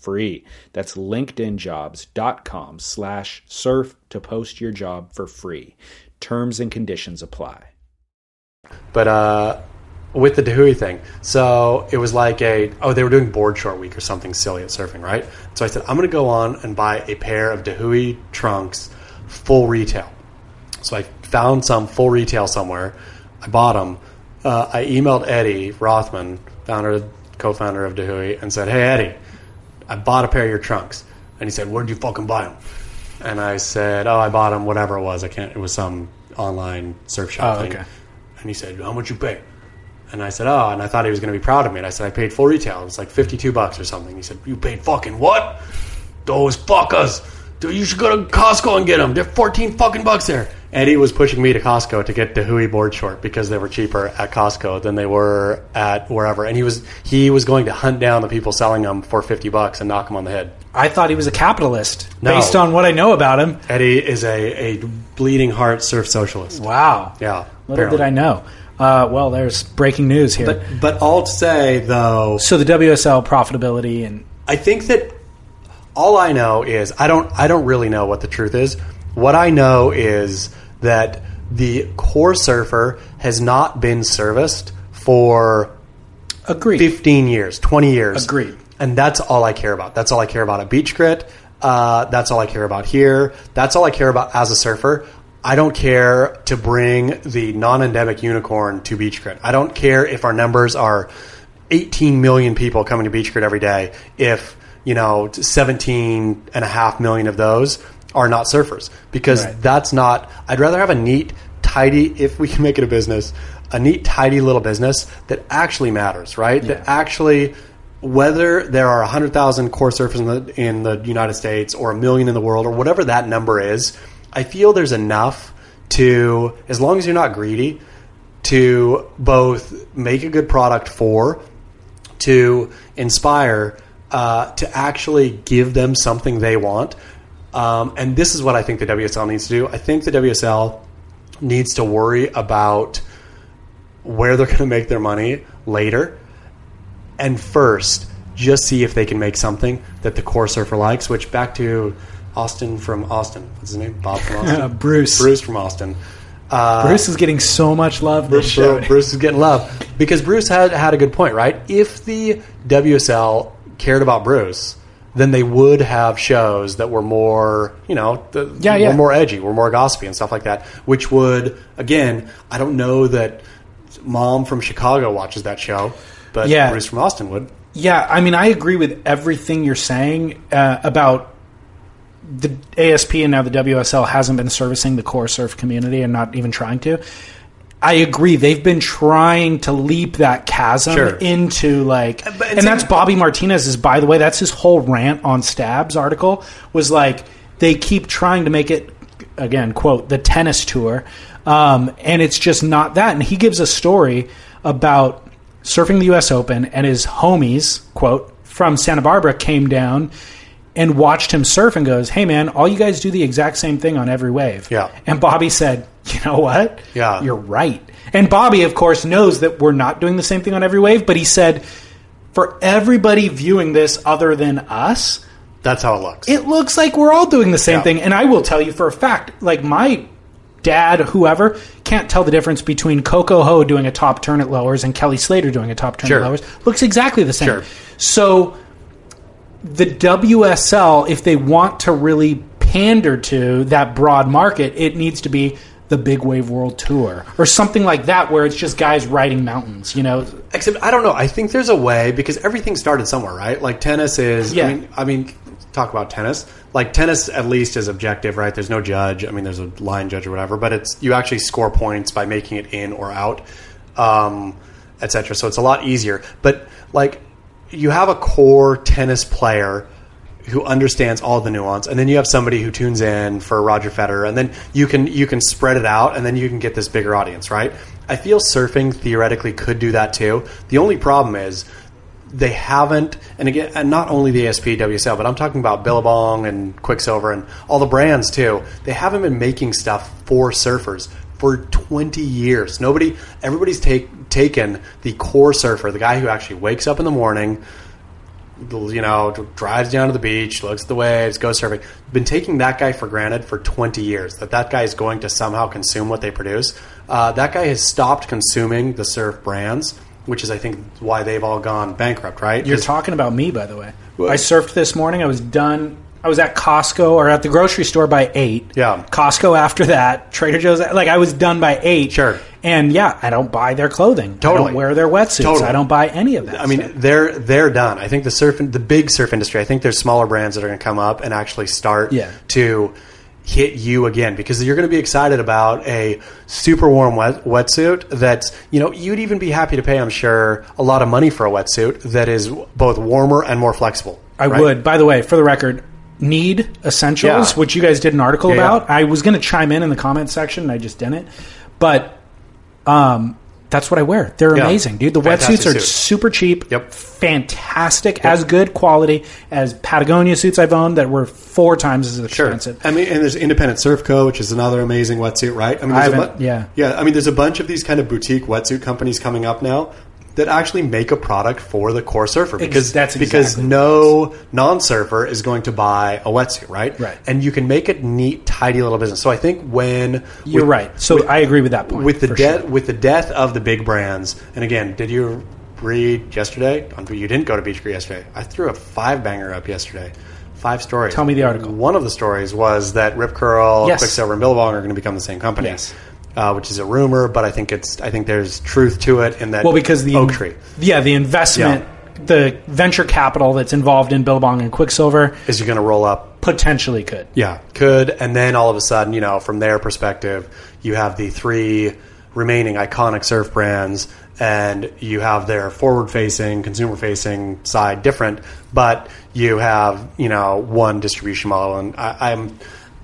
Speaker 1: free that's linkedinjobs.com slash surf to post your job for free terms and conditions apply
Speaker 3: But uh, with the Dahui thing, so it was like a oh they were doing board short week or something silly at surfing, right? So I said I'm going to go on and buy a pair of Dahui trunks, full retail. So I found some full retail somewhere. I bought them. Uh, I emailed Eddie Rothman, founder, co-founder of Dahui, and said, "Hey Eddie, I bought a pair of your trunks." And he said, "Where'd you fucking buy them?" And I said, "Oh, I bought them. Whatever it was, I can't. It was some online surf shop
Speaker 4: Oh,
Speaker 3: thing."
Speaker 4: okay.
Speaker 3: And he said, "How much you pay?" And I said, "Oh," and I thought he was going to be proud of me. And I said, "I paid full retail. It was like fifty-two bucks or something." He said, "You paid fucking what?" Those fuckers. Dude, you should go to Costco and get them. They're 14 fucking bucks there. Eddie was pushing me to Costco to get the Hui board short because they were cheaper at Costco than they were at wherever. And he was he was going to hunt down the people selling them for 50 bucks and knock them on the head.
Speaker 4: I thought he was a capitalist
Speaker 3: No.
Speaker 4: based on what I know about him.
Speaker 3: Eddie is a, a bleeding heart surf socialist.
Speaker 4: Wow.
Speaker 3: Yeah.
Speaker 4: Little
Speaker 3: apparently.
Speaker 4: did I know. Uh, well, there's breaking news here.
Speaker 3: But but all to say though,
Speaker 4: so the WSL profitability and
Speaker 3: I think that all I know is I don't I don't really know what the truth is. What I know is that the core surfer has not been serviced for
Speaker 4: agreed.
Speaker 3: 15 years, 20 years.
Speaker 4: Agreed.
Speaker 3: And that's all I care about. That's all I care about at Beach Grit. Uh, that's all I care about here. That's all I care about as a surfer. I don't care to bring the non endemic unicorn to Beach Grit. I don't care if our numbers are 18 million people coming to Beach Grit every day, if, you know, 17 and a half million of those are not surfers because
Speaker 4: Right.
Speaker 3: that's not, I'd rather have a neat, tidy, if we can make it a business, a neat, tidy little business that actually matters, right? That actually, whether there are 100,000 core surfers in the, in the United States or a million in the world or whatever that number is, I feel there's enough to, as long as you're not greedy, to both make a good product for, to inspire, uh, to actually give them something they want. Um, and this is what I think the WSL needs to do. I think the WSL needs to worry about where they're [LAUGHS] going to make their money later and first just see if they can make something that the core surfer likes which back to austin from austin what's his name bob from austin
Speaker 4: uh,
Speaker 1: Uh,
Speaker 4: Bruce.
Speaker 3: bruce from austin uh,
Speaker 4: Bruce is getting so much love this show.
Speaker 3: Bru- Bruce is getting love because Bruce had had a good point, right? If the WSL cared about Bruce, then they would have shows that were more, you know, the,
Speaker 4: Yeah, yeah.
Speaker 3: were more edgy, were more gossipy and stuff like that. Which would, again, I don't know that mom from Chicago watches that show, but
Speaker 4: Yeah.
Speaker 3: Bruce from Austin would.
Speaker 4: Yeah, I mean, I agree with everything you're saying uh, about the ASP and now the WSL hasn't been servicing the core surf community and not even trying to.
Speaker 1: I agree. They've been trying to leap that chasm
Speaker 3: Sure.
Speaker 1: into like,
Speaker 3: but
Speaker 1: and
Speaker 3: it's-
Speaker 1: that's Bobby Martinez's. By the way, that's his whole rant on Stabs article was like they keep trying to make it again quote the tennis tour, um, and it's just not that. And he gives a story about surfing the U.S. Open and his homies quote from Santa Barbara came down. And watched him surf and goes, Hey man, all you guys do the exact same thing on every wave.
Speaker 3: Yeah.
Speaker 1: And Bobby said, You know what?
Speaker 3: Yeah.
Speaker 1: You're right. And Bobby, of course, knows that we're not doing the same thing on every wave, but he said, for everybody viewing this other than us,
Speaker 3: That's how it looks.
Speaker 1: it looks like we're all doing the same
Speaker 3: Yeah.
Speaker 1: thing. And I will tell you for a fact, like my dad, whoever, can't tell the difference between Coco Ho doing a top turn at lowers and Kelly Slater doing a top turn
Speaker 3: Sure.
Speaker 1: at lowers. Looks exactly the same.
Speaker 3: Sure.
Speaker 1: So the WSL, if they want to really pander to that broad market, it needs to be the Big Wave World Tour or something like that, where it's just guys riding mountains. You know,
Speaker 3: Except I don't know. I think there's a way because everything started somewhere, right? Like tennis is.
Speaker 1: Yeah.
Speaker 3: I mean, I mean, talk about tennis. Like tennis, at least is objective, right? There's no judge. I mean, there's a line judge or whatever, but it's you actually score points by making it in or out, um, etc. So it's a lot easier. But like, you have a core tennis player who understands all the nuance, and then you have somebody who tunes in for Roger Federer, and then you can you can spread it out, and then you can get this bigger audience, right? I feel surfing theoretically could do that too. The only problem is they haven't, and again, and not only the ASP WSL, but I'm talking about Billabong and Quicksilver and all the brands too. They haven't been making stuff for surfers for 20 years. Nobody, everybody's take, taken the core surfer, the guy who actually wakes up in the morning, you know, drives down to the beach, looks at the waves, goes surfing. Been taking that guy for granted for 20 years, that that guy is going to somehow consume what they produce. Uh, that guy has stopped consuming the surf brands, which is, I think, why they've all gone bankrupt, right?
Speaker 1: You're
Speaker 3: 'Cause-
Speaker 1: talking about me, by the way.
Speaker 3: What?
Speaker 1: I surfed this morning. I was done. I was at Costco or at the grocery store by eight.
Speaker 3: Yeah.
Speaker 1: Costco after that. Trader Joe's. Like I was done by eight.
Speaker 3: Sure.
Speaker 1: And yeah, I don't buy their clothing. I
Speaker 3: Totally.
Speaker 1: don't wear their wetsuits.
Speaker 3: Totally.
Speaker 1: I don't buy any of that.
Speaker 3: I mean,
Speaker 1: stuff.
Speaker 3: they're they're done. I think the surf, the big surf industry. I think there's smaller brands that are going to come up and actually start
Speaker 1: Yeah.
Speaker 3: to hit you again because you're going to be excited about a super warm wet, wetsuit that's you know you'd even be happy to pay I'm sure a lot of money for a wetsuit that is both warmer and more flexible.
Speaker 1: I
Speaker 3: right?
Speaker 1: would. By the way, for the record, Need Essentials,
Speaker 3: Yeah.
Speaker 1: which you guys did an article
Speaker 3: Yeah, yeah.
Speaker 1: about. I was going to chime in in the comment section, and I just didn't. But um, that's what I wear. They're
Speaker 3: Yeah.
Speaker 1: amazing, dude. The
Speaker 3: Fantastic
Speaker 1: wetsuits are
Speaker 3: suit.
Speaker 1: super cheap.
Speaker 3: Yep.
Speaker 1: Fantastic, as good quality as Patagonia suits I've owned that were four times as
Speaker 3: Sure.
Speaker 1: expensive.
Speaker 3: I mean, and there's Independent Surf Co., which is another amazing wetsuit, right? I mean,
Speaker 1: I
Speaker 3: there's
Speaker 1: haven't- yeah.
Speaker 3: yeah. I mean, there's a bunch of these kind of boutique wetsuit companies coming up now that actually make a product for the core surfer because
Speaker 1: that's
Speaker 3: because
Speaker 1: exactly
Speaker 3: no non-surfer is going to buy a wetsuit, right?
Speaker 1: Right.
Speaker 3: And you can make it neat, tidy little business. So I think when
Speaker 1: You're
Speaker 3: with-
Speaker 1: right. So I agree with that point.
Speaker 3: with the
Speaker 1: for
Speaker 3: death
Speaker 1: sure.
Speaker 3: with the death of the big brands. And again, did you read yesterday? You didn't go to Beach Creek yesterday. I threw a five banger up yesterday. Five stories.
Speaker 1: Tell me the article.
Speaker 3: One of the stories was that Rip Curl,
Speaker 1: Yes.
Speaker 3: Quicksilver, and Billabong are going to become the same company.
Speaker 1: Yes.
Speaker 3: Uh, which is a rumor, but I think it's I think there's truth to it in that.
Speaker 1: Well, because the
Speaker 3: oak tree
Speaker 1: yeah, the investment, the venture capital that's involved in Billabong and Quicksilver
Speaker 3: is going to roll up
Speaker 1: potentially could. [LAUGHS]
Speaker 3: Yeah, could. And then all of a sudden, you know, from their perspective, you have the three remaining iconic surf brands and you have their forward facing, consumer facing side different, but you have, you know, one distribution model. And I, I'm.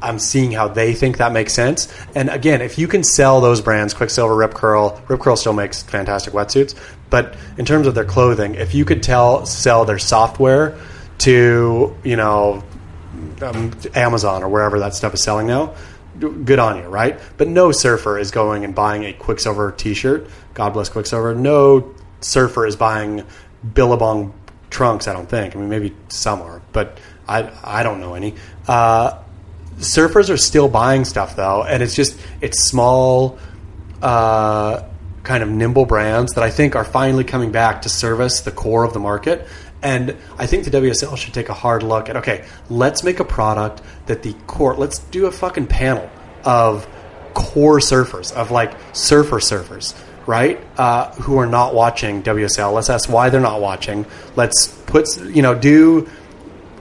Speaker 3: I'm seeing how they think that makes sense. And again, if you can sell those brands, Quicksilver, Rip Curl, Rip Curl still makes fantastic wetsuits. But in terms of their clothing, if you could tell sell their software to you know um, Amazon or wherever that stuff is selling now, d- good on you, right? But no surfer is going and buying a Quicksilver T-shirt. God bless Quicksilver. No surfer is buying Billabong trunks. I don't think. I mean, maybe some are, but I I don't know any. Uh, surfers are still buying stuff though, and it's just it's small, uh, kind of nimble brands that I think are finally coming back to service the core of the market. And I think the WSL should take a hard look at okay, let's make a product that the core. Let's do a fucking panel of core surfers of like surfer surfers right uh, who are not watching WSL. Let's ask why they're not watching. Let's put you know do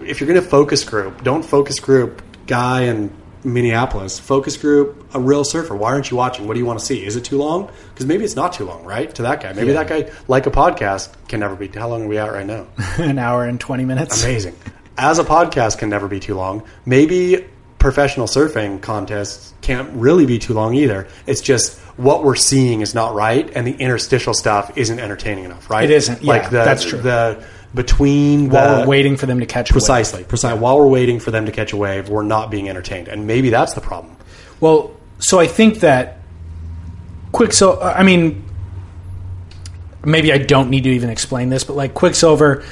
Speaker 3: if you're going to focus group, don't focus group guy and Minneapolis focus group, a real surfer. Why aren't you watching? What do you want to see? Is it too long? Because maybe it's not too long, right? To that guy, maybe that guy like a podcast can never be. How long are we at
Speaker 1: [LAUGHS]
Speaker 3: right now?
Speaker 1: an hour and 20 minutes.
Speaker 3: Amazing. As a podcast can never be too long. Maybe professional surfing contests can't really be too long either. It's just what we're seeing is not right, and the interstitial stuff isn't entertaining enough, right?
Speaker 1: It isn't. Yeah, that's true.
Speaker 3: The between
Speaker 1: While
Speaker 3: the
Speaker 1: we're waiting for them to catch a wave.
Speaker 3: precisely, precisely. While we're waiting for them to catch a wave, we're not being entertained, and maybe that's the problem.
Speaker 1: Well, so I think that Quicksilver. I mean, maybe I don't need to even explain this, but like Quicksilver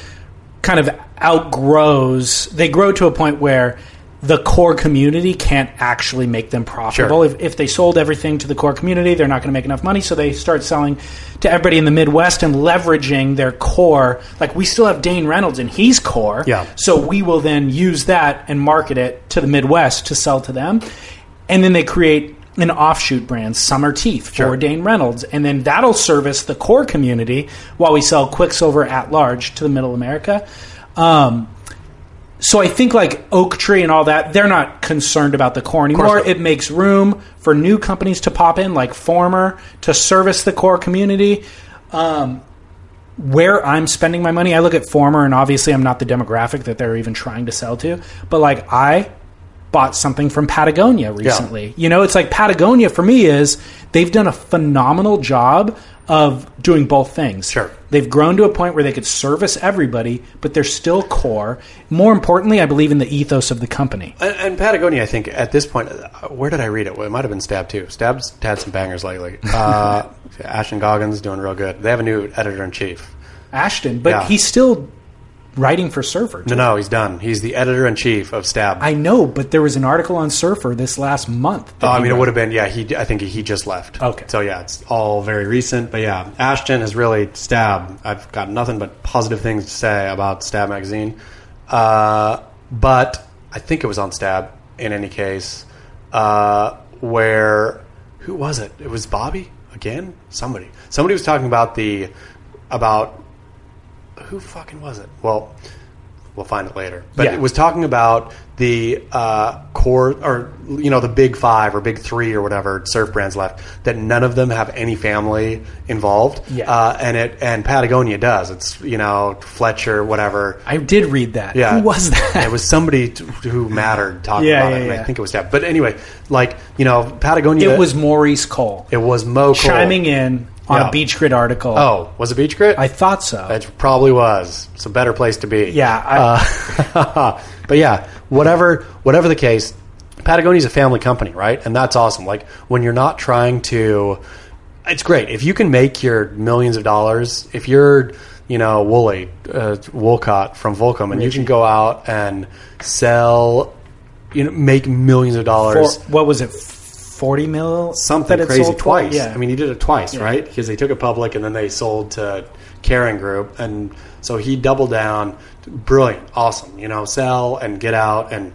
Speaker 1: kind of outgrows. They grow to a point where the core community can't actually make them profitable. If, if they sold everything to the core community, they're not going to make enough money. So they start selling to everybody in the Midwest and leveraging their core. Like we still have Dane Reynolds and he's core.
Speaker 3: Yeah.
Speaker 1: So we will then use that and market it to the Midwest to sell to them. And then they create an offshoot brand, Summer Teeth, for Dane Reynolds. And then that'll service the core community while we sell Quicksilver at large to the middle America. Um, so I think like Oak Tree and all that, they're not concerned about the core anymore.
Speaker 3: not.
Speaker 1: It makes room for new companies to pop in, like Former, to service the core community where I'm spending my money, I look at former, and obviously I'm not the demographic that they're even trying to sell to. But like I bought something from Patagonia recently. You know, it's like Patagonia for me is they've done a phenomenal job of doing both things.
Speaker 3: Sure.
Speaker 1: They've grown to a point where they could service everybody, but they're still core. More importantly, I believe in the ethos of the company.
Speaker 3: And, and Patagonia, I think at this point, uh, where did I read it? Well, it might have been Stab too. Stab's had some bangers [LAUGHS] lately. Uh, Ashton Goggins doing real good. They have a new editor in chief.
Speaker 1: Ashton, but
Speaker 3: Yeah.
Speaker 1: he's still writing for Surfer.
Speaker 3: No, no, he's done. He's the editor in chief of Stab.
Speaker 1: I know, but there was an article on Surfer this last month. that
Speaker 3: Oh, I
Speaker 1: he
Speaker 3: mean, it
Speaker 1: wrote.
Speaker 3: would have been yeah. He, I think he just left.
Speaker 1: Okay.
Speaker 3: So yeah, it's all very recent. But yeah, Ashton has really Stab. I've got nothing but positive things to say about Stab magazine. Uh, but I think it was on Stab. In any case, uh, where who was it? It was Bobby again. Somebody. Somebody was talking about the about who fucking was it? Well, we'll find it later. But
Speaker 1: Yeah.
Speaker 3: it was talking about the uh, core, or you know, the big five or big three or whatever surf brands left. That none of them have any family involved.
Speaker 1: Yeah.
Speaker 3: Uh, and it and Patagonia does. It's you know Fletcher whatever.
Speaker 1: I did read that.
Speaker 3: Yeah.
Speaker 1: Who was that?
Speaker 3: It was somebody t- who mattered talking
Speaker 1: Yeah,
Speaker 3: about
Speaker 1: yeah,
Speaker 3: it. And
Speaker 1: yeah.
Speaker 3: I think it was that. But anyway, like you know, Patagonia.
Speaker 1: It was Maurice Cole
Speaker 3: it was Mo Cole.
Speaker 1: chiming in on
Speaker 3: Yeah.
Speaker 1: a Beach Grid article.
Speaker 3: Oh, was it Beach Grit?
Speaker 1: I thought so.
Speaker 3: It probably was. It's a better place to be.
Speaker 1: yeah, I,
Speaker 3: Uh, [LAUGHS] but yeah, whatever whatever the case, Patagonia's a family company, right? And that's awesome. Like when you're not trying to it's great. If you can make your millions of dollars, if you're, you know, Wooly, uh, Woolcott from Volcom, and you can go out and sell, you know, make millions of
Speaker 1: for,
Speaker 3: dollars
Speaker 1: what was it? Forty mil?
Speaker 3: something
Speaker 1: that it
Speaker 3: crazy
Speaker 1: sold for?
Speaker 3: twice.
Speaker 1: Yeah,
Speaker 3: I mean, he did it twice, right? Because they took it public and then they sold to Caring Group, and so he doubled down. Brilliant, awesome. You know, sell and get out, and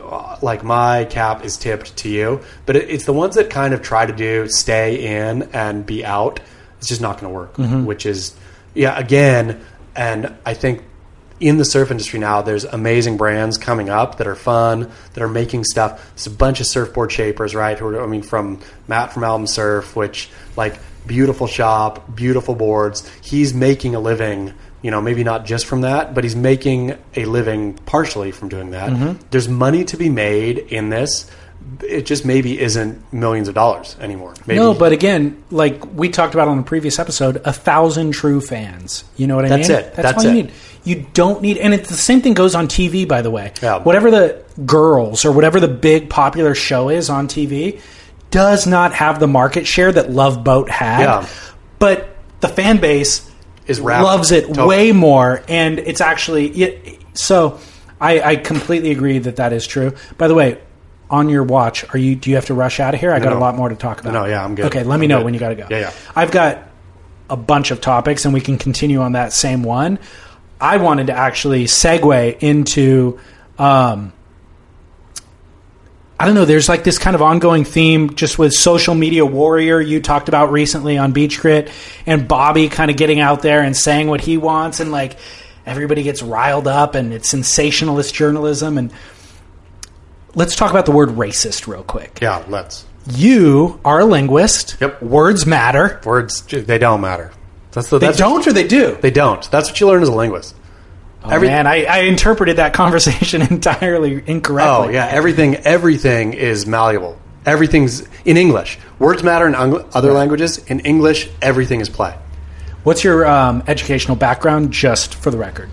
Speaker 3: uh, like my cap is tipped to you. But it, it's the ones that kind of try to do stay in and be out. It's just not going to work. Which is, yeah, again, and I think in the surf industry now, there's amazing brands coming up that are fun, that are making stuff. It's a bunch of surfboard shapers, right? Who are, I mean, from Matt from Album Surf, which like beautiful shop, beautiful boards. He's making a living, you know, maybe not just from that, but he's making a living partially from doing that.
Speaker 1: Mm-hmm.
Speaker 3: There's money to be made in this. It just maybe isn't millions of dollars anymore. Maybe
Speaker 1: no, but again, like we talked about on the previous episode, a thousand true fans. You know what I
Speaker 3: That's
Speaker 1: mean?
Speaker 3: it.
Speaker 1: That's
Speaker 3: That's
Speaker 1: all you
Speaker 3: it.
Speaker 1: need. You don't need, and it's the same thing goes on TV. By the way,
Speaker 3: Yeah.
Speaker 1: whatever the girls or whatever the big popular show is on TV does not have the market share that Love Boat had,
Speaker 3: Yeah.
Speaker 1: but the fan base
Speaker 3: Is rabid.
Speaker 1: loves it
Speaker 3: Totally.
Speaker 1: way more, and it's actually it, so. I, I completely agree that that is true. By the way, on your watch, are you? Do you have to rush out of here? I got a
Speaker 3: no.
Speaker 1: lot more to talk about.
Speaker 3: No, yeah, I'm good.
Speaker 1: Okay, let me
Speaker 3: I'm
Speaker 1: know
Speaker 3: good.
Speaker 1: when you got to go.
Speaker 3: Yeah, yeah.
Speaker 1: I've got a bunch of topics, and we can continue on that same one. I wanted to actually segue into. Um, I don't know. There's like this kind of ongoing theme just with social media warrior you talked about recently on Beach Grit and Bobby kind of getting out there and saying what he wants and like everybody gets riled up and it's sensationalist journalism and let's talk about the word racist real quick.
Speaker 3: Yeah, let's.
Speaker 1: You are a linguist.
Speaker 3: Yep.
Speaker 1: Words matter.
Speaker 3: Words, j- they don't matter. That's the,
Speaker 1: They
Speaker 3: that's
Speaker 1: don't or they do?
Speaker 3: They don't. That's what you learn as a linguist.
Speaker 1: oh, man, I, I interpreted that [LAUGHS] conversation entirely incorrectly.
Speaker 3: Oh yeah, everything everything is malleable. Everything's in English. Words matter in ung- other languages. In English, everything is play.
Speaker 1: What's your um, educational background, just for the record?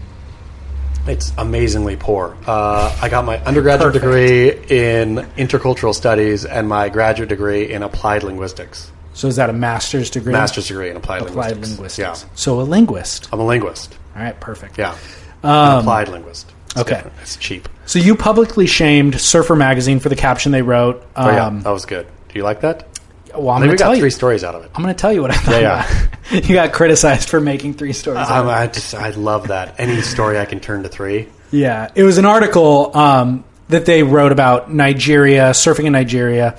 Speaker 3: It's amazingly poor. Uh, I got my undergraduate
Speaker 1: Perfect.
Speaker 3: degree in intercultural studies and my graduate degree in applied linguistics.
Speaker 1: So is that a master's degree?
Speaker 3: Master's degree in applied,
Speaker 1: Applied
Speaker 3: linguistics.
Speaker 1: linguistics.
Speaker 3: Yeah,
Speaker 1: So a linguist.
Speaker 3: I'm a linguist.
Speaker 1: All right, perfect.
Speaker 3: Yeah, An applied linguist. It's
Speaker 1: Um, okay.
Speaker 3: different. it's cheap.
Speaker 1: So you publicly shamed Surfer Magazine for the caption they wrote. Um,
Speaker 3: Oh yeah, that was good. Do you like that?
Speaker 1: Well, I'm
Speaker 3: I think
Speaker 1: going
Speaker 3: we
Speaker 1: to tell
Speaker 3: got
Speaker 1: you.
Speaker 3: three stories out of it.
Speaker 1: I'm going to tell you what I thought.
Speaker 3: Yeah,
Speaker 1: about it. [LAUGHS] you got criticized for making three stories. out of
Speaker 3: Um, I just I love that. Any story I can turn to three.
Speaker 1: Yeah, it was an article um, that they wrote about Nigeria surfing in Nigeria,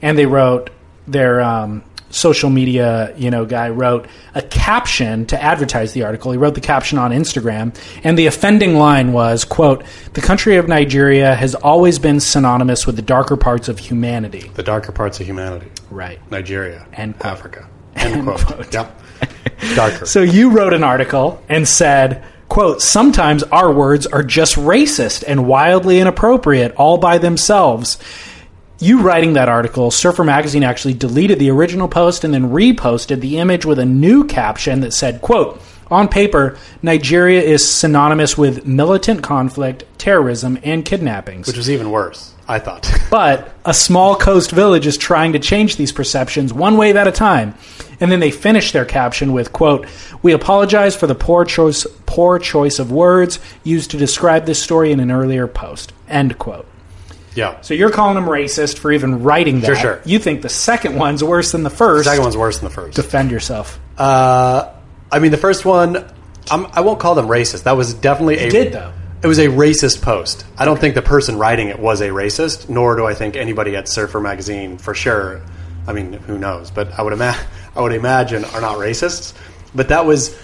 Speaker 1: and they wrote their um, social media you know guy wrote a caption to advertise the article. He wrote the caption on Instagram, and the offending line was quote The country of Nigeria has always been synonymous with the darker parts of humanity.
Speaker 3: The darker parts of humanity.
Speaker 1: Right.
Speaker 3: Nigeria
Speaker 1: End quote.
Speaker 3: Africa. End, quote.
Speaker 1: quote.
Speaker 3: Yep.
Speaker 1: [LAUGHS]
Speaker 3: Darker.
Speaker 1: So you wrote an article and said, quote, sometimes our words are just racist and wildly inappropriate all by themselves. You writing that article, Surfer Magazine actually deleted the original post and then reposted the image with a new caption that said, quote, on paper, Nigeria is synonymous with militant conflict, terrorism, and kidnappings.
Speaker 3: which was even worse, I thought. [LAUGHS]
Speaker 1: But a small coast village is trying to change these perceptions one wave at a time. And then they finish their caption with quote, "We apologize for the poor choice poor choice of words used to describe this story in an earlier post." End quote.
Speaker 3: yeah.
Speaker 1: So you're calling them racist for even writing that.
Speaker 3: Sure, sure.
Speaker 1: You think the second one's worse than the first.
Speaker 3: The second one's worse than the first.
Speaker 1: Defend yourself.
Speaker 3: Uh, I mean, the first one, I'm, I won't call them racist. That was definitely a.
Speaker 1: did, though.
Speaker 3: It was a racist post. I don't think the person writing it was a racist, nor do I think anybody at Surfer Magazine for sure. I mean, who knows? But I would, ima- [LAUGHS] I would imagine are not racists. But that was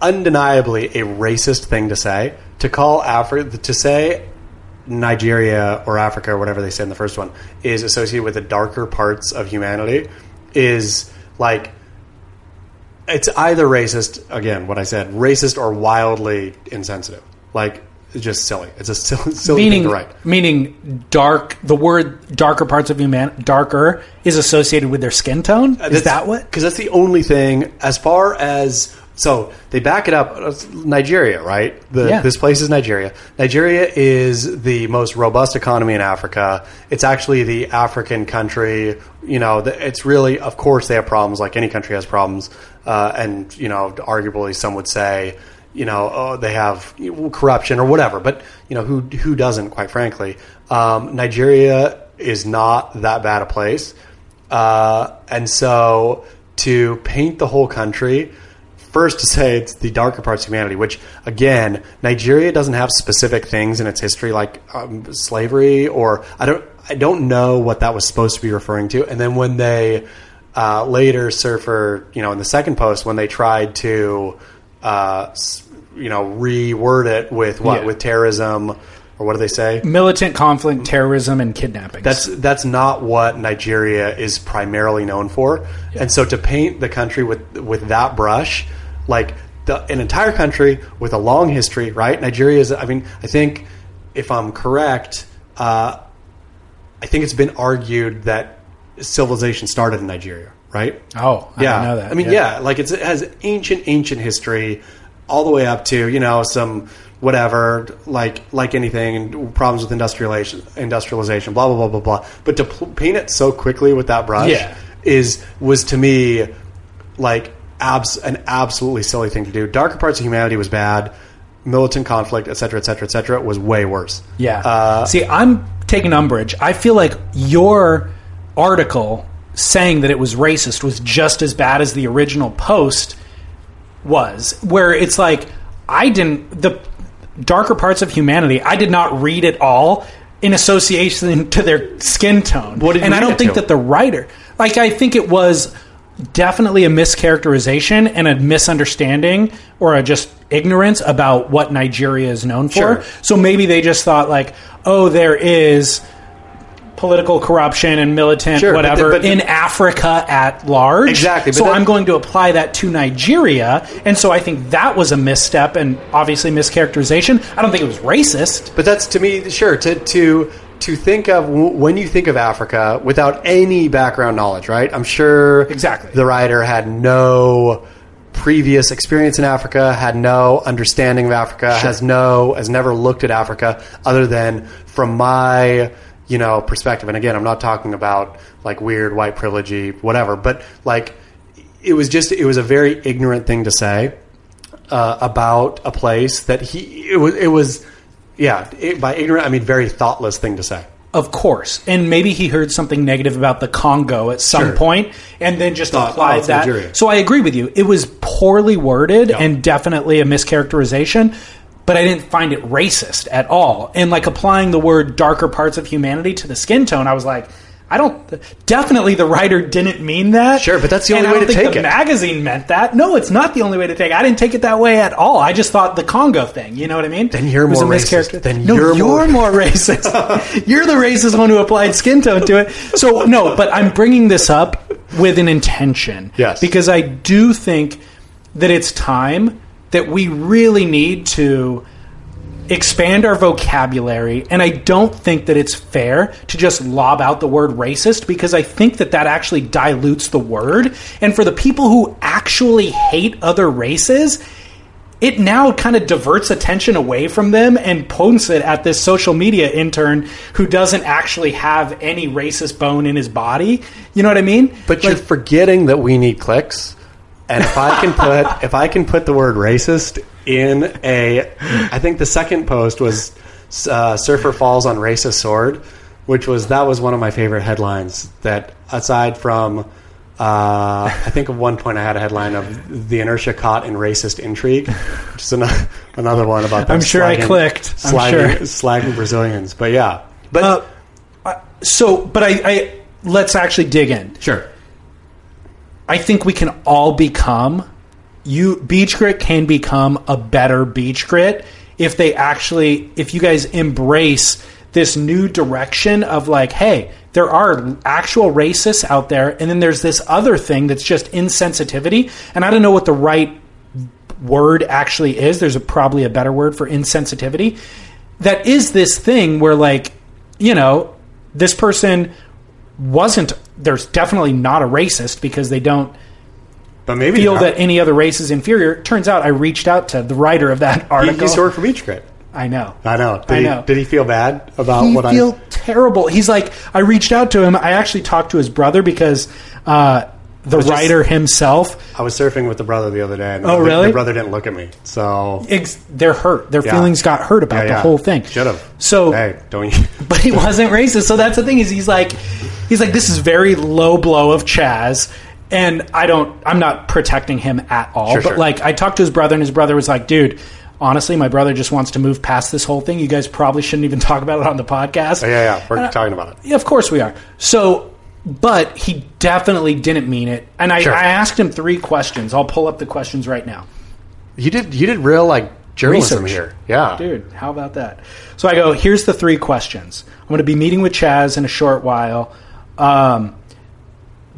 Speaker 3: undeniably a racist thing to say to call Africa to say Nigeria or Africa or whatever they say in the first one is associated with the darker parts of humanity is like it's either racist again what I said racist or wildly insensitive like it's just silly it's a silly, [LAUGHS] silly
Speaker 1: Meaning
Speaker 3: thing to write
Speaker 1: meaning dark the word darker parts of human darker is associated with their skin tone? Is that what?
Speaker 3: Because Uh, that's the only thing as far as so they back it up. It's Nigeria, right? The,
Speaker 1: Yeah.
Speaker 3: This place is Nigeria. Nigeria is the most robust economy in Africa. It's actually the African country. You know, the, it's really, of course, they have problems. Like any country has problems, uh, and you know, arguably, some would say. You know, oh, they have corruption or whatever, but you know who who doesn't? Quite frankly, um, Nigeria is not that bad a place. Uh, and so to paint the whole country, first to say it's the darker parts of humanity, which again, Nigeria doesn't have specific things in its history like um, slavery or I don't I don't know what that was supposed to be referring to. And then when they uh, later surfer, you know, in the second post when they tried to uh, s- you know reword it with what
Speaker 1: Yeah.
Speaker 3: with terrorism or what do they say?
Speaker 1: Militant conflict, terrorism, and kidnappings.
Speaker 3: That's that's not what Nigeria is primarily known for. And so to paint the country with with that brush, like the, an entire country with a long history, right? Nigeria is. I mean, I think if I'm correct, uh, I think it's been argued that civilization started in Nigeria, right?
Speaker 1: Oh, I didn't know that.
Speaker 3: I mean, yeah, like it's, it has ancient, ancient history, all the way up to you know some whatever, like like anything, and problems with industrialization, industrialization, blah blah blah blah blah. But to pl- paint it so quickly with that brush
Speaker 1: Yeah.
Speaker 3: is was to me like abs- an absolutely silly thing to do. Darker parts of humanity was bad. Militant conflict, et cetera, et cetera, et cetera, was way worse.
Speaker 1: Yeah.
Speaker 3: Uh,
Speaker 1: See, I'm taking umbrage. I feel like your article saying that it was racist was just as bad as the original post was, where it's like I didn't the darker parts of humanity. I did not read it all in association [LAUGHS] to their skin tone.
Speaker 3: What did you
Speaker 1: and I
Speaker 3: read
Speaker 1: don't
Speaker 3: it
Speaker 1: think
Speaker 3: to?
Speaker 1: that the writer, like I think it was definitely a mischaracterization and a misunderstanding or a just ignorance about what Nigeria is known for.
Speaker 3: Sure.
Speaker 1: So maybe they just thought like, oh, there is political corruption and militant
Speaker 3: Sure, but
Speaker 1: whatever
Speaker 3: the- but the-
Speaker 1: in Africa at large.
Speaker 3: Exactly, but
Speaker 1: So
Speaker 3: that-
Speaker 1: I'm going to apply that to Nigeria, and so I think that was a misstep and obviously mischaracterization. I don't think it was racist.
Speaker 3: But that's to me, sure to to to think of w- when you think of Africa without any background knowledge, right? I'm sure
Speaker 1: Exactly.
Speaker 3: the writer had no previous experience in Africa, had no understanding of Africa, has no has never looked at Africa other than from my you know perspective. And again, I'm not talking about like weird white privilege, whatever, but like it was just it was a very ignorant thing to say uh, about a place that he it was it was yeah it, by ignorant I mean very thoughtless thing to say.
Speaker 1: Of course, and maybe he heard something negative about the Congo at some
Speaker 3: Sure.
Speaker 1: point and then just
Speaker 3: Thought, "Oh,
Speaker 1: applied
Speaker 3: it's
Speaker 1: that.
Speaker 3: Nigeria."
Speaker 1: So I agree with you. It was poorly worded and definitely a mischaracterization, but I didn't find it racist at all. And like applying the word darker parts of humanity to the skin tone, I was like, I don't. Definitely, the writer didn't mean that.
Speaker 3: Sure, but that's the
Speaker 1: And
Speaker 3: only
Speaker 1: I
Speaker 3: way
Speaker 1: don't
Speaker 3: to
Speaker 1: think
Speaker 3: take
Speaker 1: the
Speaker 3: it.
Speaker 1: Magazine meant that. No, it's not the only way to take. it. I didn't take it that way at all. I just thought the Congo thing. You know what I mean?
Speaker 3: Then you're
Speaker 1: It was
Speaker 3: more
Speaker 1: a
Speaker 3: racist.
Speaker 1: mischaracter-
Speaker 3: Then
Speaker 1: no,
Speaker 3: you're more-
Speaker 1: you're more [LAUGHS] racist. You're the racist one who applied skin tone to it. So no, but I'm bringing this up with an intention.
Speaker 3: Yes.
Speaker 1: because I do think that it's time that we really need to expand our vocabulary and i don't think that it's fair to just lob out the word racist because i think that that actually dilutes the word and for the people who actually hate other races it now kind of diverts attention away from them and points it at this social media intern who doesn't actually have any racist bone in his body you know what i mean
Speaker 3: But you're forgetting that we need clicks. And if I
Speaker 1: [LAUGHS]
Speaker 3: can put if I can put the word racist in a, I think the second post was uh, surfer falls on racist sword, which was that was one of my favorite headlines. That aside from, uh, I think at one point I had a headline of the inertia caught in racist intrigue, which is another, another one about. them
Speaker 1: I'm sure I
Speaker 3: slagging-
Speaker 1: clicked. I'm
Speaker 3: slagging,
Speaker 1: sure.
Speaker 3: slagging Brazilians, but yeah, but
Speaker 1: Uh, I- so but i, I let's actually dig in
Speaker 3: sure,
Speaker 1: I think we can all become you beach grit can become a better beach grit if they actually if you guys embrace this new direction of like hey there are actual racists out there and then there's this other thing that's just insensitivity and I don't know what the right word actually is there's a, probably a better word for insensitivity that is this thing where like you know this person wasn't there's definitely not a racist because they don't
Speaker 3: but maybe
Speaker 1: feel
Speaker 3: not.
Speaker 1: that any other race is inferior. Turns out I reached out to the writer of that
Speaker 3: he,
Speaker 1: article.
Speaker 3: he scored from each grit.
Speaker 1: [LAUGHS] I know.
Speaker 3: I know. Did
Speaker 1: I
Speaker 3: he,
Speaker 1: know.
Speaker 3: Did he feel bad about
Speaker 1: He
Speaker 3: what
Speaker 1: feel terrible. He's like, I reached out to him. I actually talked to his brother because uh, the
Speaker 3: just-
Speaker 1: writer himself
Speaker 3: I? I was surfing with the brother the other day. And
Speaker 1: Oh,
Speaker 3: the,
Speaker 1: really?
Speaker 3: The brother didn't look at me, so
Speaker 1: ex- they're hurt. Their
Speaker 3: Yeah.
Speaker 1: feelings got hurt about
Speaker 3: Yeah,
Speaker 1: the
Speaker 3: yeah.
Speaker 1: whole thing.
Speaker 3: Should have.
Speaker 1: So
Speaker 3: hey, don't you? [LAUGHS]
Speaker 1: but he [LAUGHS] wasn't racist. So that's the thing is he's like he's like this is very low blow of Chaz and I don't I'm not protecting him at all.
Speaker 3: Sure,
Speaker 1: but
Speaker 3: sure.
Speaker 1: like I talked to his brother and his brother was like, "Dude, honestly, my brother just wants to move past this whole thing. You guys probably shouldn't even [LAUGHS] talk about it on the podcast."
Speaker 3: yeah, yeah.
Speaker 1: Uh,
Speaker 3: We're talking about it.
Speaker 1: Yeah, of course we are. So, but he definitely didn't mean it. And I,
Speaker 3: Sure.
Speaker 1: I asked him three questions. I'll pull up the questions right now.
Speaker 3: You did. You did real like journalism
Speaker 1: Research.
Speaker 3: here. Yeah.
Speaker 1: Dude, how about that? So I go, here's the three questions. I'm going to be meeting with Chaz in a short while. Um,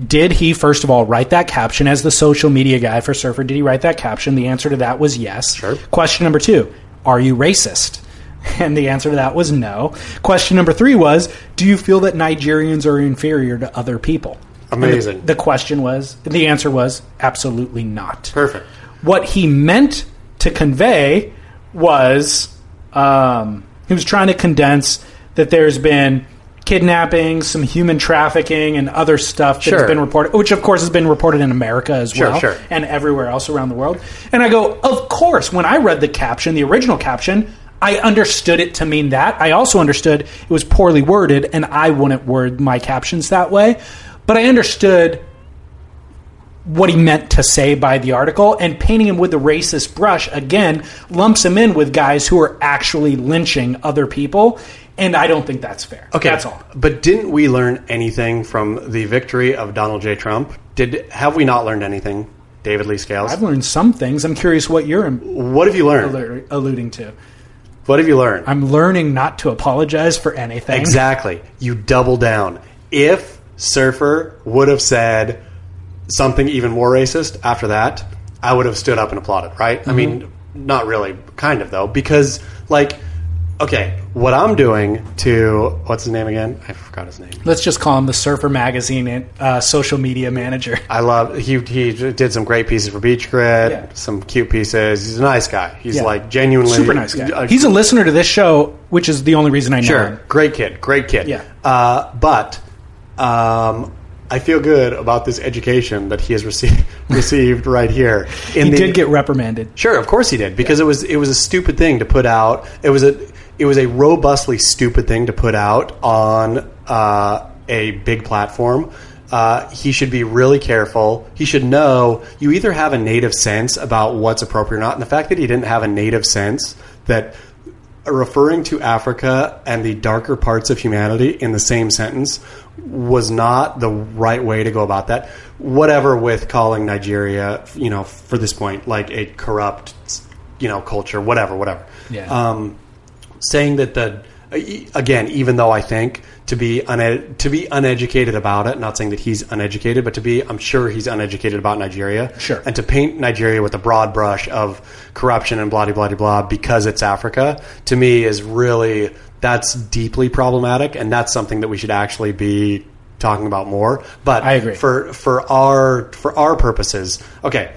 Speaker 1: did he, first of all, write that caption as the social media guy for Surfer? Did he write that caption? The answer to that was yes.
Speaker 3: Sure.
Speaker 1: Question number two Are you racist? [LAUGHS] And the answer to that was no. Question number three was Do you feel that Nigerians are inferior to other people?
Speaker 3: Amazing.
Speaker 1: The question was, the answer was absolutely not
Speaker 3: Perfect.
Speaker 1: what he meant to convey was um, he was trying to condense that there's been kidnapping, some human trafficking, and other stuff that's
Speaker 3: Sure.
Speaker 1: been reported, which of course has been reported in America as
Speaker 3: Sure,
Speaker 1: well
Speaker 3: sure.
Speaker 1: and everywhere else around the world. And I go, of course, when I read the caption, the original caption, I understood it to mean that. I also understood it was poorly worded, and I wouldn't word my captions that way. But I understood what he meant to say by the article, and painting him with the racist brush again lumps him in with guys who are actually lynching other people, and I don't think that's fair.
Speaker 3: Okay.
Speaker 1: that's all.
Speaker 3: But didn't we learn anything from the victory of Donald J. Trump? Did have we not learned anything, David Lee Scales?
Speaker 1: I've learned some things. I'm curious what you're
Speaker 3: what have you learned?
Speaker 1: alluding to.
Speaker 3: What have you learned?
Speaker 1: I'm learning not to apologize for anything.
Speaker 3: Exactly. You double down. If Surfer would have said something even more racist after that, I would have stood up and applauded, right? I mean,
Speaker 1: Mm-hmm.
Speaker 3: not really, kind of though, because like, okay, what I'm doing to what's his name again? I forgot his name.
Speaker 1: Let's just call him the Surfer Magazine and uh, social media manager.
Speaker 3: I love he he did some great pieces for Beach Grit,
Speaker 1: Yeah.
Speaker 3: some cute pieces. He's a nice guy. He's
Speaker 1: Yeah.
Speaker 3: like genuinely
Speaker 1: Super nice guy.
Speaker 3: a-
Speaker 1: He's a listener to this show, which is the only reason I know
Speaker 3: Sure,
Speaker 1: him.
Speaker 3: Um, great kid, great kid.
Speaker 1: Yeah.
Speaker 3: Uh, but um, I feel good about this education that he has received [LAUGHS] received right here. In
Speaker 1: He did get reprimanded.
Speaker 3: sure, of course he did, because it was it was a stupid thing to put out. It was a it was a robustly stupid thing to put out on uh, a big platform. Uh, he should be really careful. He should know you either have a native sense about what's appropriate or not, and the fact that he didn't have a native sense that referring to Africa and the darker parts of humanity in the same sentence was not the right way to go about that. Whatever with calling Nigeria, you know, for this point, like a corrupt, you know, culture, whatever, whatever.
Speaker 1: Yeah.
Speaker 3: Um, saying that the again, even though I think to be uned- to be uneducated about it, not saying that he's uneducated, but to be, I'm sure he's uneducated about Nigeria.
Speaker 1: Sure.
Speaker 3: And to paint Nigeria with a broad brush of corruption and blah de blah de blah because it's Africa to me is really that's deeply problematic, and that's something that we should actually be talking about more. But
Speaker 1: I agree.
Speaker 3: for for our for our purposes, okay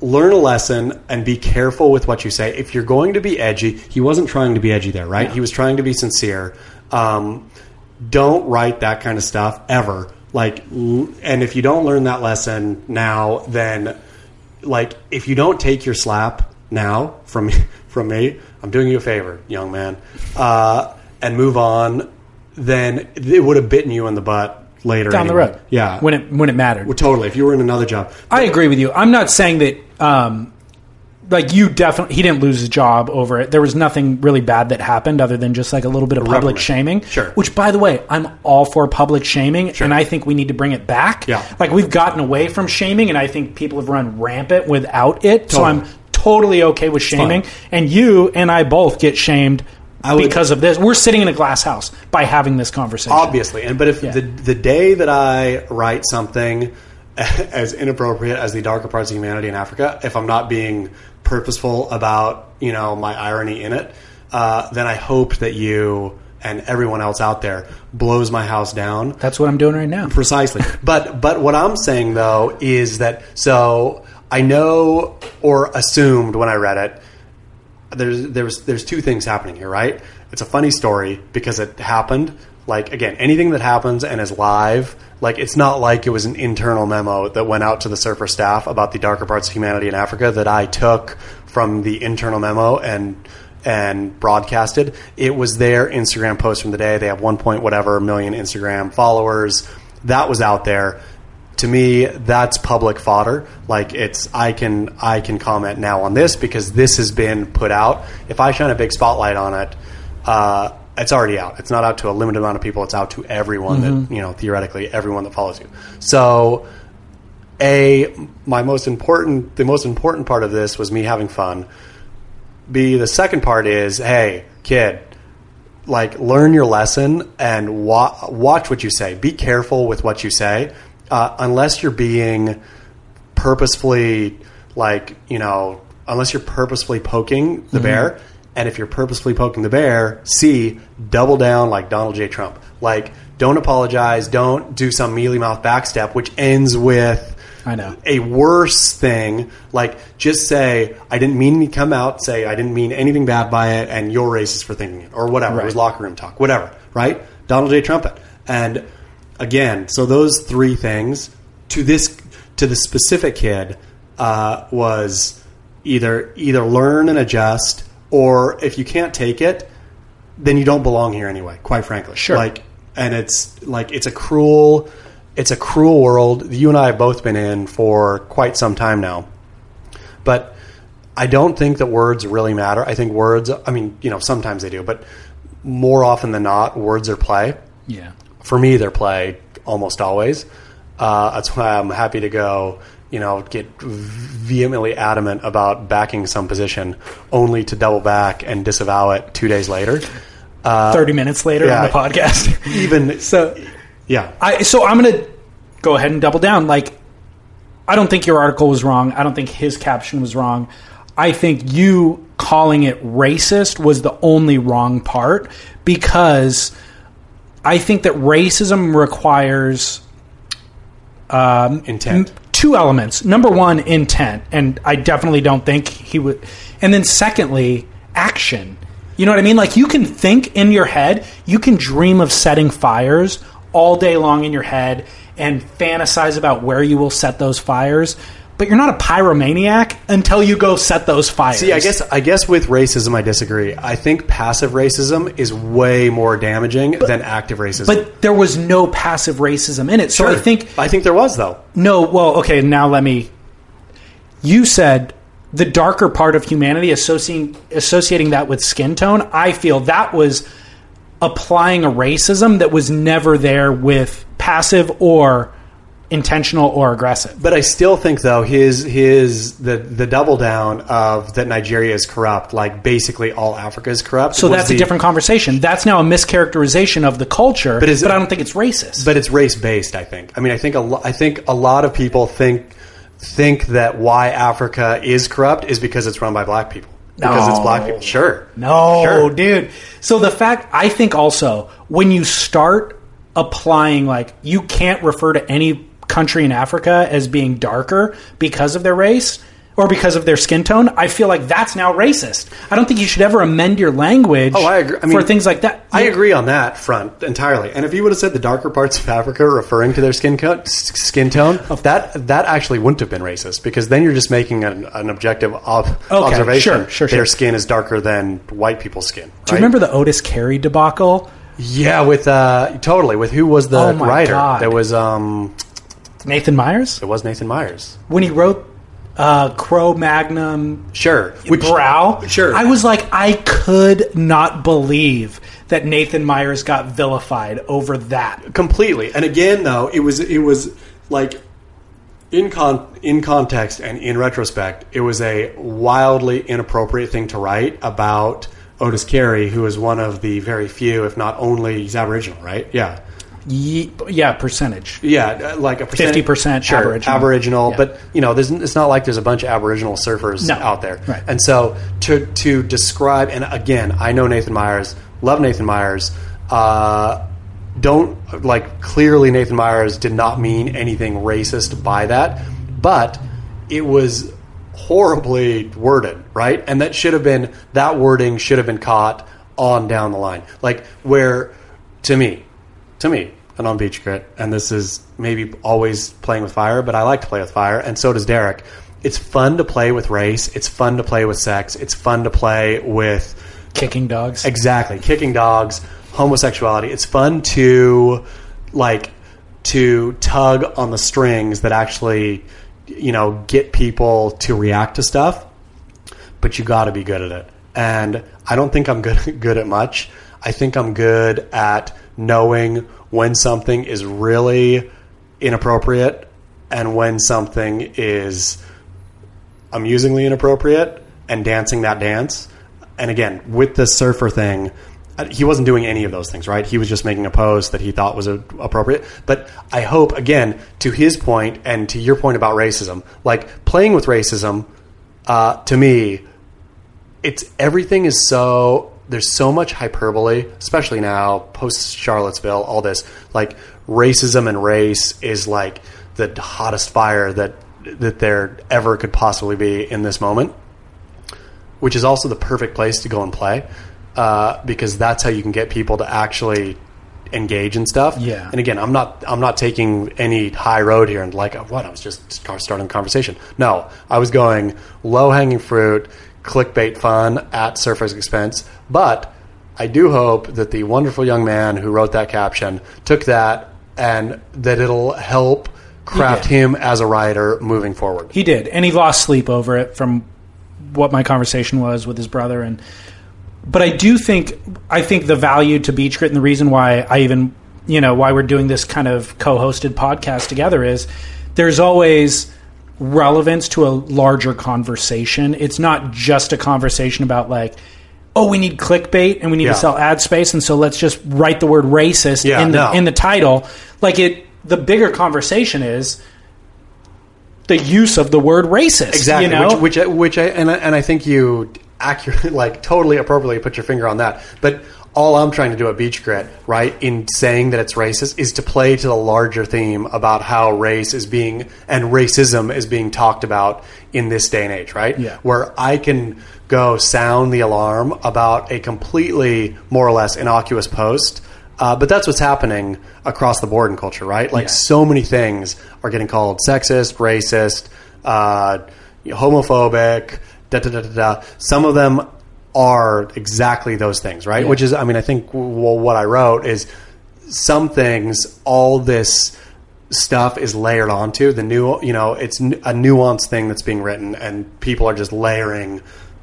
Speaker 3: learn a lesson and be careful with what you say. If you're going to be edgy, he wasn't trying to be edgy there, right? He was trying to be sincere. Um, don't write that kind of stuff ever. Like, l- and if you don't learn that lesson now, then like if you don't take your slap now from from me, [LAUGHS] I'm doing you a favor, young man, uh, and move on. Then it would have bitten you in the butt later
Speaker 1: Down the
Speaker 3: anyway.
Speaker 1: road.
Speaker 3: Yeah,
Speaker 1: When it when it mattered.
Speaker 3: Well, totally. If you were in another job,
Speaker 1: I agree with you. I'm not saying that, um, like you definitely, he didn't lose his job over it. There was nothing really bad that happened other than just like a little bit of public
Speaker 3: reprimand.
Speaker 1: shaming.
Speaker 3: Sure.
Speaker 1: Which, by the way, I'm all for public shaming, and I think we need to bring it back.
Speaker 3: Yeah.
Speaker 1: Like we've gotten away from shaming, and I think people have run rampant without it. So
Speaker 3: Totally.
Speaker 1: I'm totally okay with shaming. And you and I both get shamed.
Speaker 3: would-
Speaker 1: because of this, we're sitting in a glass house by having this conversation.
Speaker 3: obviously and but if the the day that i write something [LAUGHS] as inappropriate as the darker parts of humanity in africa if i'm not being purposeful about you know my irony in it uh, then i hope that you and everyone else out there blows my house down
Speaker 1: That's what I'm doing right now.
Speaker 3: precisely. But but what I'm saying though is that so I know or assumed when I read it there's there's there's two things happening here, right? It's a funny story because it happened. Like again, anything that happens and is live, like it's not like it was an internal memo that went out to the surfer staff about the darker parts of humanity in Africa that I took from the internal memo and and broadcasted. It was their Instagram post from the day. They have one point whatever million Instagram followers. That was out there to me that's public fodder like it's i can i can comment now on this because this has been put out if i shine a big spotlight on it uh, it's already out it's not out to a limited amount of people it's out to everyone that you know theoretically everyone that follows you so a my most important the most important part of this was me having fun b the second part is hey kid like learn your lesson and wa- watch what you say. Be careful with what you say, uh, unless you're being purposefully like you know, unless you're purposefully poking
Speaker 1: Mm-hmm.
Speaker 3: the bear. And if you're purposefully poking the bear, C, double down like Donald J. Trump. Like, don't apologize. Don't do some mealy mouth backstep, which ends with
Speaker 1: I know.
Speaker 3: a worse thing. Like, just say, I didn't mean to come out, say, I didn't mean anything bad by it, and you're racist for thinking it, or whatever. It was locker room talk, whatever, right? Donald J. Trumpet. And again, so those three things to this, to the specific kid, uh, was either, either learn and adjust, or if you can't take it, then you don't belong here anyway. Quite frankly,
Speaker 1: Sure.
Speaker 3: Like, and it's like it's a cruel, it's a cruel world. You and I have both been in for quite some time now, but I don't think that words really matter. I think words. I mean, you know, sometimes they do, but more often than not, words are play
Speaker 1: Yeah.
Speaker 3: for me, they're play almost always. Uh, that's why I'm happy to go you know, get vehemently adamant about backing some position, only to double back and disavow it two days later. Uh,
Speaker 1: 30 minutes later
Speaker 3: yeah.
Speaker 1: on the podcast.
Speaker 3: [LAUGHS] Even
Speaker 1: so
Speaker 3: yeah,
Speaker 1: I so I'm going to go ahead and double down like I don't think your article was wrong. I don't think his caption was wrong. I think you calling it racist was the only wrong part because I think that racism requires
Speaker 3: intent.
Speaker 1: two elements. Number one, intent, and I definitely don't think he would. And then secondly, action. You know what I mean? Like you can think in your head, you can dream of setting fires all day long in your head and fantasize about where you will set those fires, but you're not a pyromaniac until you go set those fires.
Speaker 3: See, I guess I guess with racism, I disagree. I think passive racism is way more damaging than active racism.
Speaker 1: But there was no passive racism in it. So I think
Speaker 3: I think there was though.
Speaker 1: No, well, okay, now let me. You said the darker part of humanity associating associating that with skin tone. I feel that was applying a racism that was never there with passive or intentional or aggressive.
Speaker 3: But I still think though his his the the double down of that Nigeria is corrupt, like basically all Africa is corrupt.
Speaker 1: So
Speaker 3: was
Speaker 1: that's a
Speaker 3: the-
Speaker 1: different conversation. That's now a mischaracterization of the culture, but,
Speaker 3: is it-
Speaker 1: I don't think it's racist.
Speaker 3: But it's race based. I think. I mean, I think a lo- I think a lot of people think think that why Africa is corrupt is because it's run by black people. Because it's
Speaker 1: No.
Speaker 3: black people. Sure.
Speaker 1: No,
Speaker 3: Sure.
Speaker 1: dude. So the fact I think also when you start applying like you can't refer to any country in Africa as being darker because of their race or because of their skin tone, I feel like that's now racist. I don't think you should ever amend your language
Speaker 3: Oh, I agree. I
Speaker 1: for
Speaker 3: mean,
Speaker 1: things like that.
Speaker 3: I agree on that front entirely. And if you would have said the darker parts of Africa referring to their skin co- s- skin tone, that that actually wouldn't have been racist because then you're just making an, an objective ob- observation.
Speaker 1: sure, sure,
Speaker 3: Their
Speaker 1: sure.
Speaker 3: skin is darker than white people's skin.
Speaker 1: Do you remember the Otis Carey debacle?
Speaker 3: Yeah, with uh, totally with who was the
Speaker 1: Oh my
Speaker 3: writer?
Speaker 1: God.
Speaker 3: There was um,
Speaker 1: Nathan Myers
Speaker 3: it was Nathan Myers.
Speaker 1: when he wrote uh, Crow Magnum
Speaker 3: Sure, which
Speaker 1: brow.
Speaker 3: Sure.
Speaker 1: I was like, I could not believe that Nathan Myers got vilified over that.
Speaker 3: completely. And again, though, it was it was like in con- in context and in retrospect, it was a wildly inappropriate thing to write about Otis Carey, who is one of the very few, if not only, he's Aboriginal, right? Yeah,
Speaker 1: Ye- yeah, percentage.
Speaker 3: yeah, uh, like a percent-
Speaker 1: 50%
Speaker 3: sure,
Speaker 1: Aboriginal. Yeah.
Speaker 3: But you know, there's, it's not like there's a bunch of Aboriginal surfers
Speaker 1: No.
Speaker 3: out there,
Speaker 1: Right.
Speaker 3: and so to to describe, and again, I know Nathan Myers, love Nathan Myers. Uh, don't like clearly Nathan Myers did not mean anything racist by that, but it was horribly worded, right? And that should have been that wording should have been caught on down the line, like where to me, to me, and on Beach Grit, and this is maybe always playing with fire, but I like to play with fire, and so does Derek. It's fun to play with race. It's fun to play with sex. It's fun to play with
Speaker 1: Kicking dogs.
Speaker 3: exactly kicking dogs, homosexuality. It's fun to like to tug on the strings that actually you know get people to react to stuff but you got to be good at it. And I don't think I'm good [LAUGHS] good at much. I think I'm good at knowing when something is really inappropriate and when something is amusingly inappropriate and dancing that dance. And again, with the surfer thing, uh, he wasn't doing any of those things, right? He was just making a pose that he thought was uh, appropriate. But I hope, again, to his point and to your point about racism, like playing with racism, uh, to me, it's everything is so there's so much hyperbole, especially now post Charlottesville, all this like racism and race is like the hottest fire that that there ever could possibly be in this moment which is also the perfect place to go and play uh, because that's how you can get people to actually engage in stuff.
Speaker 1: Yeah.
Speaker 3: And again, I'm not I'm not taking any high road here and like what I was just car- starting the conversation. No, I was going low hanging fruit, clickbait fun at surface expense, but I do hope that the wonderful young man who wrote that caption took that and that it'll help craft
Speaker 1: did.
Speaker 3: him as a writer moving forward.
Speaker 1: He did, and he lost sleep over it from what my conversation was with his brother. And but I do think I think the value to Beach Grit and the reason why I even you know why we're doing this kind of co-hosted podcast together is there's always relevance to a larger conversation. It's not just a conversation about like, oh, we need clickbait and we need
Speaker 3: Yeah.
Speaker 1: to sell ad space, and so let's just write the word racist
Speaker 3: Yeah,
Speaker 1: in the
Speaker 3: no.
Speaker 1: in the title. Like it, the bigger conversation is the use of the word racist.
Speaker 3: exactly
Speaker 1: you know?
Speaker 3: which which, which I, and I, and I think you accurately [LAUGHS] like totally appropriately put your finger on that but all I'm trying to do at Beach Grit, right, in saying that it's racist, is to play to the larger theme about how race is being and racism is being talked about in this day and age, right?
Speaker 1: Yeah.
Speaker 3: Where I can go sound the alarm about a completely more or less innocuous post, uh, but that's what's happening across the board in culture, right? Like so many things are getting called sexist, racist, uh, homophobic, da da da da da. Some of them are exactly those things, right? Which is, I mean, I think w- w- what I wrote is some things, all this stuff is layered onto the new, you know, it's n- a nuanced thing that's being written, and people are just layering,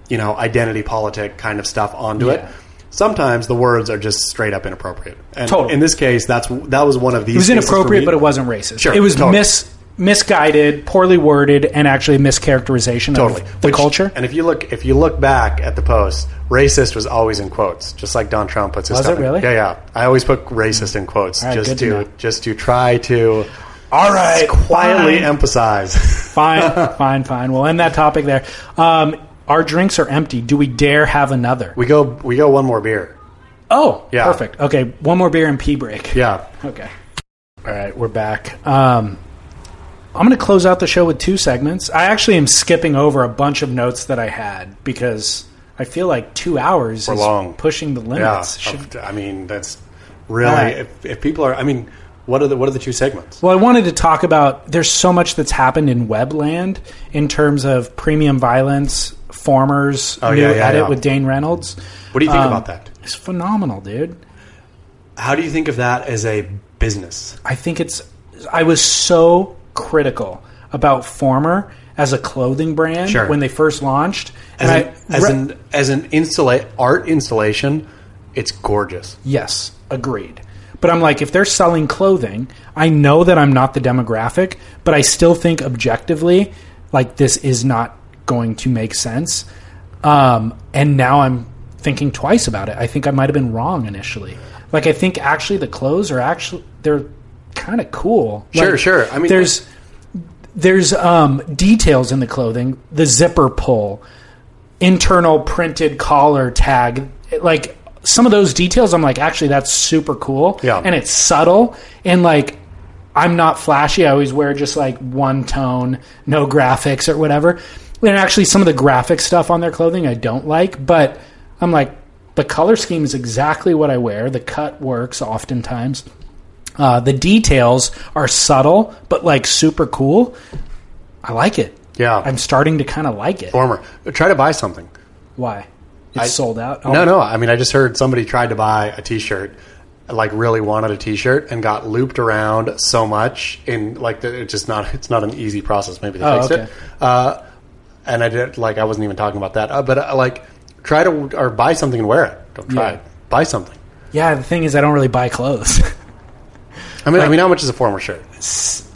Speaker 3: you know, identity politic kind of stuff onto
Speaker 1: Yeah.
Speaker 3: it. Sometimes the words are just straight up inappropriate. And
Speaker 1: Totally.
Speaker 3: In this case, that's that was one of these.
Speaker 1: It was inappropriate, but it wasn't racist.
Speaker 3: Sure,
Speaker 1: it was
Speaker 3: totally.
Speaker 1: mis misguided, poorly worded, and actually mischaracterization
Speaker 3: totally
Speaker 1: of the
Speaker 3: Which-
Speaker 1: culture.
Speaker 3: And if you look, if you look back at the post, racist was always in quotes, just like Don Trump puts his
Speaker 1: Was
Speaker 3: stuff.
Speaker 1: it
Speaker 3: in-
Speaker 1: really?
Speaker 3: Yeah, yeah. I always put racist in quotes
Speaker 1: right,
Speaker 3: just
Speaker 1: good to
Speaker 3: to,
Speaker 1: know.
Speaker 3: just to try to
Speaker 1: All right,
Speaker 3: quietly
Speaker 1: fine.
Speaker 3: emphasize.
Speaker 1: fine, [LAUGHS] fine, fine. We'll end that topic there. Um, our drinks are empty. Do we dare have another?
Speaker 3: [LAUGHS] We go, we go one more beer.
Speaker 1: oh,
Speaker 3: Yeah.
Speaker 1: perfect. Okay, one more beer and pee break.
Speaker 3: Yeah.
Speaker 1: Okay. All right, we're back. Um, I'm going to close out the show with two segments. I actually am skipping over a bunch of notes that I had because I feel like two hours is
Speaker 3: long.
Speaker 1: pushing the
Speaker 3: Yeah,
Speaker 1: limits. Should-
Speaker 3: I mean that's really
Speaker 1: Alright.
Speaker 3: if, if people are. I mean, what are the what are the two segments?
Speaker 1: Well, I wanted to talk about there's so much that's happened in Webland in terms of premium violence, Farmers,
Speaker 3: Oh,
Speaker 1: new
Speaker 3: yeah, yeah,
Speaker 1: edit
Speaker 3: yeah.
Speaker 1: with Dane Reynolds.
Speaker 3: What do you think
Speaker 1: Um,
Speaker 3: about that?
Speaker 1: It's phenomenal, dude.
Speaker 3: How do you think of that as a business?
Speaker 1: I think it's. I was so critical about Former as a clothing brand
Speaker 3: Sure.
Speaker 1: when they first launched.
Speaker 3: As
Speaker 1: and
Speaker 3: an,
Speaker 1: I
Speaker 3: as
Speaker 1: re-
Speaker 3: an as an installa- art installation, it's gorgeous.
Speaker 1: Yes, agreed. But I'm like, if they're selling clothing, I know that I'm not the demographic, but I still think objectively, like, this is not going to make sense. Um, and now I'm thinking twice about it. I think I might have been wrong initially. Like, I think actually the clothes are actually, they're kind of cool.
Speaker 3: Sure,
Speaker 1: Like,
Speaker 3: sure. I mean,
Speaker 1: there's, there's um, details in the clothing, the zipper pull, internal printed collar tag like some of those details i'm like actually that's super cool
Speaker 3: Yeah.
Speaker 1: and it's subtle and like i'm not flashy i always wear just like one tone no graphics or whatever and actually some of the graphic stuff on their clothing i don't like but i'm like the color scheme is exactly what i wear the cut works oftentimes uh, the details are subtle but like super cool i like it
Speaker 3: Yeah.
Speaker 1: i'm starting to kind of like it
Speaker 3: Former, try to buy something.
Speaker 1: why? It's sold out. Oh,
Speaker 3: No, no. I mean, I just heard somebody tried to buy a T-shirt, like really wanted a T-shirt, and got looped around so much in like that it's just not it's not an easy process. Maybe they
Speaker 1: Oh,
Speaker 3: fixed
Speaker 1: okay.
Speaker 3: it. Uh, and I did like I wasn't even talking about that, uh, but uh, like try to or buy something and wear it. Don't try
Speaker 1: Yeah.
Speaker 3: it. Buy something.
Speaker 1: Yeah, the thing is, I don't really buy clothes. [LAUGHS]
Speaker 3: I mean, I mean, how much is a former shirt?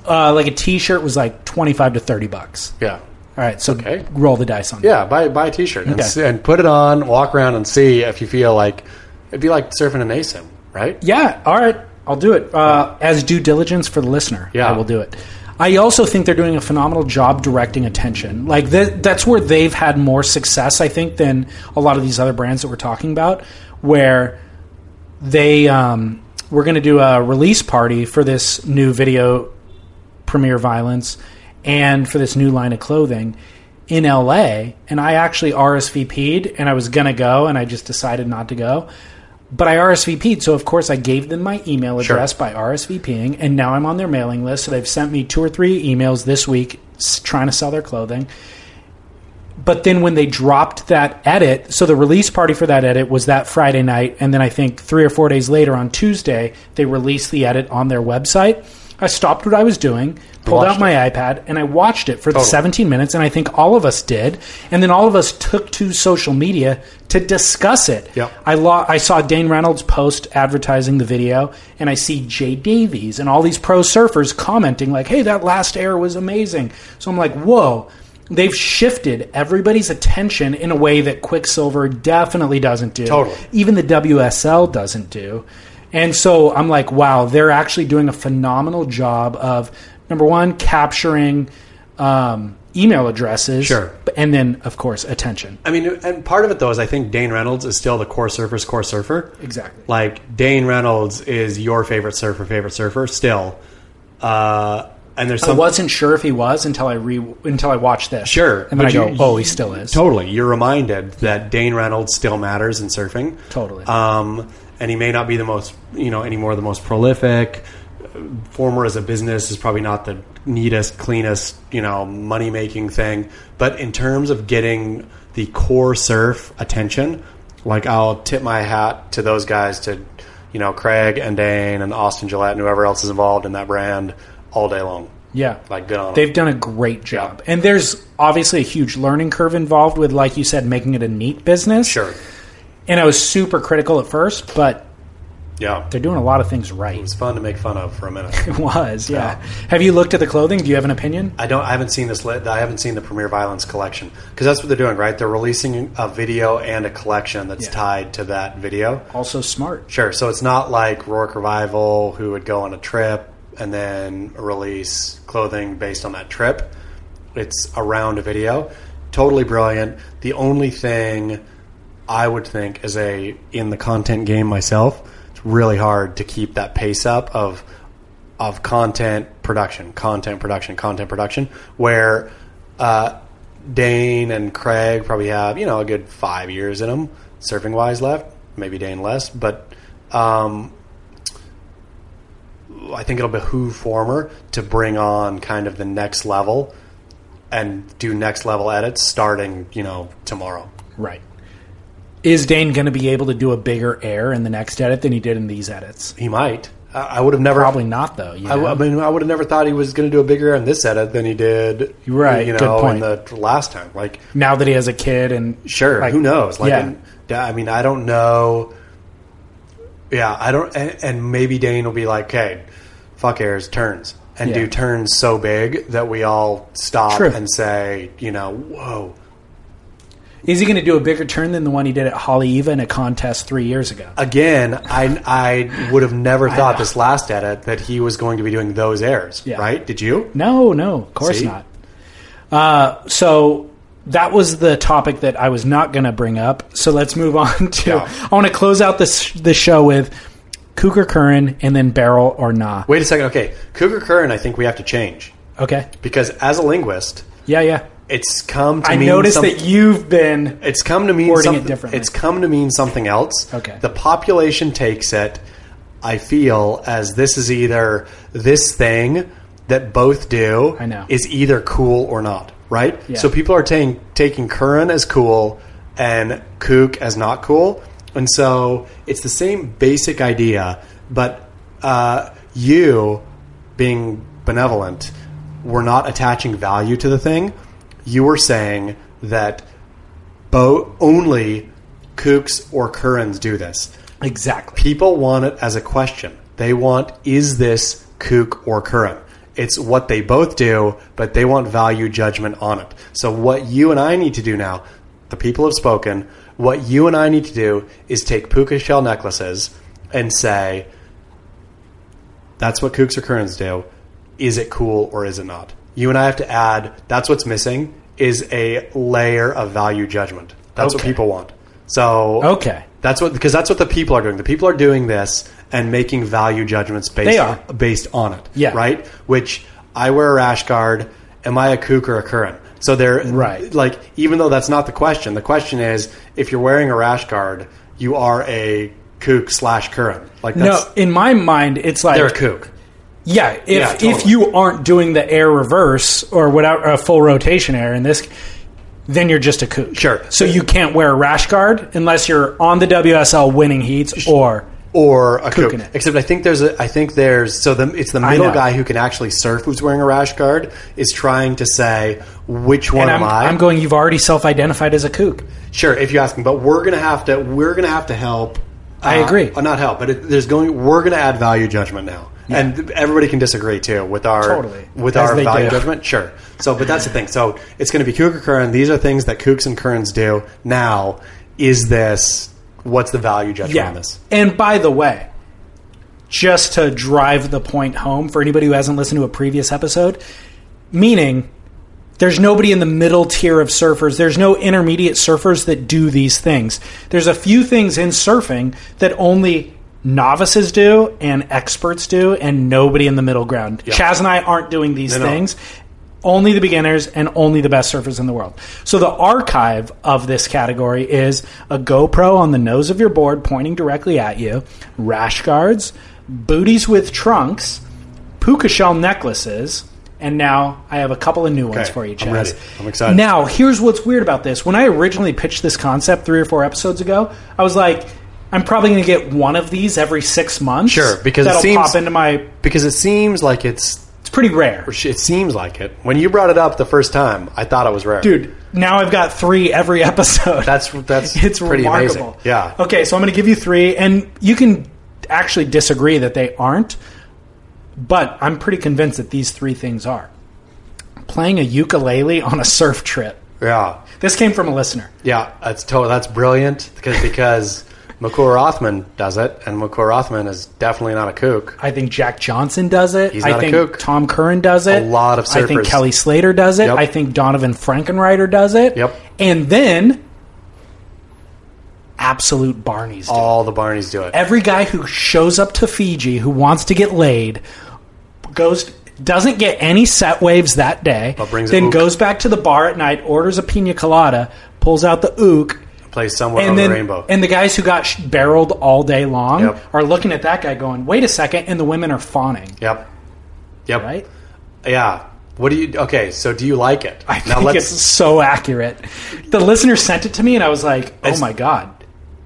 Speaker 1: uh, like a T-shirt was like twenty-five to thirty bucks.
Speaker 3: Yeah,
Speaker 1: All right, so
Speaker 3: Okay.
Speaker 1: roll the dice on that.
Speaker 3: yeah. Buy buy a T-shirt and,
Speaker 1: Okay.
Speaker 3: s- and put it on. Walk around and see if you feel like it'd be like surfing an ASIM, right?
Speaker 1: Yeah, all right, I'll do it. Uh, as due diligence for the listener,
Speaker 3: Yeah.
Speaker 1: I will do it. I also think they're doing a phenomenal job directing attention. Like th- that's where they've had more success, I think, than a lot of these other brands that we're talking about, where they um, we're going to do a release party for this new video premiere violence and for this new line of clothing in LA and I actually RSVP'd and I was going to go and I just decided not to go but I RSVP'd so of course I gave them my email address by RSVPing and now I'm on their mailing list so they've sent me two or three emails this week s- trying to sell their clothing but then when they dropped that edit, so the release party for that edit was that Friday night, and then I think three or four days later on Tuesday, they released the edit on their website. I stopped what I was doing, pulled
Speaker 3: watched
Speaker 1: out my iPad, and I watched it for the
Speaker 3: Totally.
Speaker 1: 17 minutes, and I think all of us did. And then all of us took to social media to discuss it.
Speaker 3: Yep.
Speaker 1: I, lo- I saw Dane Reynolds post advertising the video, and I see Jay Davies and all these pro surfers commenting, like, hey, that last air was amazing. So I'm like, whoa. They've shifted everybody's attention in a way that Quicksilver definitely doesn't do.
Speaker 3: Totally.
Speaker 1: Even the WSL doesn't do. And so I'm like, wow, they're actually doing a phenomenal job of number one, capturing um, email addresses.
Speaker 3: Sure.
Speaker 1: And then, of course, attention.
Speaker 3: I mean, and part of it though is I think Dane Reynolds is still the core surfer's core surfer.
Speaker 1: Exactly.
Speaker 3: Like Dane Reynolds is your favorite surfer, favorite surfer still. Uh, and there's
Speaker 1: I
Speaker 3: some
Speaker 1: wasn't sure if he was until I re until I watched this.
Speaker 3: Sure,
Speaker 1: And then I
Speaker 3: but
Speaker 1: go,
Speaker 3: you-
Speaker 1: oh, he still is.
Speaker 3: totally you're reminded that Dane Reynolds still matters in surfing.
Speaker 1: Totally.
Speaker 3: Um, and he may not be the most you know anymore the most prolific. Former as a business is probably not the neatest, cleanest, you know, money making thing. But in terms of getting the core surf attention, like I'll tip my hat to those guys to, you know, Craig and Dane and Austin Gillette and whoever else is involved in that brand all day long.
Speaker 1: Yeah.
Speaker 3: Like good on 'em.
Speaker 1: They've done a great job. And there's obviously a huge learning curve involved with, like you said, making it a neat business.
Speaker 3: sure,
Speaker 1: And I was super critical at first, but
Speaker 3: yeah.
Speaker 1: they're doing a lot of things right.
Speaker 3: It's fun to make fun of for a minute.
Speaker 1: It [LAUGHS] was, yeah. Have you looked at the clothing? Do you have an opinion?
Speaker 3: I don't. I haven't seen this. Lit, I haven't seen the Premier Violence collection because that's what they're doing, right? They're releasing a video and a collection that's
Speaker 1: Yeah.
Speaker 3: tied to that video.
Speaker 1: Also smart.
Speaker 3: Sure. So it's not like Rourke Revival, who would go on a trip and then release clothing based on that trip. It's around a video. Totally brilliant. The only thing I would think is a in the content game myself. It's really hard to keep that pace up of of content production, content production, content production, where uh, Dane and Craig probably have you know a good five years in them surfing wise left, maybe Dane less, but um, I think it'll behoove former to bring on kind of the next level and do next level edits starting you know tomorrow.
Speaker 1: Right. Is Dane going to be able to do a bigger air in the next edit than he did in these edits?
Speaker 3: He might. I, I would have never.
Speaker 1: Probably not, though. You
Speaker 3: I, w- I
Speaker 1: know?
Speaker 3: mean, I would have never thought he was going to do a bigger on this edit than he did,
Speaker 1: Right,
Speaker 3: You know,
Speaker 1: good point.
Speaker 3: in the last time. Like,
Speaker 1: now that he has a kid and
Speaker 3: sure,
Speaker 1: like,
Speaker 3: who knows? Like,
Speaker 1: yeah.
Speaker 3: and- I mean, I don't know. Yeah, I don't, and, and maybe Dane will be like, "Okay, fuck airs, turns, and
Speaker 1: Yeah.
Speaker 3: do turns so big that we all stop
Speaker 1: True.
Speaker 3: and say, you know, whoa."
Speaker 1: is he going to do a bigger turn than the one he did at Holly Eva in a contest three years ago?
Speaker 3: Again, I I would have never thought this last edit that he was going to be doing those airs,
Speaker 1: Yeah.
Speaker 3: right? Did you?
Speaker 1: No, no, of course
Speaker 3: See?
Speaker 1: not. Uh, so that was the topic that I was not going to bring up. So let's move on [LAUGHS] to.
Speaker 3: Yeah.
Speaker 1: I want to close out this the show with Cougar Curran and then Barrel or Nah.
Speaker 3: Wait a second. Okay, Cougar Curran, I think we have to change.
Speaker 1: Okay.
Speaker 3: because as a linguist,
Speaker 1: Yeah, yeah.
Speaker 3: it's come to
Speaker 1: I
Speaker 3: mean
Speaker 1: noticed
Speaker 3: some-
Speaker 1: that you've been
Speaker 3: it's come to mean
Speaker 1: wording it
Speaker 3: something
Speaker 1: differently.
Speaker 3: It's come to mean something else.
Speaker 1: Okay.
Speaker 3: the population takes it. I feel as this is either this thing that both do.
Speaker 1: I know.
Speaker 3: is either cool or not, right?
Speaker 1: Yeah.
Speaker 3: So people are taking taking Curran as cool and Kook as not cool, and so it's the same basic idea, but uh, you being benevolent, were not attaching value to the thing. You were saying that bo- only kooks or currens do this.
Speaker 1: exactly
Speaker 3: People want it as a question. They want, is this kook or current? It's what they both do, but they want value judgment on it. So, what you and I need to do now, the people have spoken. What you and I need to do is take puka shell necklaces and say, that's what kooks or currents do. Is it cool or is it not? You and I have to add, that's what's missing, is a layer of value judgment. That's what
Speaker 1: Okay.
Speaker 3: people want. So,
Speaker 1: okay.
Speaker 3: that's what because that's what the people are doing. The people are doing this and making value judgments based
Speaker 1: They are.
Speaker 3: based on it.
Speaker 1: Yeah.
Speaker 3: Right? Which I wear a rash guard. Am I a kook or a current? So they're
Speaker 1: Right.
Speaker 3: like even though that's not the question, the question is if you're wearing a rash guard, you are a kook slash current. Like
Speaker 1: No,
Speaker 3: that's
Speaker 1: in my mind, it's like
Speaker 3: they're a kook.
Speaker 1: Yeah, if
Speaker 3: Yeah, totally.
Speaker 1: if you aren't doing the air reverse or without a full rotation air in this, then you're just a kook.
Speaker 3: Sure.
Speaker 1: So you can't wear a rash guard unless you're on the WSL winning heats or
Speaker 3: or a kook.
Speaker 1: in it.
Speaker 3: Except I think there's a I think there's so the it's the middle
Speaker 1: know.
Speaker 3: guy who can actually surf who's wearing a rash guard is trying to say which one
Speaker 1: And
Speaker 3: am
Speaker 1: I'm,
Speaker 3: I?
Speaker 1: I'm going. You've already self-identified as a kook.
Speaker 3: Sure, if you ask me, but we're gonna have to we're gonna have to help.
Speaker 1: I
Speaker 3: uh,
Speaker 1: agree.
Speaker 3: uh, not help, but it, there's going. We're gonna add value judgment now, and th- everybody can disagree too with our
Speaker 1: Totally.
Speaker 3: with
Speaker 1: As
Speaker 3: our
Speaker 1: they
Speaker 3: value
Speaker 1: do.
Speaker 3: judgment. Sure. So, but that's the thing. So it's gonna be kook or kern. These are things that kooks and kerns do now. Is this what's the value judgment on this?
Speaker 1: And by the way, just to drive the point home for anybody who hasn't listened to a previous episode, meaning there's nobody in the middle tier of surfers. There's no intermediate surfers that do these things. There's a few things in surfing that only novices do and experts do, and nobody in the middle ground. Chaz and I aren't doing these
Speaker 3: No, no.
Speaker 1: things. Only the beginners and only the best surfers in the world. So the archive of this category is a GoPro on the nose of your board pointing directly at you, rash guards, booties with trunks, puka shell necklaces, and now I have a couple of new ones
Speaker 3: Okay,
Speaker 1: for you, Chaz.
Speaker 3: I'm ready. I'm excited.
Speaker 1: Now, here's what's weird about this. When I originally pitched this concept three or four episodes ago, I was like, I'm probably going to get one of these every six months.
Speaker 3: Sure, because it
Speaker 1: that'll
Speaker 3: seems-
Speaker 1: pop into my.
Speaker 3: Because it seems like it's
Speaker 1: It's pretty rare,
Speaker 3: it seems like it. When you brought it up the first time, I thought it was rare,
Speaker 1: dude. Now I've got three every [LAUGHS] episode.
Speaker 3: That's that's
Speaker 1: [LAUGHS] it's
Speaker 3: pretty
Speaker 1: remarkable.
Speaker 3: amazing. Yeah.
Speaker 1: Okay, so I'm going to give you three, and you can actually disagree that they aren't, but I'm pretty convinced that these three things are playing a ukulele on a surf trip.
Speaker 3: Yeah.
Speaker 1: This came from a listener.
Speaker 3: Yeah, that's total. That's brilliant because because Makur Othman does it, and Makur Othman is definitely not a kook.
Speaker 1: I think Jack Johnson does it.
Speaker 3: He's
Speaker 1: I
Speaker 3: not a
Speaker 1: think
Speaker 3: kook.
Speaker 1: Tom Curran does it.
Speaker 3: A lot of
Speaker 1: I think
Speaker 3: surfers.
Speaker 1: Kelly Slater does it.
Speaker 3: Yep.
Speaker 1: I think Donovan Frankenreiter does it.
Speaker 3: Yep.
Speaker 1: And then absolute Barney's do. it.
Speaker 3: All the Barneys do it.
Speaker 1: Every guy who shows up to Fiji who wants to get laid goes doesn't get any set waves that day.
Speaker 3: But brings a
Speaker 1: then
Speaker 3: ook.
Speaker 1: goes back to the bar at night, orders a pina colada, pulls out the ook,
Speaker 3: Plays somewhere on
Speaker 1: and then
Speaker 3: the rainbow.
Speaker 1: and the guys who got sh- barreled all day long
Speaker 3: Yep.
Speaker 1: are looking at that guy going, "Wait a second, and the women are fawning.
Speaker 3: yep. Yep.
Speaker 1: Right?
Speaker 3: Yeah. What do you? Okay. So do you like it?
Speaker 1: I think it's so accurate. The listener sent it to me, and I was like, "Oh
Speaker 3: It's-
Speaker 1: my god!"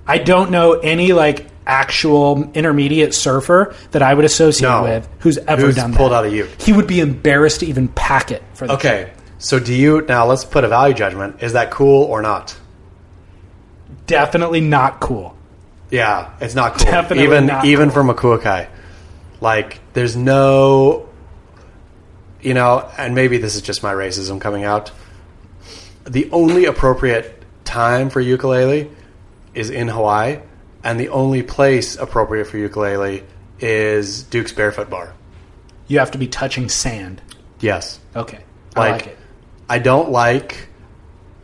Speaker 1: I don't know any like actual intermediate surfer that I would associate
Speaker 3: No.
Speaker 1: with who's ever
Speaker 3: Who's
Speaker 1: done
Speaker 3: pulled
Speaker 1: that.
Speaker 3: out a uke.
Speaker 1: He would be embarrassed to even pack it for the
Speaker 3: okay. So do you now? Let's put a value judgment. Is that cool or not?
Speaker 1: Definitely not cool.
Speaker 3: Yeah, it's not cool.
Speaker 1: Definitely
Speaker 3: even
Speaker 1: not
Speaker 3: even for Makuokai, like there's no, you know, and maybe this is just my racism coming out. The only appropriate time for ukulele is in Hawaii, and the only place appropriate for ukulele is Duke's Barefoot Bar.
Speaker 1: You have to be touching sand.
Speaker 3: Yes,
Speaker 1: Okay, I
Speaker 3: Like-
Speaker 1: like it.
Speaker 3: I don't like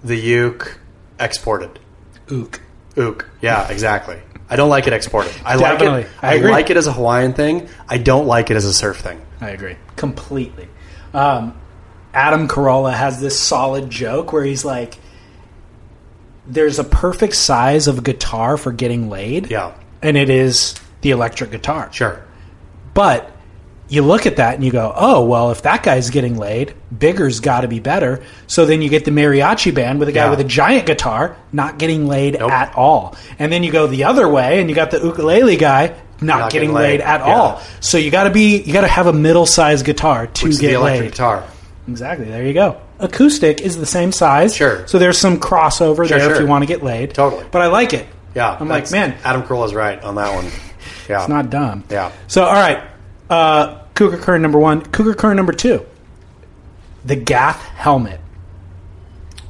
Speaker 3: the uke exported.
Speaker 1: Ook.
Speaker 3: Ook. Yeah, exactly. I don't like it exported. I like
Speaker 1: Definitely.
Speaker 3: it.
Speaker 1: I
Speaker 3: I,
Speaker 1: agree.
Speaker 3: like it as a Hawaiian thing. I don't like it as a surf thing.
Speaker 1: I agree completely. Um, Adam Carolla has this solid joke where he's like, "There's a perfect size of guitar for getting laid."
Speaker 3: Yeah,
Speaker 1: and it is the electric guitar.
Speaker 3: sure.
Speaker 1: But you look at that and you go, oh, well, if that guy's getting laid, bigger's got to be better. So then you get the mariachi band with a guy
Speaker 3: Yeah.
Speaker 1: with a giant guitar not getting laid
Speaker 3: Nope.
Speaker 1: at all. And then you go the other way and you got the ukulele guy. Not,
Speaker 3: Not
Speaker 1: getting,
Speaker 3: getting
Speaker 1: laid,
Speaker 3: laid.
Speaker 1: at
Speaker 3: Yeah.
Speaker 1: all, so you got to be you got to have a middle sized guitar to
Speaker 3: Which is
Speaker 1: get
Speaker 3: the electric
Speaker 1: laid.
Speaker 3: guitar.
Speaker 1: Exactly, there you go. Acoustic is the same size,
Speaker 3: Sure.
Speaker 1: So there's some crossover there if
Speaker 3: sure.
Speaker 1: you want to get laid.
Speaker 3: Totally.
Speaker 1: but I like it.
Speaker 3: Yeah,
Speaker 1: I'm like,
Speaker 3: that's-
Speaker 1: man,
Speaker 3: Adam Carolla is right on that one. Yeah,
Speaker 1: It's not dumb.
Speaker 3: Uh, Yeah.
Speaker 1: So, all right. Uh, Cougar Kern number one. Cougar Kern number two. The Gath helmet.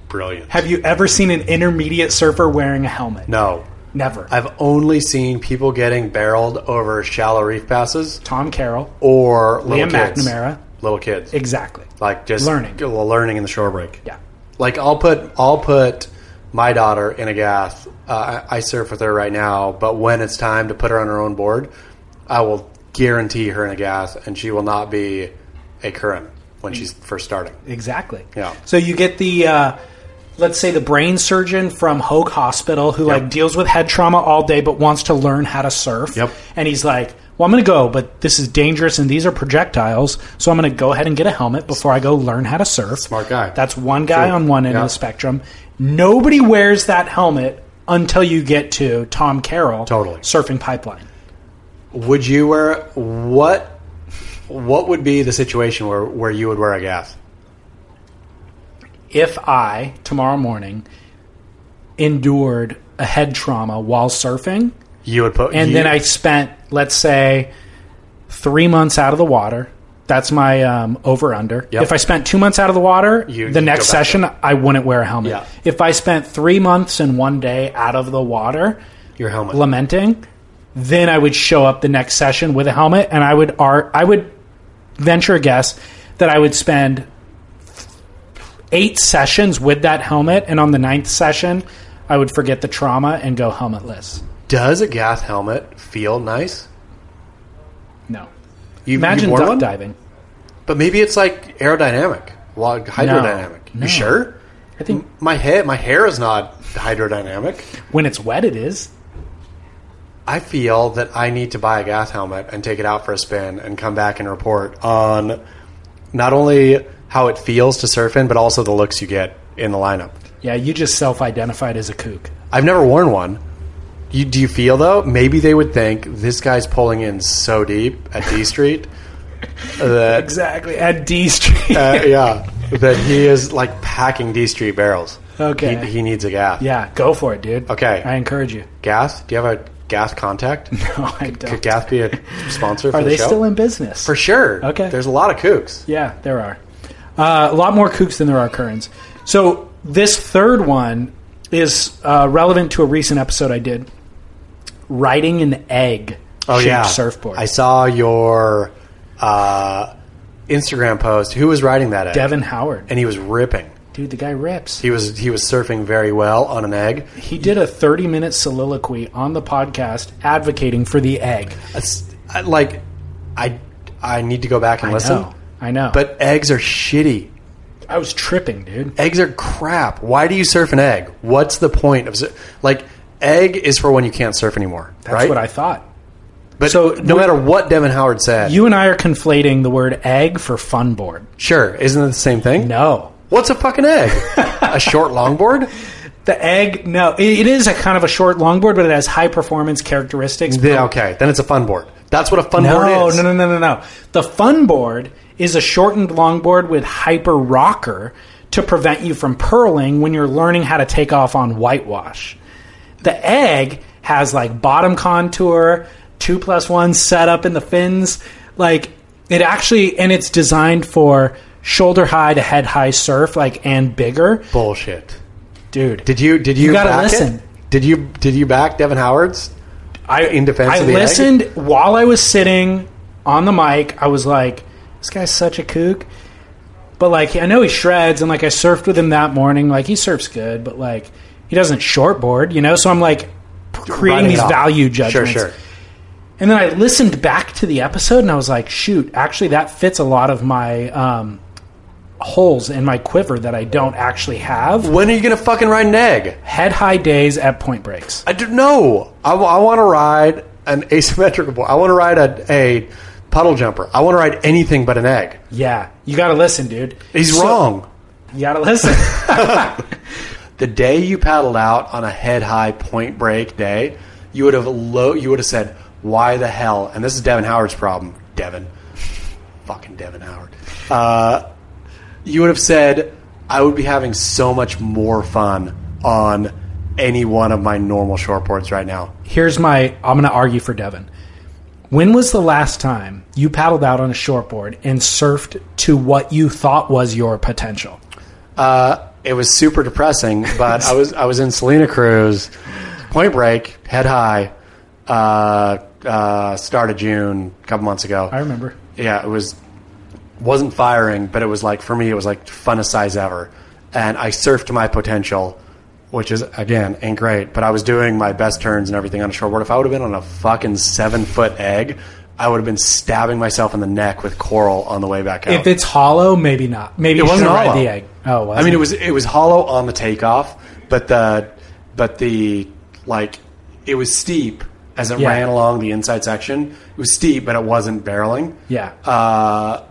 Speaker 3: brilliant.
Speaker 1: Have you ever seen an intermediate surfer wearing a helmet?
Speaker 3: no,
Speaker 1: Never.
Speaker 3: I've only seen people getting barreled over shallow reef passes
Speaker 1: Tom Carroll.
Speaker 3: or little
Speaker 1: Liam
Speaker 3: kids,
Speaker 1: McNamara.
Speaker 3: little kids,
Speaker 1: Exactly.
Speaker 3: like just
Speaker 1: Learning.
Speaker 3: learning in the shore break.
Speaker 1: Yeah.
Speaker 3: Like I'll put I'll put my daughter in a gaff. Uh, I, I surf with her right now, but when it's time to put her on her own board, I will guarantee her in a gaff, and she will not be a current when she's first starting.
Speaker 1: Exactly.
Speaker 3: Yeah.
Speaker 1: So you get the, uh, let's say, the brain surgeon from Hogue Hospital who like deals with head trauma all day but wants to learn how to surf.
Speaker 3: Yep.
Speaker 1: And he's like, "Well, I'm going to go, but this is dangerous and these are projectiles, so I'm going to go ahead and get a helmet before I go learn how to surf."
Speaker 3: Smart guy.
Speaker 1: That's one guy
Speaker 3: True.
Speaker 1: on one end
Speaker 3: Yeah.
Speaker 1: of the spectrum. Nobody wears that helmet until you get to Tom Carroll,
Speaker 3: Totally.
Speaker 1: surfing pipeline.
Speaker 3: Would you wear what? What would be the situation where, where you would wear a gaff?
Speaker 1: if I tomorrow morning endured a head trauma while surfing,
Speaker 3: You would put
Speaker 1: and
Speaker 3: you-
Speaker 1: then I spent, let's say, three months out of the water. That's my um, over under.
Speaker 3: Yep.
Speaker 1: If I spent two months out of the water,
Speaker 3: You-
Speaker 1: the
Speaker 3: you
Speaker 1: next
Speaker 3: go back
Speaker 1: session I wouldn't wear a helmet.
Speaker 3: Yeah.
Speaker 1: If I spent three months and one day out of the water
Speaker 3: your helmet.
Speaker 1: lamenting, then I would show up the next session with a helmet, and I would ar- I would venture a guess that I would spend eight sessions with that helmet, and on the ninth session, I would forget the trauma and go helmetless.
Speaker 3: Does a gaff helmet feel nice?
Speaker 1: No,
Speaker 3: You
Speaker 1: imagine
Speaker 3: you wore
Speaker 1: duck
Speaker 3: one?
Speaker 1: diving.
Speaker 3: But maybe it's like aerodynamic, well, hydrodynamic.
Speaker 1: no.
Speaker 3: You sure?
Speaker 1: I think
Speaker 3: My head, my hair is not hydrodynamic.
Speaker 1: when it's wet, it is.
Speaker 3: I feel that I need to buy a Gath helmet and take it out for a spin and come back and report on not only how it feels to surf in, but also the looks you get in the lineup.
Speaker 1: Yeah, you just self-identified as a kook.
Speaker 3: I've never worn one. You, do you feel though? Maybe they would think this guy's pulling in so deep at D Street that
Speaker 1: Exactly at D Street.
Speaker 3: [LAUGHS] uh, yeah that he is like packing D Street barrels.
Speaker 1: Okay.
Speaker 3: he, he needs a Gath.
Speaker 1: yeah, go for it, dude.
Speaker 3: Okay.
Speaker 1: I encourage you. [LAUGHS]
Speaker 3: Gath, do you have a Gath contact?
Speaker 1: No, I
Speaker 3: Could
Speaker 1: don't.
Speaker 3: Gath be a sponsor for
Speaker 1: Are
Speaker 3: the
Speaker 1: they
Speaker 3: show?
Speaker 1: still in business?
Speaker 3: for sure.
Speaker 1: Okay.
Speaker 3: There's a lot of kooks.
Speaker 1: Yeah, there are. Uh, a lot more kooks than there are currents. So this third one is uh, relevant to a recent episode I did. Riding an egg shaped surfboard.
Speaker 3: Oh, I saw your uh, Instagram post. Who was riding that egg?
Speaker 1: Devin Howard.
Speaker 3: And he was ripping.
Speaker 1: Dude, the guy rips. He,
Speaker 3: He was he was surfing very well on an egg.
Speaker 1: did a 30 minute soliloquy on the podcast advocating for the egg.
Speaker 3: It's, I- like I I need to go back and
Speaker 1: I
Speaker 3: listen.
Speaker 1: know. I know.
Speaker 3: But eggs are shitty.
Speaker 1: I was tripping, dude.
Speaker 3: Eggs are crap. Why do you surf an egg? What's the point of sur- like egg is for when you can't surf anymore,
Speaker 1: That's
Speaker 3: right?
Speaker 1: what I thought.
Speaker 3: but
Speaker 1: so
Speaker 3: no
Speaker 1: we-
Speaker 3: matter what Devin Howard said,
Speaker 1: You and I are conflating the word egg for fun board.
Speaker 3: sure isn't it the same thing?
Speaker 1: No.
Speaker 3: What's a fucking egg?
Speaker 1: [LAUGHS]
Speaker 3: a short longboard?
Speaker 1: The egg, no, it, it is a kind of a short longboard, but it has high performance characteristics.
Speaker 3: Then okay, then it's a fun board. That's what a fun
Speaker 1: No,
Speaker 3: board is.
Speaker 1: no, no, no, no, no. The fun board is a shortened longboard with hyper rocker to prevent you from purling when you're learning how to take off on whitewash. The egg has like bottom contour, two plus one setup in the fins. Like it actually, and it's designed for shoulder high to head high surf, like and bigger,
Speaker 3: Bullshit.
Speaker 1: dude.
Speaker 3: Did you did you,
Speaker 1: gotta
Speaker 3: back it?
Speaker 1: listen.
Speaker 3: Did you did you back Devin Howard's?
Speaker 1: I
Speaker 3: in defense
Speaker 1: I
Speaker 3: of the egg?
Speaker 1: listened while I was sitting on the mic. I was like, "This guy's such a kook," but like I know he shreds, and like I surfed with him that morning. Like he surfs good, but like he doesn't shortboard, you know. So I'm like creating
Speaker 3: Writing
Speaker 1: these
Speaker 3: it off.
Speaker 1: value judgments.
Speaker 3: Sure, sure.
Speaker 1: And then I listened back to the episode, and I was like, "Shoot, actually, that fits a lot of my." Um, holes in my quiver that I don't actually have.
Speaker 3: When are you gonna fucking ride an egg?
Speaker 1: Head high days at point breaks.
Speaker 3: I don't know. I, want to ride an [LAUGHS] asymmetrical board. I want to ride a, a puddle jumper. I want to ride anything but an egg.
Speaker 1: Yeah, you got to listen, dude.
Speaker 3: He's
Speaker 1: So-
Speaker 3: wrong.
Speaker 1: You got to listen. [LAUGHS]
Speaker 3: The day you paddled out on a head high point break day, you would have low. You would have said, "Why the hell?" And this is Devin Howard's problem. Devin, fucking Devin Howard. Uh, you would have said, "I would be having so much more fun on any one of my normal shortboards right now."
Speaker 1: here's my I'm going to argue for Devin. When was the last time you paddled out on a shortboard and surfed to what you thought was your potential?
Speaker 3: Uh, it was super depressing, but I was I was in Selena Cruz, Point Break, Head High, uh, uh, start of June, a couple months ago.
Speaker 1: I remember.
Speaker 3: Yeah, it was wasn't firing, but it was like for me, it was like funnest size ever, and I surfed to my potential, which is again ain't great, but I was doing my best turns and everything on a shortboard. If I would have been on a fucking seven foot egg, I would have been stabbing myself in the neck with coral on the way back out.
Speaker 1: If it's hollow, maybe not. Maybe
Speaker 3: It
Speaker 1: you should
Speaker 3: wasn't
Speaker 1: ride
Speaker 3: hollow.
Speaker 1: the egg. Oh,
Speaker 3: I mean, it was it was hollow on the takeoff, but the but the like it was steep as it
Speaker 1: Yeah.
Speaker 3: ran along the inside section. It was steep, but it wasn't barreling.
Speaker 1: yeah.
Speaker 3: Uh,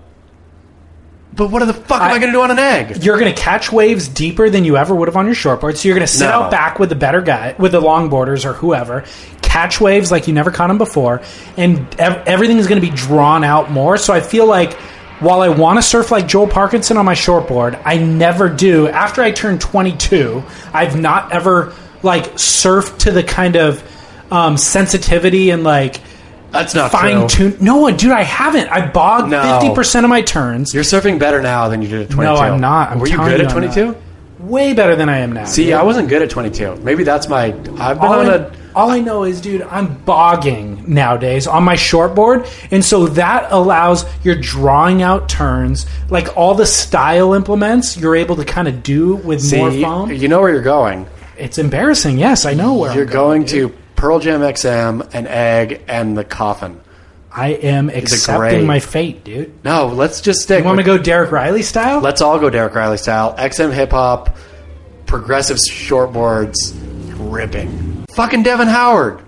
Speaker 3: but what the fuck am
Speaker 1: I-
Speaker 3: I going to do on an egg?
Speaker 1: you're going to catch waves deeper than you ever would have on your shortboard. So you're going to sit
Speaker 3: No.
Speaker 1: out back with the better guy, with the longboarders or whoever, catch waves like you never caught them before, and ev- everything is going to be drawn out more. So I feel like while I want to surf like Joel Parkinson on my shortboard, I never do. After I turned 22, I've not ever like surfed to the kind of um, sensitivity and like
Speaker 3: That's not
Speaker 1: fine
Speaker 3: true.
Speaker 1: tuned. No, dude, I haven't. I bogged
Speaker 3: No.
Speaker 1: fifty percent of my turns.
Speaker 3: You're surfing better now than you did at 22.
Speaker 1: No, I'm not. I'm
Speaker 3: Were you
Speaker 1: telling
Speaker 3: good
Speaker 1: you
Speaker 3: at
Speaker 1: I'm
Speaker 3: 22?
Speaker 1: way better than I am now.
Speaker 3: See, I wasn't good at 22. Maybe that's my. I've been
Speaker 1: all
Speaker 3: on
Speaker 1: I,
Speaker 3: a.
Speaker 1: all I know is, dude, I'm bogging nowadays on my shortboard, and so that allows you're drawing out turns, like all the style implements you're able to kind of do with more
Speaker 3: See,
Speaker 1: foam.
Speaker 3: you know where you're going.
Speaker 1: It's embarrassing. Yes, I know where
Speaker 3: You're
Speaker 1: I'm
Speaker 3: going to Pearl Jam XM and Egg and the Coffin.
Speaker 1: I am
Speaker 3: grave.
Speaker 1: accepting my fate, dude.
Speaker 3: No, let's just stick.
Speaker 1: You want me
Speaker 3: with-
Speaker 1: to go Derek Riley style?
Speaker 3: Let's all go Derek Riley style. XM hip hop, progressive shortboards, ripping. Fucking Devin Howard.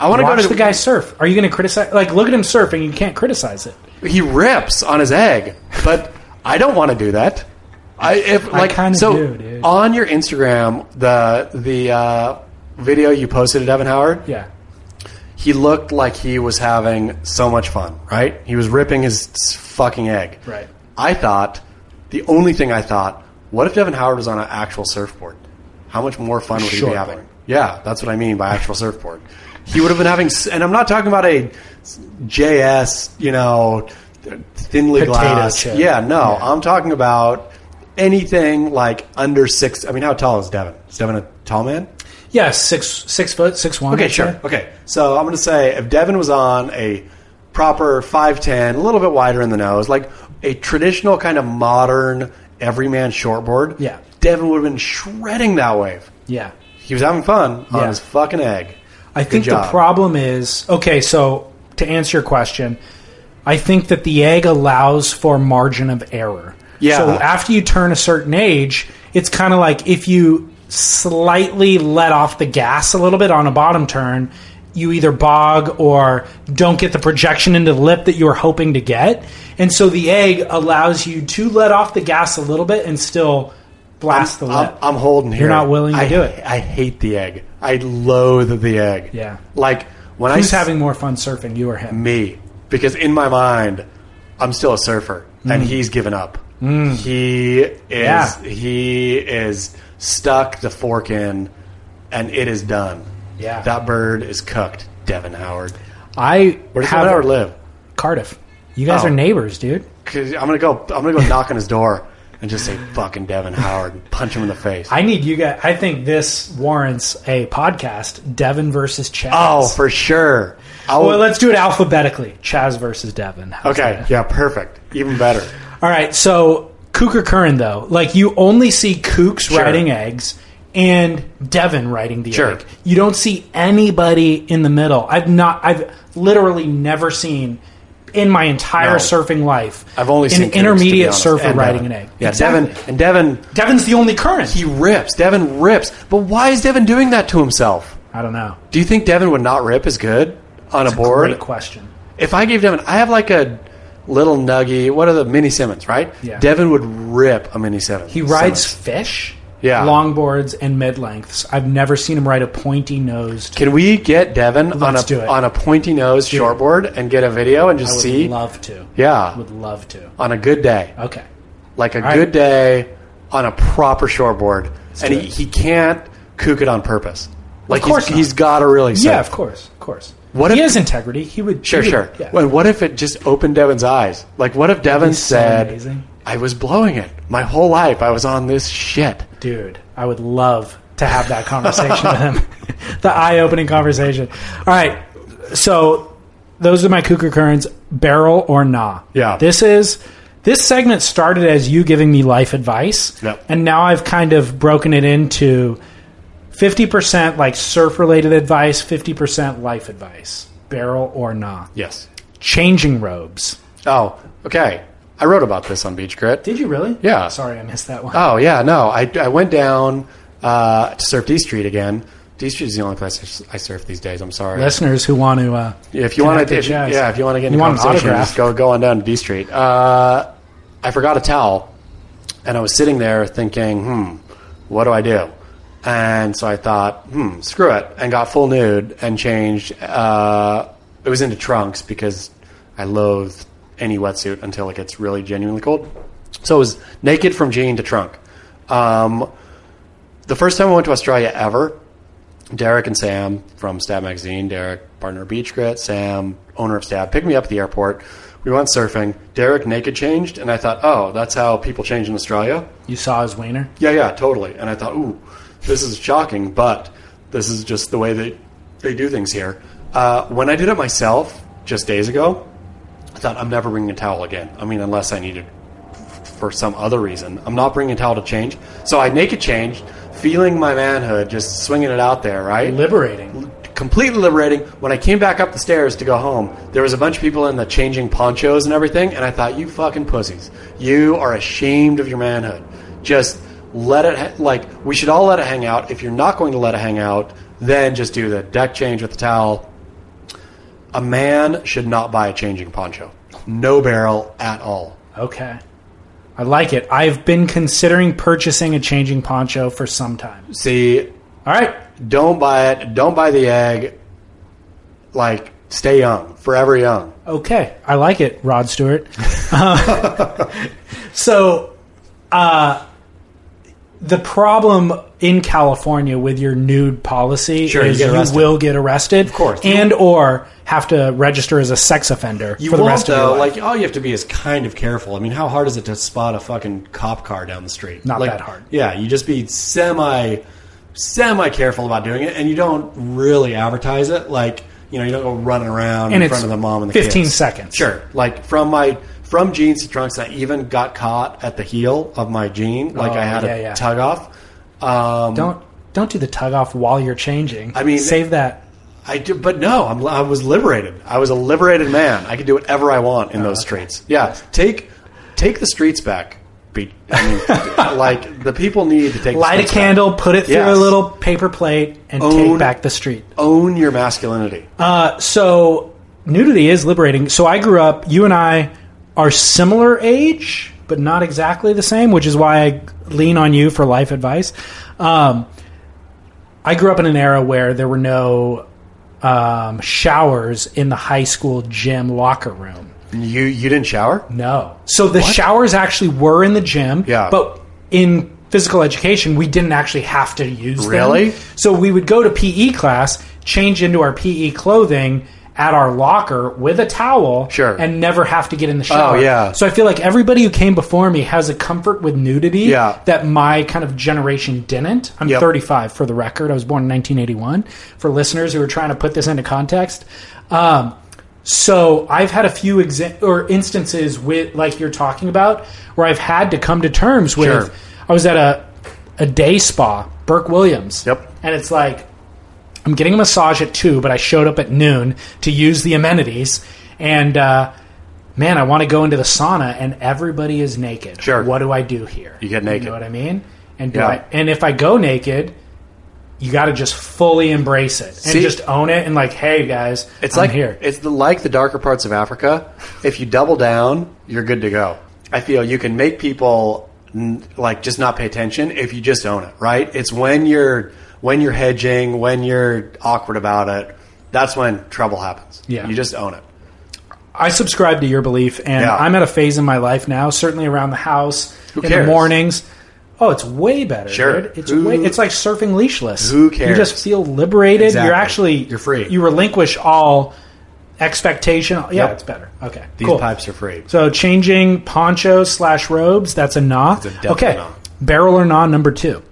Speaker 3: I want to go
Speaker 1: Watch
Speaker 3: to
Speaker 1: the guy surf. Are you going to criticize? Like, look at him surfing. You can't criticize it.
Speaker 3: he rips on his egg, but I don't want to do that. I if like
Speaker 1: kinda
Speaker 3: so
Speaker 1: do, dude.
Speaker 3: on your Instagram the the uh, video you posted of Evan Howard,
Speaker 1: Yeah.
Speaker 3: he looked like he was having so much fun, right? He was ripping his s- fucking egg.
Speaker 1: Right.
Speaker 3: I thought the only thing I thought, what if Devin Howard was on an actual surfboard? How much more fun would he be
Speaker 1: Shortboard.
Speaker 3: having? Yeah, that's what I mean by actual surfboard. He would have been having, s- and I'm not talking about a s- JS, you know, thinly
Speaker 1: Potato
Speaker 3: glass.
Speaker 1: chip.
Speaker 3: Yeah, no, I'm talking about anything like under six. I mean, how tall is Devin? Is Devin a tall man?
Speaker 1: Yeah, six six foot six one.
Speaker 3: Okay, sure. Okay, so I'm going to say if Devin was on a proper 5'10, a little bit wider in the nose, like a traditional kind of modern everyman shortboard,
Speaker 1: Yeah.
Speaker 3: Devin would have been shredding that wave.
Speaker 1: Yeah.
Speaker 3: He was having fun on
Speaker 1: Yeah.
Speaker 3: his fucking egg.
Speaker 1: I think the
Speaker 3: job.
Speaker 1: problem is okay. So to answer your question, I think that the egg allows for margin of error.
Speaker 3: Yeah.
Speaker 1: So after you turn a certain age, it's kind of like if you slightly let off the gas a little bit on a bottom turn, you either bog or don't get the projection into the lip that you were hoping to get. And so the egg allows you to let off the gas a little bit and still blast the
Speaker 3: I'm,
Speaker 1: lip.
Speaker 3: I'm holding here.
Speaker 1: not willing to
Speaker 3: I-
Speaker 1: do it.
Speaker 3: I hate the egg. I loathe the egg.
Speaker 1: Yeah.
Speaker 3: Like when
Speaker 1: Who's
Speaker 3: I s-
Speaker 1: having more fun surfing, you or him?
Speaker 3: me because in my mind I'm still a surfer and he's given up. He is
Speaker 1: Mm. Yeah.
Speaker 3: he is stuck the fork in and it is done.
Speaker 1: Yeah.
Speaker 3: That bird is cooked, Devin Howard.
Speaker 1: I
Speaker 3: Where does
Speaker 1: have-
Speaker 3: Devin Howard live?
Speaker 1: Cardiff. You guys
Speaker 3: Oh.
Speaker 1: are neighbors, dude.
Speaker 3: 'Cause I'm gonna go I'm gonna go [LAUGHS] knock on his door and just say fucking Devin Howard and punch him in the face.
Speaker 1: I need you guys. I think this warrants a podcast: Devin versus Chaz.
Speaker 3: oh, for sure. I will,
Speaker 1: well, let's do it alphabetically: Chaz versus Devin. How's
Speaker 3: okay,
Speaker 1: that?
Speaker 3: yeah, perfect. Even better.
Speaker 1: All right. So kook or Curran, though, like you only see kooks riding eggs and Devin riding the
Speaker 3: Sure.
Speaker 1: egg. You don't see anybody in the middle. I've not. I've literally never seen. In my entire
Speaker 3: No.
Speaker 1: surfing life,
Speaker 3: I've only
Speaker 1: an
Speaker 3: seen kooks, to be
Speaker 1: intermediate
Speaker 3: honest,
Speaker 1: surfer
Speaker 3: and
Speaker 1: riding
Speaker 3: Devin.
Speaker 1: an egg.
Speaker 3: Yeah,
Speaker 1: Exactly.
Speaker 3: Devin and Devin
Speaker 1: Devin's the only current.
Speaker 3: He rips. Devin rips. But why is Devin doing that to himself?
Speaker 1: I don't know.
Speaker 3: Do you think Devin would not rip as good on a board?
Speaker 1: Great question.
Speaker 3: if I gave Devin, I have like a little nuggy. What are the mini Simmons, right?
Speaker 1: Yeah.
Speaker 3: Devin would rip a mini Simmons.
Speaker 1: He rides
Speaker 3: Simmons.
Speaker 1: fish,
Speaker 3: Yeah.
Speaker 1: longboards, and mid lengths. I've never seen him ride a pointy nosed.
Speaker 3: Can we get Devin on a
Speaker 1: Let's do it.
Speaker 3: on a pointy nose
Speaker 1: it.
Speaker 3: shortboard and get a video and
Speaker 1: I
Speaker 3: just
Speaker 1: would
Speaker 3: see?
Speaker 1: love to.
Speaker 3: yeah,
Speaker 1: Would love to.
Speaker 3: on a good day,
Speaker 1: Okay.
Speaker 3: like a
Speaker 1: right.
Speaker 3: good day on a proper shortboard, and
Speaker 1: do
Speaker 3: he, he can't kook it on purpose. Like
Speaker 1: course
Speaker 3: he's,
Speaker 1: not.
Speaker 3: he's got to really.
Speaker 1: yeah,
Speaker 3: surf.
Speaker 1: of course, of course.
Speaker 3: What
Speaker 1: he
Speaker 3: if-
Speaker 1: has integrity. He would.
Speaker 3: Sure,
Speaker 1: he would-
Speaker 3: sure.
Speaker 1: yeah.
Speaker 3: Well, what if it just opened Devin's eyes? Like, what if Devin
Speaker 1: be so
Speaker 3: said,
Speaker 1: amazing.
Speaker 3: "I was blowing it my whole life. I was on this shit."
Speaker 1: Dude, I would love to have that conversation with him. [LAUGHS] the eye opening conversation. All right. So those are my cuckoo currents, barrel or nah.
Speaker 3: Yeah.
Speaker 1: This is this segment started as you giving me life advice.
Speaker 3: Yep.
Speaker 1: And now I've kind of broken it into fifty percent like surf related advice, fifty percent life advice. Barrel or nah.
Speaker 3: Yes.
Speaker 1: Changing robes.
Speaker 3: Oh, okay. I wrote about this on Beach Grit.
Speaker 1: Did you really?
Speaker 3: Yeah.
Speaker 1: Sorry I missed that one. Uh,
Speaker 3: Oh yeah, no. I, I went down uh, to surf D Street again. D Street is the only place I s- I surf these days. I'm sorry.
Speaker 1: Listeners who want to uh,
Speaker 3: if you want
Speaker 1: Connect
Speaker 3: to,
Speaker 1: with
Speaker 3: if, you-
Speaker 1: Jazz.
Speaker 3: yeah, if you want to get
Speaker 1: You
Speaker 3: into
Speaker 1: want an
Speaker 3: conversation,
Speaker 1: autograph.
Speaker 3: just go go on down to D Street. Uh, I forgot a towel, and I was sitting there thinking, hmm, what do I do? And And so I thought, hmm, screw it, and got full nude and changed. Uh, it was into trunks because I loathe any wetsuit until it gets really genuinely cold. So it was naked from jean to trunk. Um, the first time I went to Australia ever, Derek and Sam from Stab Magazine, Derek, partner of Beach Grit, Sam, owner of Stab, picked me up at the airport. We went surfing. Derek naked changed, and I thought, oh, that's how people change in Australia?
Speaker 1: You saw his wiener.
Speaker 3: Yeah, yeah, totally. And I thought, ooh, this is shocking, but this is just the way they, they do things here. Uh, when I did it myself just days ago, I thought, I'm never bringing a towel again. I mean, unless I needed for some other reason. I'm not bringing a towel to change. So I naked changed, feeling my manhood, just swinging it out there, right?
Speaker 1: Liberating.
Speaker 3: completely liberating. When I came back up the stairs to go home, there was a bunch of people in the changing ponchos and everything, and I thought, you fucking pussies, you are ashamed of your manhood. Just let it ha- like we should all let it hang out. If you're not going to let it hang out, then just do the deck change with the towel. A man should not buy a changing poncho. No barrel at all.
Speaker 1: Okay. I like it. I've been considering purchasing a changing poncho for some time.
Speaker 3: See,
Speaker 1: All right.
Speaker 3: don't buy it. Don't buy the egg. Like, stay young, forever young.
Speaker 1: Okay. I like it, Rod Stewart. [LAUGHS] Uh, so, uh, the problem in California with your nude policy
Speaker 3: Sure, you
Speaker 1: is
Speaker 3: get
Speaker 1: you,
Speaker 3: arrested.
Speaker 1: will get arrested, of
Speaker 3: course.
Speaker 1: and or have to register as a sex offender
Speaker 3: You
Speaker 1: for the
Speaker 3: won't,
Speaker 1: rest of
Speaker 3: though.
Speaker 1: your life.
Speaker 3: Like, all you have to be is kind of careful. I mean, how hard is it to spot a fucking cop car down the street?
Speaker 1: Not
Speaker 3: Like,
Speaker 1: that hard.
Speaker 3: Yeah, you just be semi, semi careful about doing it, and you don't really advertise it. Like, you know, you don't go running around
Speaker 1: And
Speaker 3: in
Speaker 1: it's
Speaker 3: front of the mom and the
Speaker 1: 15
Speaker 3: kids.
Speaker 1: seconds.
Speaker 3: Sure. Like from my from jeans to trunks, I even got caught at the heel of my jean. Like
Speaker 1: Oh,
Speaker 3: I had
Speaker 1: yeah,
Speaker 3: a
Speaker 1: yeah.
Speaker 3: tug off. Um,
Speaker 1: Don't don't do the tug off while you're changing.
Speaker 3: I mean-
Speaker 1: save that.
Speaker 3: I do, but no, I'm, I was liberated. I was a liberated man. I could do whatever I want in
Speaker 1: Uh-huh.
Speaker 3: those streets. Yeah, take take the streets back. Be, I mean, [LAUGHS] like the people need to take the
Speaker 1: Light a
Speaker 3: streets back.
Speaker 1: candle, put it through
Speaker 3: Yes.
Speaker 1: a little paper plate, and take
Speaker 3: Own-
Speaker 1: back the street.
Speaker 3: Own your masculinity.
Speaker 1: Uh, so nudity is liberating. So I grew up. You and I are similar age, but not exactly the same, which is why I lean on you for life advice. Um, I grew up in an era where there were no um, showers in the high school gym locker room.
Speaker 3: you you didn't shower.
Speaker 1: No. So the showers actually were in the gym.
Speaker 3: Yeah.
Speaker 1: But in physical education, we didn't actually have to use them.
Speaker 3: Really?
Speaker 1: So we would go to PE class, change into our PE clothing at our locker with a towel,
Speaker 3: Sure. Oh,
Speaker 1: and never have to get in the shower.
Speaker 3: yeah.
Speaker 1: So I feel like everybody who came before me has a comfort with nudity
Speaker 3: Yeah.
Speaker 1: that my kind of generation didn't. I'm
Speaker 3: Yep.
Speaker 1: 35 for the record. I was born in 1981. For listeners who are trying to put this into context, um, so I've had a few exa- or instances with like you're talking about where I've had to come to terms with.
Speaker 3: Sure.
Speaker 1: I was at a a day spa, Burke Williams.
Speaker 3: Yep.
Speaker 1: And it's like I'm getting a massage at two, but I showed up at noon to use the amenities, and uh, man, I want to go into the sauna, and everybody is naked.
Speaker 3: Sure.
Speaker 1: What do I do here?
Speaker 3: You get naked.
Speaker 1: You know what I mean? And do
Speaker 3: Yeah.
Speaker 1: I, and if I go naked. You got to just fully embrace it and
Speaker 3: See-
Speaker 1: just own it and like, hey guys,
Speaker 3: It's
Speaker 1: I'm
Speaker 3: like
Speaker 1: here.
Speaker 3: It's the, like the darker parts of Africa. If you double down, you're good to go. I feel you can make people n- like just not pay attention if you just own it. Right? It's when you're when you're hedging, when you're awkward about it. That's when trouble happens.
Speaker 1: Yeah.
Speaker 3: you just own it.
Speaker 1: I subscribe to your belief, and
Speaker 3: Yeah.
Speaker 1: I'm at a phase in my life now, certainly around the house in
Speaker 3: cares?
Speaker 1: the mornings. Oh, it's way better.
Speaker 3: Sure.
Speaker 1: dude. It's
Speaker 3: Who-
Speaker 1: way, it's like surfing leashless.
Speaker 3: Who cares?
Speaker 1: You just feel liberated.
Speaker 3: Exactly.
Speaker 1: You're actually
Speaker 3: You're free.
Speaker 1: You relinquish all expectation. Yeah,
Speaker 3: Yep.
Speaker 1: it's better. Okay,
Speaker 3: These
Speaker 1: cool.
Speaker 3: pipes are free.
Speaker 1: So changing poncho slash robes. That's a nah.
Speaker 3: a definite
Speaker 1: okay,
Speaker 3: nah.
Speaker 1: barrel or nah number two.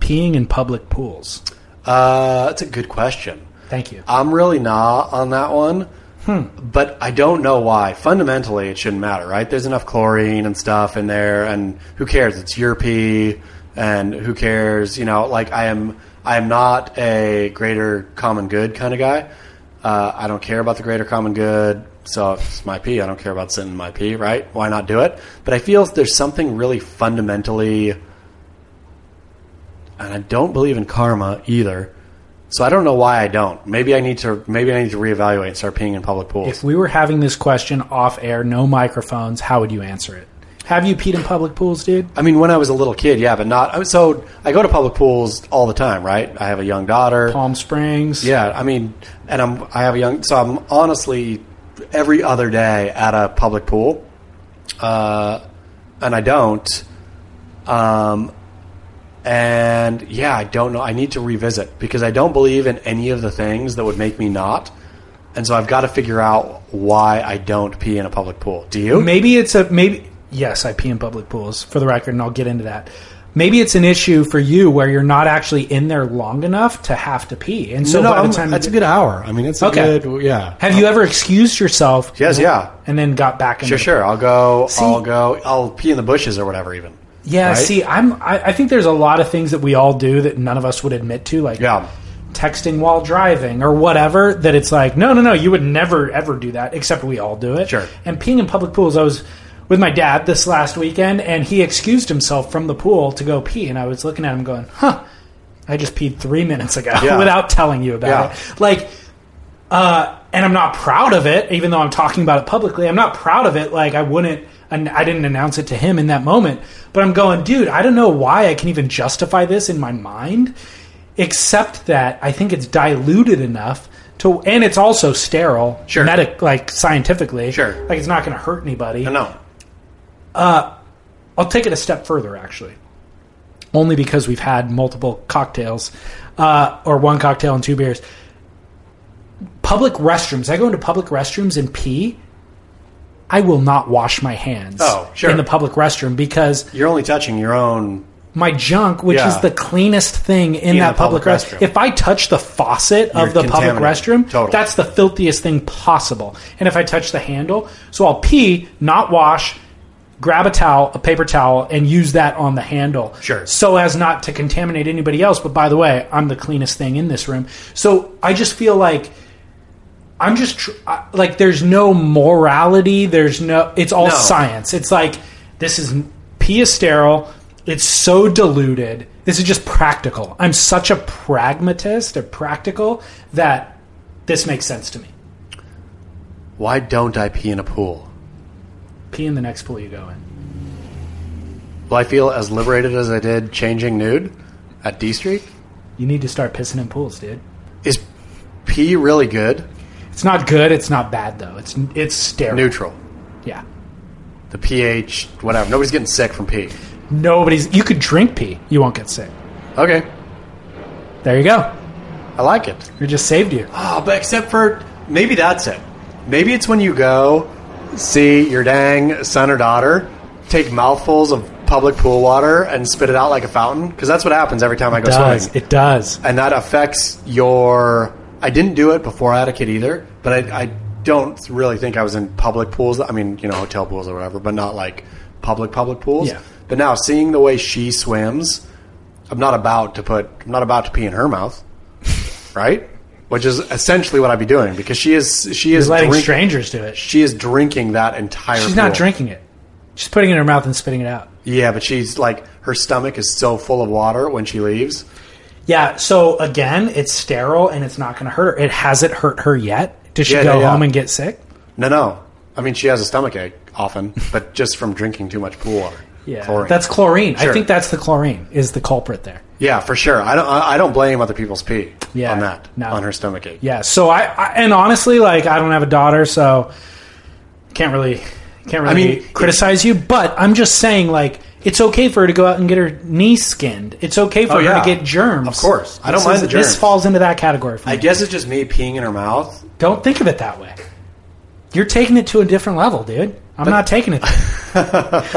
Speaker 1: Peeing in public pools.
Speaker 3: Uh, that's a good question.
Speaker 1: Thank you.
Speaker 3: I'm really nah on that one. But I don't know why. Fundamentally, it shouldn't matter, right? There's enough chlorine and stuff in there, and who cares? It's your pee, and who cares? You know, like I am, I am not a greater common good kind of guy. Uh, I don't care about the greater common good, so if it's my pee. I don't care about sitting in my pee, right? Why not do it? But I feel there's something really fundamentally and I don't believe in karma either. So I don't know why I don't. Maybe I need to. Maybe I need to reevaluate and start peeing in public pools.
Speaker 1: if we were having this question off air, no microphones, how would you answer it? Have you peed in public pools, dude?
Speaker 3: I mean, when I was a little kid, yeah, but not. I was- So I go to public pools all the time, right? I have a young daughter.
Speaker 1: Palm Springs.
Speaker 3: Yeah, I mean, and I'm I have a young, so I'm honestly every other day at a public pool, uh, and I don't. Um, and yeah, I don't know. I need to revisit because I don't believe in any of the things that would make me not. And so I've got to figure out why I don't pee in a public pool. Do you?
Speaker 1: Maybe it's a maybe. Yes, I pee in public pools for the record, and I'll get into that. Maybe it's an issue for you where you're not actually in there long enough to have to pee, and so
Speaker 3: no,
Speaker 1: by
Speaker 3: I'm-
Speaker 1: the time
Speaker 3: that's a
Speaker 1: you
Speaker 3: good hour. I mean, it's a
Speaker 1: Okay.
Speaker 3: good. Yeah.
Speaker 1: have you ever excused yourself?
Speaker 3: Yes. Yeah.
Speaker 1: and then got back. Into
Speaker 3: Sure.
Speaker 1: the-
Speaker 3: Sure. I'll go.
Speaker 1: See-
Speaker 3: I'll go. I'll pee in the bushes or whatever. Even.
Speaker 1: Yeah.
Speaker 3: Right?
Speaker 1: See, I'm. I, I think there's a lot of things that we all do that none of us would admit to, like
Speaker 3: Yeah.
Speaker 1: texting while driving or whatever that it's like no no no you would never ever do that except we all do it
Speaker 3: Sure.
Speaker 1: and peeing in public pools i was with my dad this last weekend and he excused himself from the pool to go pee and i was looking at him going huh i just peed three minutes ago [LAUGHS]
Speaker 3: Yeah.
Speaker 1: without telling you about
Speaker 3: Yeah.
Speaker 1: it like uh, and i'm not proud of it even though i'm talking about it publicly i'm not proud of it like i wouldn't and i didn't announce it to him in that moment but i'm going dude i don't know why i can even justify this in my mind except that I think it's diluted enough to, and it's also sterile,
Speaker 3: Sure.
Speaker 1: medic, like scientifically,
Speaker 3: Sure.
Speaker 1: like it's not going to hurt anybody.
Speaker 3: No. no.
Speaker 1: I'll take it a step further, actually, only because we've had multiple cocktails, uh, or one cocktail and two beers. Public restrooms. I go into public restrooms and pee. I will not wash my hands
Speaker 3: Oh, sure.
Speaker 1: in the public restroom because
Speaker 3: You're only touching your own.
Speaker 1: my junk, which
Speaker 3: Yeah.
Speaker 1: is the cleanest thing in, that
Speaker 3: the
Speaker 1: public,
Speaker 3: public
Speaker 1: restroom.
Speaker 3: restroom.
Speaker 1: If I touch the faucet of
Speaker 3: You're
Speaker 1: the public
Speaker 3: contaminated.
Speaker 1: restroom,
Speaker 3: Totally.
Speaker 1: that's the filthiest thing possible. And if I touch the handle, so I'll pee, not wash, grab a towel, a paper towel, and use that on the handle.
Speaker 3: Sure.
Speaker 1: So as not to contaminate anybody else. But by the way, I'm the cleanest thing in this room. So I just feel like. I'm just tr- I- like there's no morality. There's no. It's all
Speaker 3: No.
Speaker 1: science. It's like this is pee is sterile. It's so diluted. This is just practical. I'm such a pragmatist, a practical that this makes sense to me.
Speaker 3: Why don't I pee in a pool?
Speaker 1: Pee in the next pool you go in.
Speaker 3: Will I feel as liberated as I did changing nude at D Street?
Speaker 1: You need to start pissing in pools, dude.
Speaker 3: Is pee really good?
Speaker 1: It's not good. It's not bad though. It's it's sterile.
Speaker 3: Neutral.
Speaker 1: Yeah.
Speaker 3: The pH, whatever. Nobody's getting sick from pee.
Speaker 1: Nobody's. You could drink pee. You won't get sick.
Speaker 3: Okay,
Speaker 1: There you go.
Speaker 3: I like it.
Speaker 1: It just saved you.
Speaker 3: Oh, but except for maybe that's it. Maybe it's when you go see your dang son or daughter take mouthfuls of public pool water and spit it out like a fountain because that's what happens every time I go swimming.
Speaker 1: does it does.
Speaker 3: and that affects your. I didn't do it before I had a kid either, but I, I don't really think I was in public pools. I mean, you know, hotel pools or whatever, but not like public public pools.
Speaker 1: Yeah.
Speaker 3: But now seeing the way she swims, I'm not about to put. I'm not about to pee in her mouth, [LAUGHS] right? Which is essentially what I'd be doing because she is she is
Speaker 1: She's letting
Speaker 3: drink-
Speaker 1: strangers do it.
Speaker 3: she is drinking that entire.
Speaker 1: She's not
Speaker 3: pool.
Speaker 1: drinking it. She's putting it in her mouth and spitting it out.
Speaker 3: Yeah, but she's like her stomach is so full of water when she leaves.
Speaker 1: Yeah. So again, it's sterile and it's not going to hurt her. It hasn't hurt her yet. Does she
Speaker 3: Yeah,
Speaker 1: go
Speaker 3: yeah, yeah.
Speaker 1: home and get sick?
Speaker 3: No, no. I mean, she has a stomach ache
Speaker 1: [LAUGHS]
Speaker 3: often, but just from drinking too much pool water.
Speaker 1: Yeah.
Speaker 3: Chlorine.
Speaker 1: That's chlorine. I
Speaker 3: Sure.
Speaker 1: think that's the chlorine is the culprit there.
Speaker 3: yeah, for sure. I don't. I I don't blame other people's pee
Speaker 1: Yeah.
Speaker 3: on that.
Speaker 1: No.
Speaker 3: On her stomach ache.
Speaker 1: Yeah. So I, I and honestly, like I don't have a daughter, so can't really can't really
Speaker 3: mean,
Speaker 1: criticize you. But I'm just saying, like it's okay for her to go out and get her knee skinned. It's okay for
Speaker 3: Oh,
Speaker 1: her
Speaker 3: yeah.
Speaker 1: to get germs.
Speaker 3: Of course. I don't
Speaker 1: This
Speaker 3: mind
Speaker 1: is-
Speaker 3: the
Speaker 1: This
Speaker 3: germs.
Speaker 1: falls into that category for me.
Speaker 3: I guess it's just me peeing in her mouth.
Speaker 1: Don't think of it that way. You're taking it to a different level, dude. I'm not taking
Speaker 3: [LAUGHS]
Speaker 1: it. there.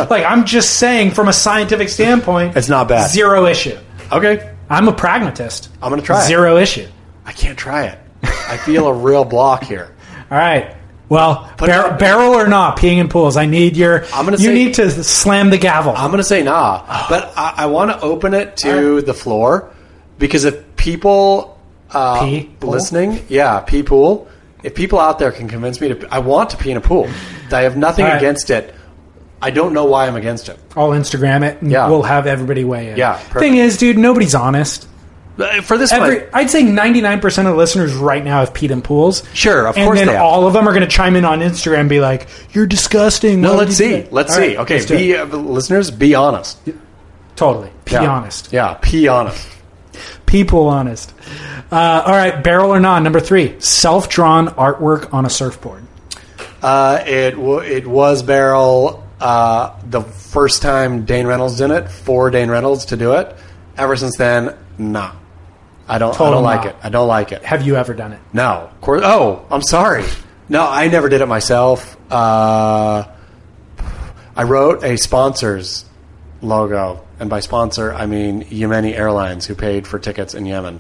Speaker 1: like I'm just saying, from a scientific standpoint,
Speaker 3: It's not bad.
Speaker 1: Zero issue.
Speaker 3: Okay,
Speaker 1: I'm a pragmatist.
Speaker 3: I'm gonna try. it.
Speaker 1: Zero issue.
Speaker 3: I can't try [LAUGHS] it. I feel a real block here.
Speaker 1: All right. Well,
Speaker 3: Put
Speaker 1: bar-
Speaker 3: it-
Speaker 1: barrel or not, peeing in pools. I need your.
Speaker 3: I'm gonna
Speaker 1: You
Speaker 3: say-
Speaker 1: need to slam the gavel.
Speaker 3: I'm gonna say nah,
Speaker 1: Ah.
Speaker 3: but I, I want to open it to the floor because if people uh,
Speaker 1: Pee pool?
Speaker 3: listening, yeah, pee pool. If people out there can convince me to, I want to pee in a pool. I have nothing
Speaker 1: All right.
Speaker 3: against it. I don't know why I'm against it.
Speaker 1: I'll Instagram it. and
Speaker 3: Yeah.
Speaker 1: We'll have everybody weigh in.
Speaker 3: Yeah,
Speaker 1: Thing is, dude, nobody's honest.
Speaker 3: Uh, For this
Speaker 1: Every,
Speaker 3: one,
Speaker 1: I'd say 99% of the listeners right now have peed in pools.
Speaker 3: Sure, of
Speaker 1: and
Speaker 3: course
Speaker 1: then
Speaker 3: they have.
Speaker 1: all of them are going to chime in on Instagram and be like, you're disgusting.
Speaker 3: no,
Speaker 1: Why
Speaker 3: let's
Speaker 1: would Oh, you do
Speaker 3: see.
Speaker 1: that?"
Speaker 3: Let's
Speaker 1: All
Speaker 3: see.
Speaker 1: right,
Speaker 3: okay,
Speaker 1: let's do
Speaker 3: be
Speaker 1: it.
Speaker 3: uh, listeners, be honest. Be
Speaker 1: Totally. Pee honest.
Speaker 3: Yeah, be honest.
Speaker 1: People honest. Uh, all right, barrel or non. Number three, self drawn artwork on a surfboard.
Speaker 3: Uh, it w- it was Barrel uh, the first time Dane Reynolds did it for Dane Reynolds to do it. Ever since then, nah. I don't. I
Speaker 1: Total
Speaker 3: don't like
Speaker 1: nah.
Speaker 3: it. I don't like it.
Speaker 1: Have you ever done it?
Speaker 3: No. Of course. Oh, I'm sorry. No, I never did it myself. Uh, I wrote a sponsors logo, and by sponsor I mean Yemeni Airlines, who paid for tickets in Yemen.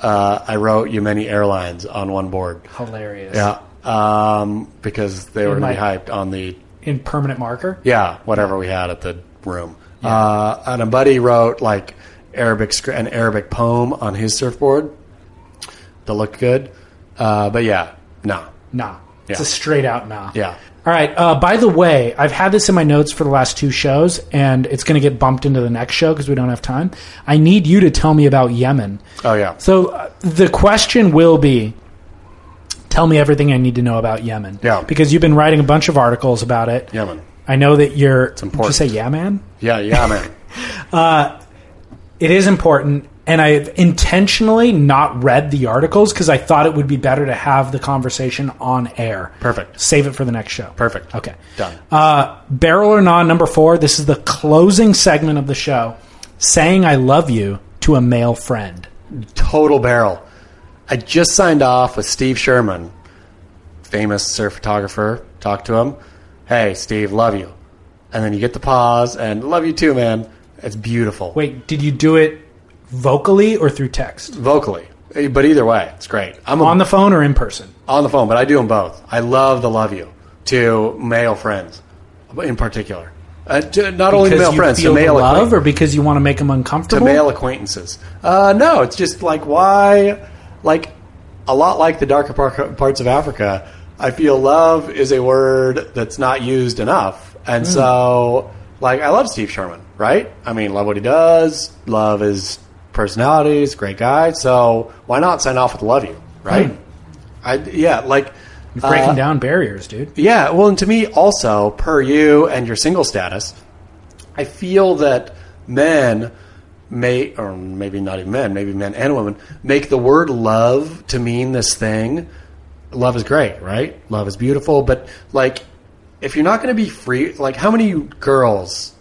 Speaker 3: Uh, I wrote Yemeni Airlines on one board.
Speaker 1: Hilarious.
Speaker 3: Yeah, Uh, um, because they were going to be
Speaker 1: might-
Speaker 3: hyped on the
Speaker 1: In permanent marker?
Speaker 3: yeah whatever we had at the room. Uh, and a buddy wrote like Arabic scr- an Arabic poem on his surfboard that looked good. Uh, but yeah, no,
Speaker 1: Nah. It's
Speaker 3: Yeah.
Speaker 1: a straight out nah.
Speaker 3: yeah,
Speaker 1: All right. Uh, by the way, I've had this in my notes for the last two shows, and it's going to get bumped into the next show because we don't have time. I need you to tell me about Yemen.
Speaker 3: oh yeah.
Speaker 1: So uh, the question will be tell me everything I need to know about Yemen.
Speaker 3: Yeah.
Speaker 1: Because you've been writing a bunch of articles about it.
Speaker 3: Yemen.
Speaker 1: I know that you're.
Speaker 3: important.
Speaker 1: Did you say yeah, man?
Speaker 3: Yeah, yeah,
Speaker 1: [LAUGHS]
Speaker 3: man.
Speaker 1: It is important. And I've intentionally not read the articles because I thought it would be better to have the conversation on air.
Speaker 3: Perfect.
Speaker 1: Save it for the next show.
Speaker 3: Perfect.
Speaker 1: Okay.
Speaker 3: Done.
Speaker 1: Uh, Barrel or Non, number four. This is the closing segment of the show. Saying I love you to a male friend.
Speaker 3: Total barrel. I just signed off with Steve Sherman, famous surf photographer. Talked to him. Hey, Steve, love you. And then you get the pause and love you too, man. It's beautiful.
Speaker 1: Wait, did you do it vocally or through text?
Speaker 3: vocally. Eh, But either way, it's great. I'm a,
Speaker 1: On the phone or in person?
Speaker 3: on the phone, but I do them both. I love the love you to male friends, in particular. Uh, to, not only to male
Speaker 1: you
Speaker 3: friends, to
Speaker 1: feel the
Speaker 3: male
Speaker 1: love
Speaker 3: acquaint-
Speaker 1: or because you want to make them
Speaker 3: to
Speaker 1: uncomfortable?
Speaker 3: male acquaintances. Uh, no, it's just like why, like a lot like the darker par- parts of Africa. I feel love is a word that's not used enough, and
Speaker 1: Hmm.
Speaker 3: so like I love Steve Sherman, right? I mean, love what he does, love his personality, he's a great guy. So why not sign off with love you, right?
Speaker 1: Hmm.
Speaker 3: I yeah, like
Speaker 1: Breaking
Speaker 3: uh,
Speaker 1: down barriers, dude.
Speaker 3: yeah, well, and to me also, per you and your single status, I feel that men may, or maybe not even men, maybe men and women, make the word love to mean this thing. Love is great, right? Love is beautiful, but like, if you're not going to be free, like, how many girls,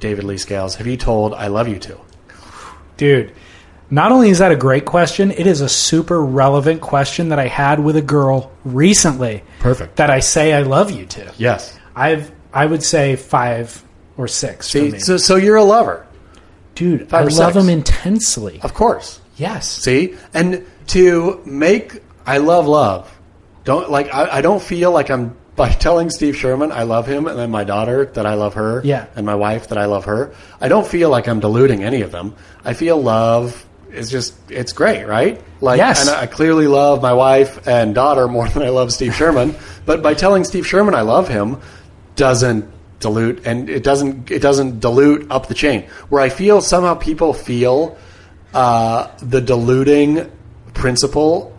Speaker 3: David Lee Scales, have you told I love you to?
Speaker 1: Dude, not only is that a great question, it is a super relevant question that I had with a girl recently
Speaker 3: Perfect.
Speaker 1: that I say I love you to.
Speaker 3: Yes.
Speaker 1: I've I would say 5 or 6 for me.
Speaker 3: So, so you're a lover,
Speaker 1: dude, I
Speaker 3: five or
Speaker 1: love
Speaker 3: six.
Speaker 1: them intensely.
Speaker 3: of course.
Speaker 1: Yes.
Speaker 3: See, and to make I love love. Don't like I, I don't feel like I'm [LAUGHS] by telling Steve Sherman I love him and then my daughter that I love her
Speaker 1: Yeah.
Speaker 3: and my wife that I love her. I don't feel like I'm deluding any of them. I feel love is just it's great, right? Like
Speaker 1: Yes.
Speaker 3: and I clearly love my wife and daughter more [LAUGHS] than I love Steve Sherman, but by telling Steve Sherman I love him doesn't dilute and it doesn't it doesn't dilute up the chain. Where I feel somehow people feel uh, the diluting principle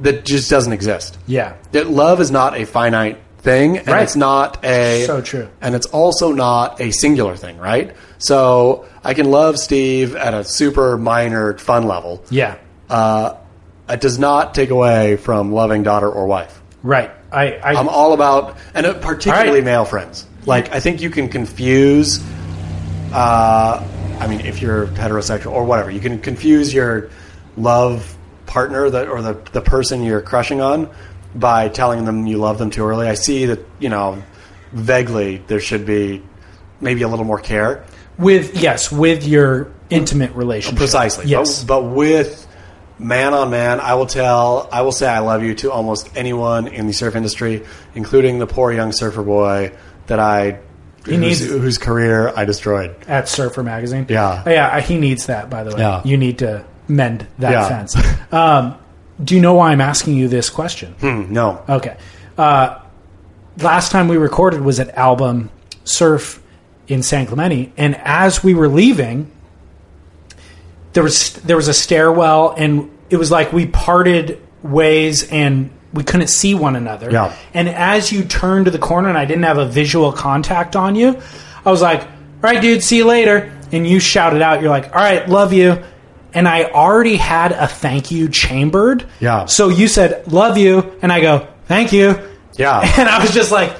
Speaker 3: that just doesn't exist.
Speaker 1: yeah.
Speaker 3: That love is not a finite thing, and
Speaker 1: Right.
Speaker 3: it's not a
Speaker 1: So true.
Speaker 3: and it's also not a singular thing, right? So I can love Steve at a super minor fun level.
Speaker 1: Yeah.
Speaker 3: Uh, it does not take away from loving daughter or wife.
Speaker 1: Right. I I
Speaker 3: I'm all about, and uh, particularly
Speaker 1: All right.
Speaker 3: male friends. Like, I think you can confuse. Uh, I mean, if you're heterosexual or whatever, you can confuse your love partner that or the the person you're crushing on by telling them you love them too early. I see that you know vaguely there should be maybe a little more care,
Speaker 1: with yes, with your intimate relationship.
Speaker 3: precisely. Oh,
Speaker 1: Yes.
Speaker 3: but, but with man on man, I will tell, I will say I love you to almost anyone in the surf industry, including the poor young surfer boy that I, whose,
Speaker 1: needs-
Speaker 3: whose career I destroyed.
Speaker 1: at Surfer Magazine. Oh,
Speaker 3: Yeah.
Speaker 1: yeah. He needs that. By the way,
Speaker 3: Yeah.
Speaker 1: you need to mend that
Speaker 3: Yeah.
Speaker 1: fence. Um, do you know why I'm asking you this question?
Speaker 3: Hmm, No,
Speaker 1: Okay. Uh, last time we recorded was at Album Surf in San Clemente, and as we were leaving, there was there was a stairwell, and it was like we parted ways, and we couldn't see one another.
Speaker 3: Yeah.
Speaker 1: And as you turned to the corner, and I didn't have a visual contact on you, I was like, "All right, dude, see you later." And you shouted out, "You're like, all right, love you." And I already had a thank you chambered.
Speaker 3: Yeah.
Speaker 1: So you said, "Love you," and I go, "Thank you."
Speaker 3: [LAUGHS]
Speaker 1: [LAUGHS]
Speaker 3: Yeah.
Speaker 1: and I was just like,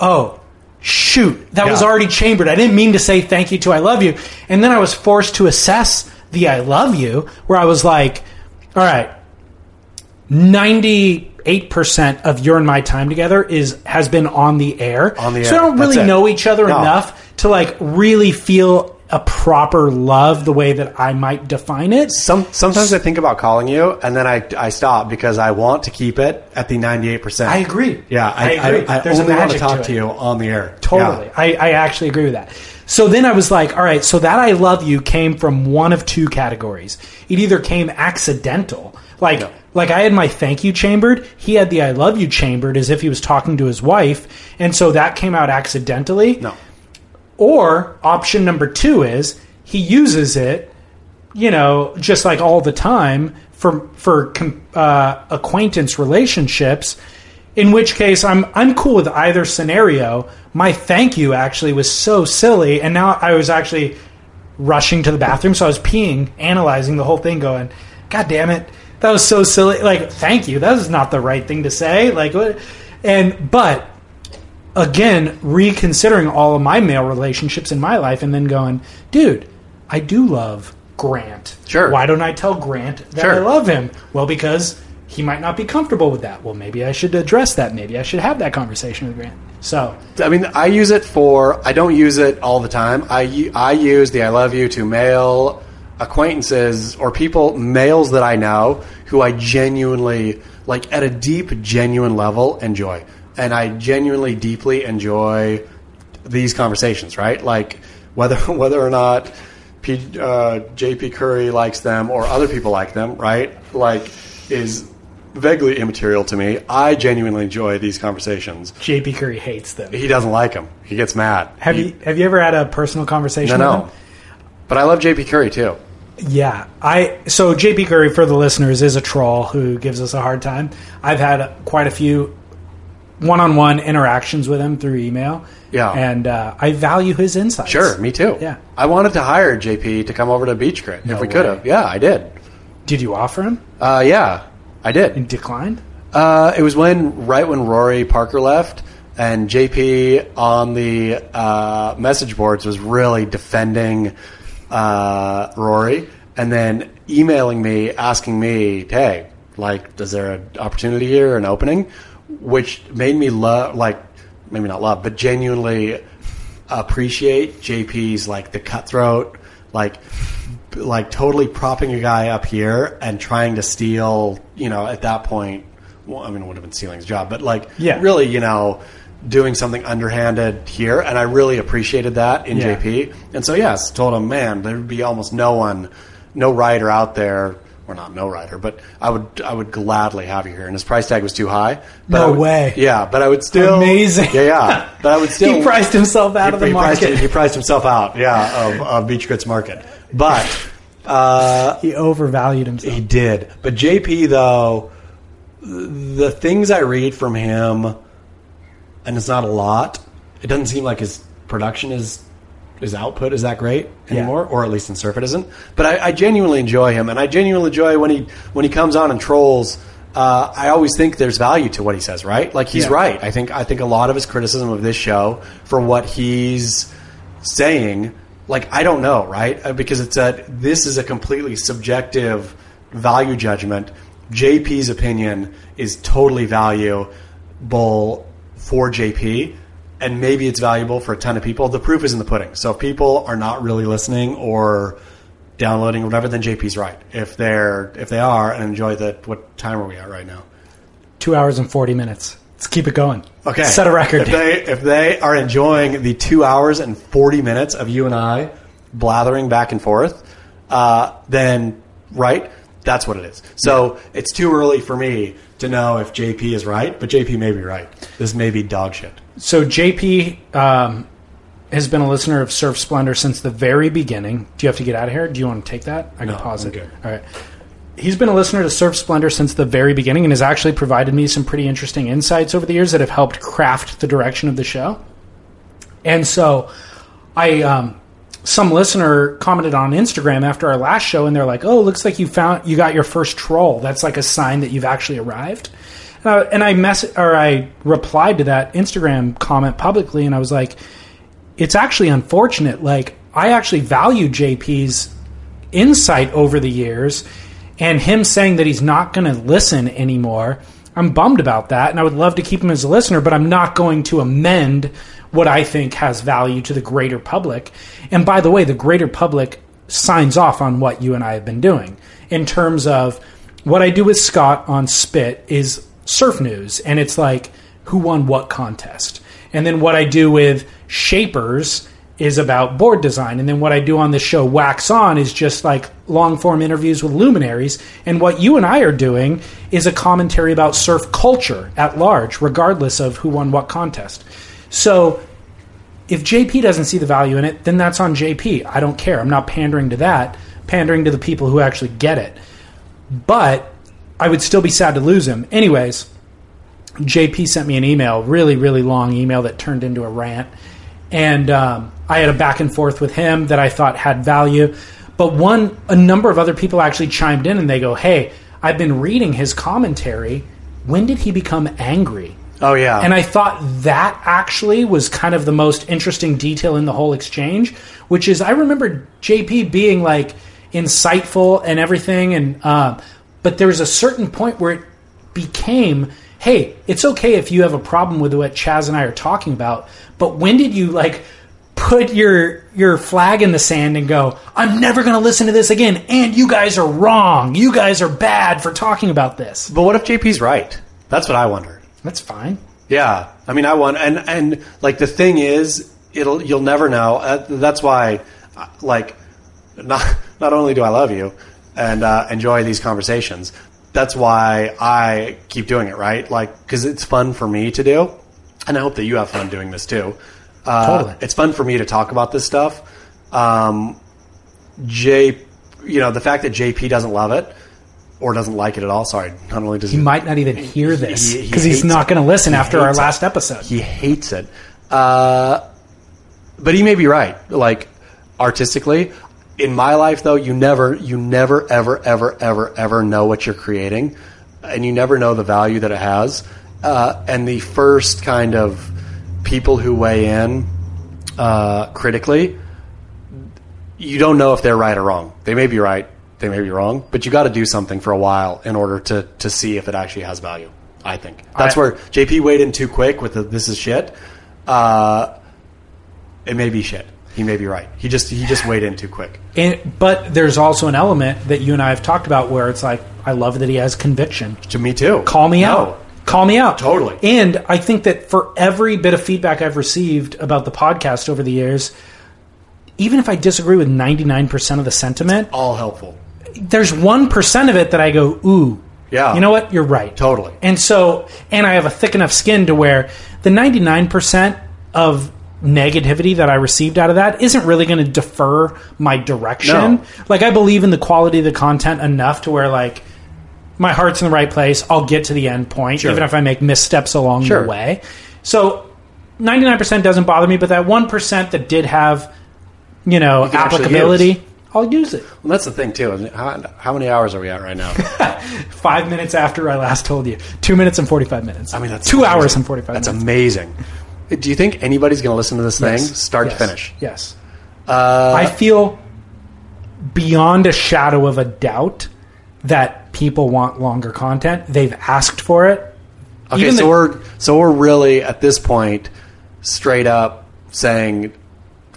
Speaker 1: oh, shoot, that was
Speaker 3: Yeah.
Speaker 1: already chambered. I didn't mean to say thank you to I love you. And then I was forced to assess the I love you, where I was like, all right, 98% of your and my time together is has been on the air.
Speaker 3: On the
Speaker 1: so
Speaker 3: air,
Speaker 1: I don't
Speaker 3: that's
Speaker 1: really
Speaker 3: it.
Speaker 1: know each other
Speaker 3: No.
Speaker 1: enough to like really feel a proper love the way that I might define it.
Speaker 3: Some, sometimes I think about calling you, and then I, I stop because I want to keep it at the ninety eight percent.
Speaker 1: I agree.
Speaker 3: Yeah,
Speaker 1: I
Speaker 3: I,
Speaker 1: agree.
Speaker 3: I, I,
Speaker 1: There's a
Speaker 3: only want
Speaker 1: magic
Speaker 3: to
Speaker 1: to
Speaker 3: talk
Speaker 1: it.
Speaker 3: to, you on the air.
Speaker 1: Totally.
Speaker 3: Yeah.
Speaker 1: I, I actually agree with that. So then I was like, all right, so that I love you came from one of two categories. It either came accidental, like like I had my thank you chambered, he had the I love you chambered as if he was talking to his wife, and so that came out accidentally.
Speaker 3: No.
Speaker 1: Or option number two is he uses it, you know, just like all the time for for com- uh, acquaintance relationships. In which case, I'm I'm cool with either scenario. My thank you actually was so silly, and now I was actually rushing to the bathroom, so I was peeing, analyzing the whole thing, going, "God damn it, that was so silly!" Like, thank you, that is not the right thing to say. Like, what? And but again reconsidering all of my male relationships in my life and then going, dude, I do love Grant.
Speaker 3: Sure.
Speaker 1: Why don't I tell Grant that
Speaker 3: Sure.
Speaker 1: I love him? Well, because he might not be comfortable with that. Well, maybe I should address that. Maybe I should have that conversation with Grant. So,
Speaker 3: I mean, I use it for. I don't use it all the time. I u- I use the "I love you" to male acquaintances or people males that I know who I genuinely like at a deep, genuine level enjoy, and I genuinely, deeply enjoy these conversations. Right, like whether [LAUGHS] whether or not P, uh, JP Curry likes them or other people like them. Right, like is vaguely immaterial to me. I genuinely enjoy these conversations
Speaker 1: JP Curry hates them.
Speaker 3: he doesn't like him. He gets mad.
Speaker 1: Have you, have you ever had a personal
Speaker 3: No,
Speaker 1: conversation with
Speaker 3: no.
Speaker 1: him?
Speaker 3: But I love JP Curry too.
Speaker 1: Yeah, I so JP Curry for the listeners is a troll who gives us a hard time. I've had quite a few one-on-one interactions with him through email.
Speaker 3: Yeah.
Speaker 1: and uh, I value his insights.
Speaker 3: Sure, me too.
Speaker 1: Yeah.
Speaker 3: I wanted to hire JP to come over to Beach Grit
Speaker 1: No
Speaker 3: if we
Speaker 1: way.
Speaker 3: could have. Yeah, I did.
Speaker 1: Did you offer him?
Speaker 3: Uh, yeah, I did.
Speaker 1: And declined.
Speaker 3: Uh, it was when right when Rory Parker left, and JP on the uh, message boards was really defending uh, Rory, and then emailing me asking me, "Hey, like, is there an opportunity here, an opening?" Which made me love, like, maybe not love, but genuinely appreciate JP's like the cutthroat, like b- like totally propping a guy up here and trying to steal, you know, at that point, well, I mean, it would have been stealing his job, but like
Speaker 1: Yeah.
Speaker 3: really, you know, doing something underhanded here and I really appreciated that in
Speaker 1: Yeah.
Speaker 3: JP. And so yes, told him, man, there'd be almost no one no rider out there or not no rider, but I would I would gladly have you here. And his price tag was too high. but
Speaker 1: No
Speaker 3: I would-
Speaker 1: way.
Speaker 3: Yeah, but I would still
Speaker 1: Amazing.
Speaker 3: Yeah, yeah. But I would still
Speaker 1: [LAUGHS] he priced himself out of the
Speaker 3: he priced-
Speaker 1: market.
Speaker 3: he priced himself out, yeah, of, of Beach Grits Market. But
Speaker 1: he overvalued himself.
Speaker 3: he did. But JP, though, the things I read from him, and it's not a lot, it doesn't seem like his production is. His output is that great anymore, or at least in Surf it isn't. But I, I genuinely enjoy him, and I genuinely enjoy when he when he comes on and trolls. Uh, I always think there's value to what he says, right? Like he's
Speaker 1: Yeah.
Speaker 3: right. I think I think a lot of his criticism of this show for what he's saying like i don't know right Uh, because it's a this is a completely subjective value judgment jp's opinion is totally valuable for jp and maybe it's valuable for a ton of people the proof is in the pudding so if people are not really listening or downloading or whatever then jp's right if they're if they are and enjoy the what time are we at right now
Speaker 1: Two hours and forty minutes. Let's keep it going.
Speaker 3: Okay.
Speaker 1: set a record. [LAUGHS]
Speaker 3: If they if they are enjoying the two hours and forty minutes of you and I blathering back and forth, uh, then right, that's what it is. So it's too early for me to know if JP is right, but JP may be right. This may be dog shit.
Speaker 1: so JP um, has been a listener of Surf Splendor since the very beginning. Do you have to get out of here? Do you want to take that? I can pause it. All right. He's been a listener to Surf Splendor since the very beginning and has actually provided me some pretty interesting insights over the years that have helped craft the direction of the show. And so I um, some listener commented on Instagram after our last show, and they're like, "Oh, looks like you found you got your first troll. That's like a sign that you've actually arrived." And I, and I mess or I replied to that Instagram comment publicly, and I was like, "It's actually unfortunate. Like, I actually value JP's insight over the years, and him saying that he's not going to listen anymore." I'm bummed about that, and I would love to keep him as a listener, but I'm not going to amend what I think has value to the greater public. And by the way, the greater public signs off on what you and I have been doing in terms of what I do with Scott on Spit is surf news, and it's like who won what contest. And then what I do with Shapers is about board design. And then what I do on this show, Wax On, is just like long form interviews with luminaries. And what you and I are doing is a commentary about surf culture at large, regardless of who won what contest. So if JP doesn't see the value in it, then that's on JP. I don't care. I'm not pandering to that, pandering to the people who actually get it. But I would still be sad to lose him. Anyways, JP sent me an email, really, really long email that turned into a rant. And um, I had a back and forth with him that I thought had value. But one, a number of other people actually chimed in and they go, Hey, I've been reading his commentary. When did he become angry?
Speaker 3: Oh yeah,
Speaker 1: And I thought that actually was kind of the most interesting detail in the whole exchange, which is I remember JP being like insightful and everything, and uh, but there was a certain point where it became, hey, it's okay if you have a problem with what Chaz and I are talking about, but when did you like put your your flag in the sand and go, I'm never going to listen to this again, and you guys are wrong, you guys are bad for talking about this.
Speaker 3: but what if JP's right? That's what I wonder.
Speaker 1: That's fine.
Speaker 3: Yeah, I mean, I won, and and like the thing is, it'll you'll never know. Uh, that's why, uh, like, not [LAUGHS] not only do I love you and uh, enjoy these conversations, that's why I keep doing it, right? Like, because it's fun for me to do, and I hope that you have fun doing this too. Uh,
Speaker 1: Totally.
Speaker 3: it's fun for me to talk about this stuff. Um, J, you know, the fact that JP doesn't love it or doesn't like it at all. Sorry, not only does
Speaker 1: He might not even hear this
Speaker 3: he- he
Speaker 1: because he's
Speaker 3: hates
Speaker 1: not
Speaker 3: it.
Speaker 1: going to listen
Speaker 3: He
Speaker 1: after our
Speaker 3: hates it.
Speaker 1: last episode.
Speaker 3: he hates it. Uh, but he may be right. Like artistically, in my life though, you never, you never, ever, ever, ever, ever know what you're creating, and you never know the value that it has. Uh, and the first kind of people who weigh in uh, critically, you don't know if they're right or wrong. They may be right, they may be wrong, but you got to do something for a while in order to to see if it actually has value. I think that's
Speaker 1: I-
Speaker 3: where JP weighed in too quick with the "this is shit." Uh, it may be shit. He may be right. He just he just weighed in too quick.
Speaker 1: And, but there's also an element that you and I have talked about where it's like, I love that he has conviction.
Speaker 3: To me too.
Speaker 1: Call me
Speaker 3: No.
Speaker 1: out. Call me out.
Speaker 3: Totally.
Speaker 1: And I think that for every bit of feedback I've received about the podcast over the years, even if I disagree with 99% of the sentiment,
Speaker 3: All helpful.
Speaker 1: there's 1% of it that I go, ooh.
Speaker 3: Yeah.
Speaker 1: You know what? You're right.
Speaker 3: Totally.
Speaker 1: And so, and I have a thick enough skin to where the 99% of negativity that I received out of that isn't really going to defer my direction.
Speaker 3: No.
Speaker 1: Like, I believe in the quality of the content enough to where, like, my heart's in the right place. I'll get to the end point, even if I make missteps along
Speaker 3: Sure.
Speaker 1: the way. So, 99% doesn't bother me, but that 1% that did have, you know,
Speaker 3: can actually
Speaker 1: applicability,
Speaker 3: use.
Speaker 1: I'll use it.
Speaker 3: Well, that's the thing too. is How, how many hours are we at
Speaker 1: [LAUGHS]
Speaker 3: right now?
Speaker 1: Five minutes after I last told you. Two minutes and 45 minutes.
Speaker 3: I mean, that's
Speaker 1: two
Speaker 3: amazing.
Speaker 1: hours and 45
Speaker 3: That's
Speaker 1: minutes.
Speaker 3: amazing. Do you think anybody's going to listen to this thing, start
Speaker 1: Yes.
Speaker 3: to finish? Uh,
Speaker 1: Yes. I feel beyond a shadow of a doubt that people want longer content. They've asked for it.
Speaker 3: Okay,
Speaker 1: Even
Speaker 3: so
Speaker 1: the-
Speaker 3: we're so we're really at this point straight up saying,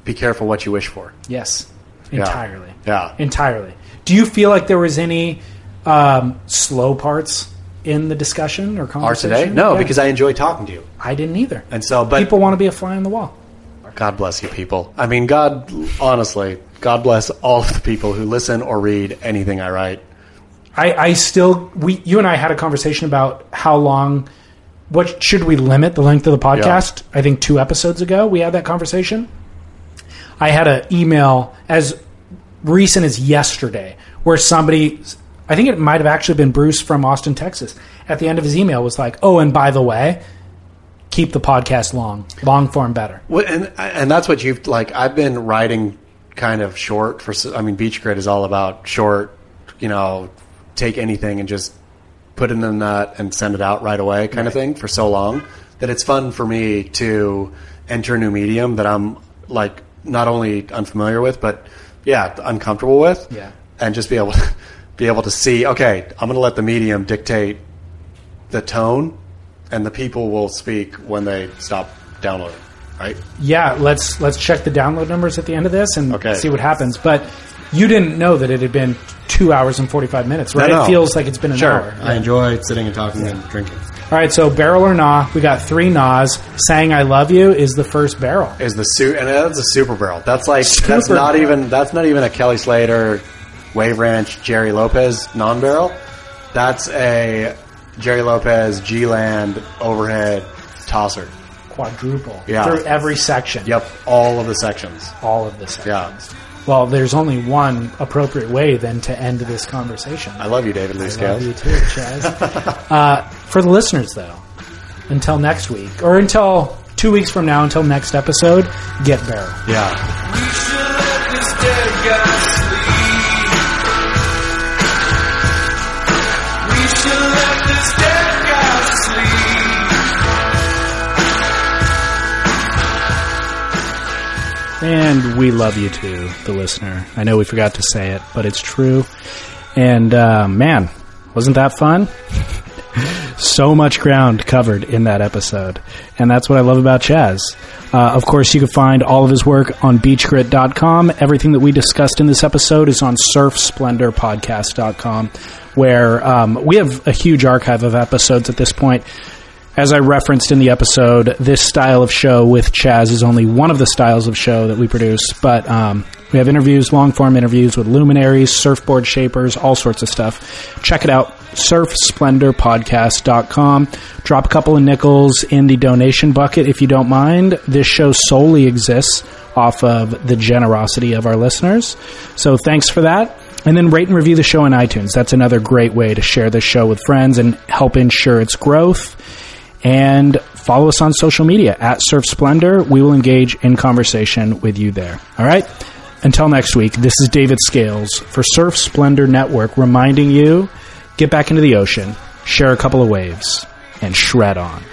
Speaker 3: be careful what you wish for.
Speaker 1: Yes. Entirely.
Speaker 3: Yeah.
Speaker 1: Entirely. Do you feel like there was any um, slow parts in the discussion or
Speaker 3: Are
Speaker 1: conversation?
Speaker 3: today? No,
Speaker 1: Yeah.
Speaker 3: because I enjoy talking to you,
Speaker 1: I didn't either.
Speaker 3: and so but
Speaker 1: people want to be a fly on the wall.
Speaker 3: God bless you, people. I mean, God, honestly, God bless all of the people who listen or read anything I write.
Speaker 1: I, I still we you and I had a conversation about how long what should we limit the length of the podcast? I think two episodes ago we had that conversation. I had an email as recent as yesterday where somebody, I think it might have actually been Bruce from Austin, Texas, at the end of his email was like, "Oh, and by the way." Keep the podcast long, long form better.
Speaker 3: Well, and and that's what you've like. I've been writing kind of short for. s- I mean, Beach Grid is all about short. You know, take anything and just put it in a nut and send it out right away, kind of thing, for so long that it's fun for me to enter a new medium that I'm like not only unfamiliar with, but yeah, uncomfortable with.
Speaker 1: Yeah.
Speaker 3: and just be able [LAUGHS] be able to see. Okay, I'm going to let the medium dictate the tone, and the people will speak when they stop downloading. Right?
Speaker 1: yeah, let's let's check the download numbers at the end of this and
Speaker 3: Okay.
Speaker 1: see what happens. But you didn't know that it had been two hours and forty five minutes, right?
Speaker 3: no.
Speaker 1: It feels like it's been an hour.
Speaker 3: I enjoy sitting and talking and drinking.
Speaker 1: All right, so barrel or nah, we got three nahs. Saying "I love you" is the first barrel.
Speaker 3: Is the suit and that's a super barrel. That's like that's
Speaker 1: Super
Speaker 3: not
Speaker 1: barrel.
Speaker 3: even that's not even a Kelly Slater, Wave Ranch, Jerry Lopez non barrel. That's a Jerry Lopez G Land overhead tosser.
Speaker 1: Quadruple
Speaker 3: Yeah.
Speaker 1: through every section.
Speaker 3: Yep, all of the sections.
Speaker 1: all of the
Speaker 3: Yeah.
Speaker 1: sections. Well, there's only one appropriate way then to end this conversation.
Speaker 3: I love you, David Lee
Speaker 1: Love
Speaker 3: Scales.
Speaker 1: you too, Chaz.
Speaker 3: [LAUGHS]
Speaker 1: uh, for the listeners, though, until next week or until two weeks from now, until next episode, get barrel.
Speaker 3: Yeah.
Speaker 2: We should let this dead guy sleep. We should let this dead guy sleep.
Speaker 1: And we love you too, the listener. I know we forgot to say it, but it's true. And uh, man, wasn't that fun? [LAUGHS] so much ground covered in that episode. And that's what I love about Chaz. Uh, of course, you can find all of his work on beachgrit.com. Everything that we discussed in this episode is on surfsplendorpodcast.com, where um, we have a huge archive of episodes at this point. As I referenced in the episode, this style of show with Chaz is only one of the styles of show that we produce, but um, we have interviews, long form interviews with luminaries, surfboard shapers, all sorts of stuff. Check it out, surfsplendorpodcast.com. Drop a couple of nickels in the donation bucket if you don't mind. This show solely exists off of the generosity of our listeners. So thanks for that. And then rate and review the show on iTunes. That's another great way to share this show with friends and help ensure its growth and follow us on social media at Surf Splendor. We will engage in conversation with you there. All right. Until next week, this is David Scales for Surf Splendor Network reminding you get back into the ocean, share a couple of waves, and shred on.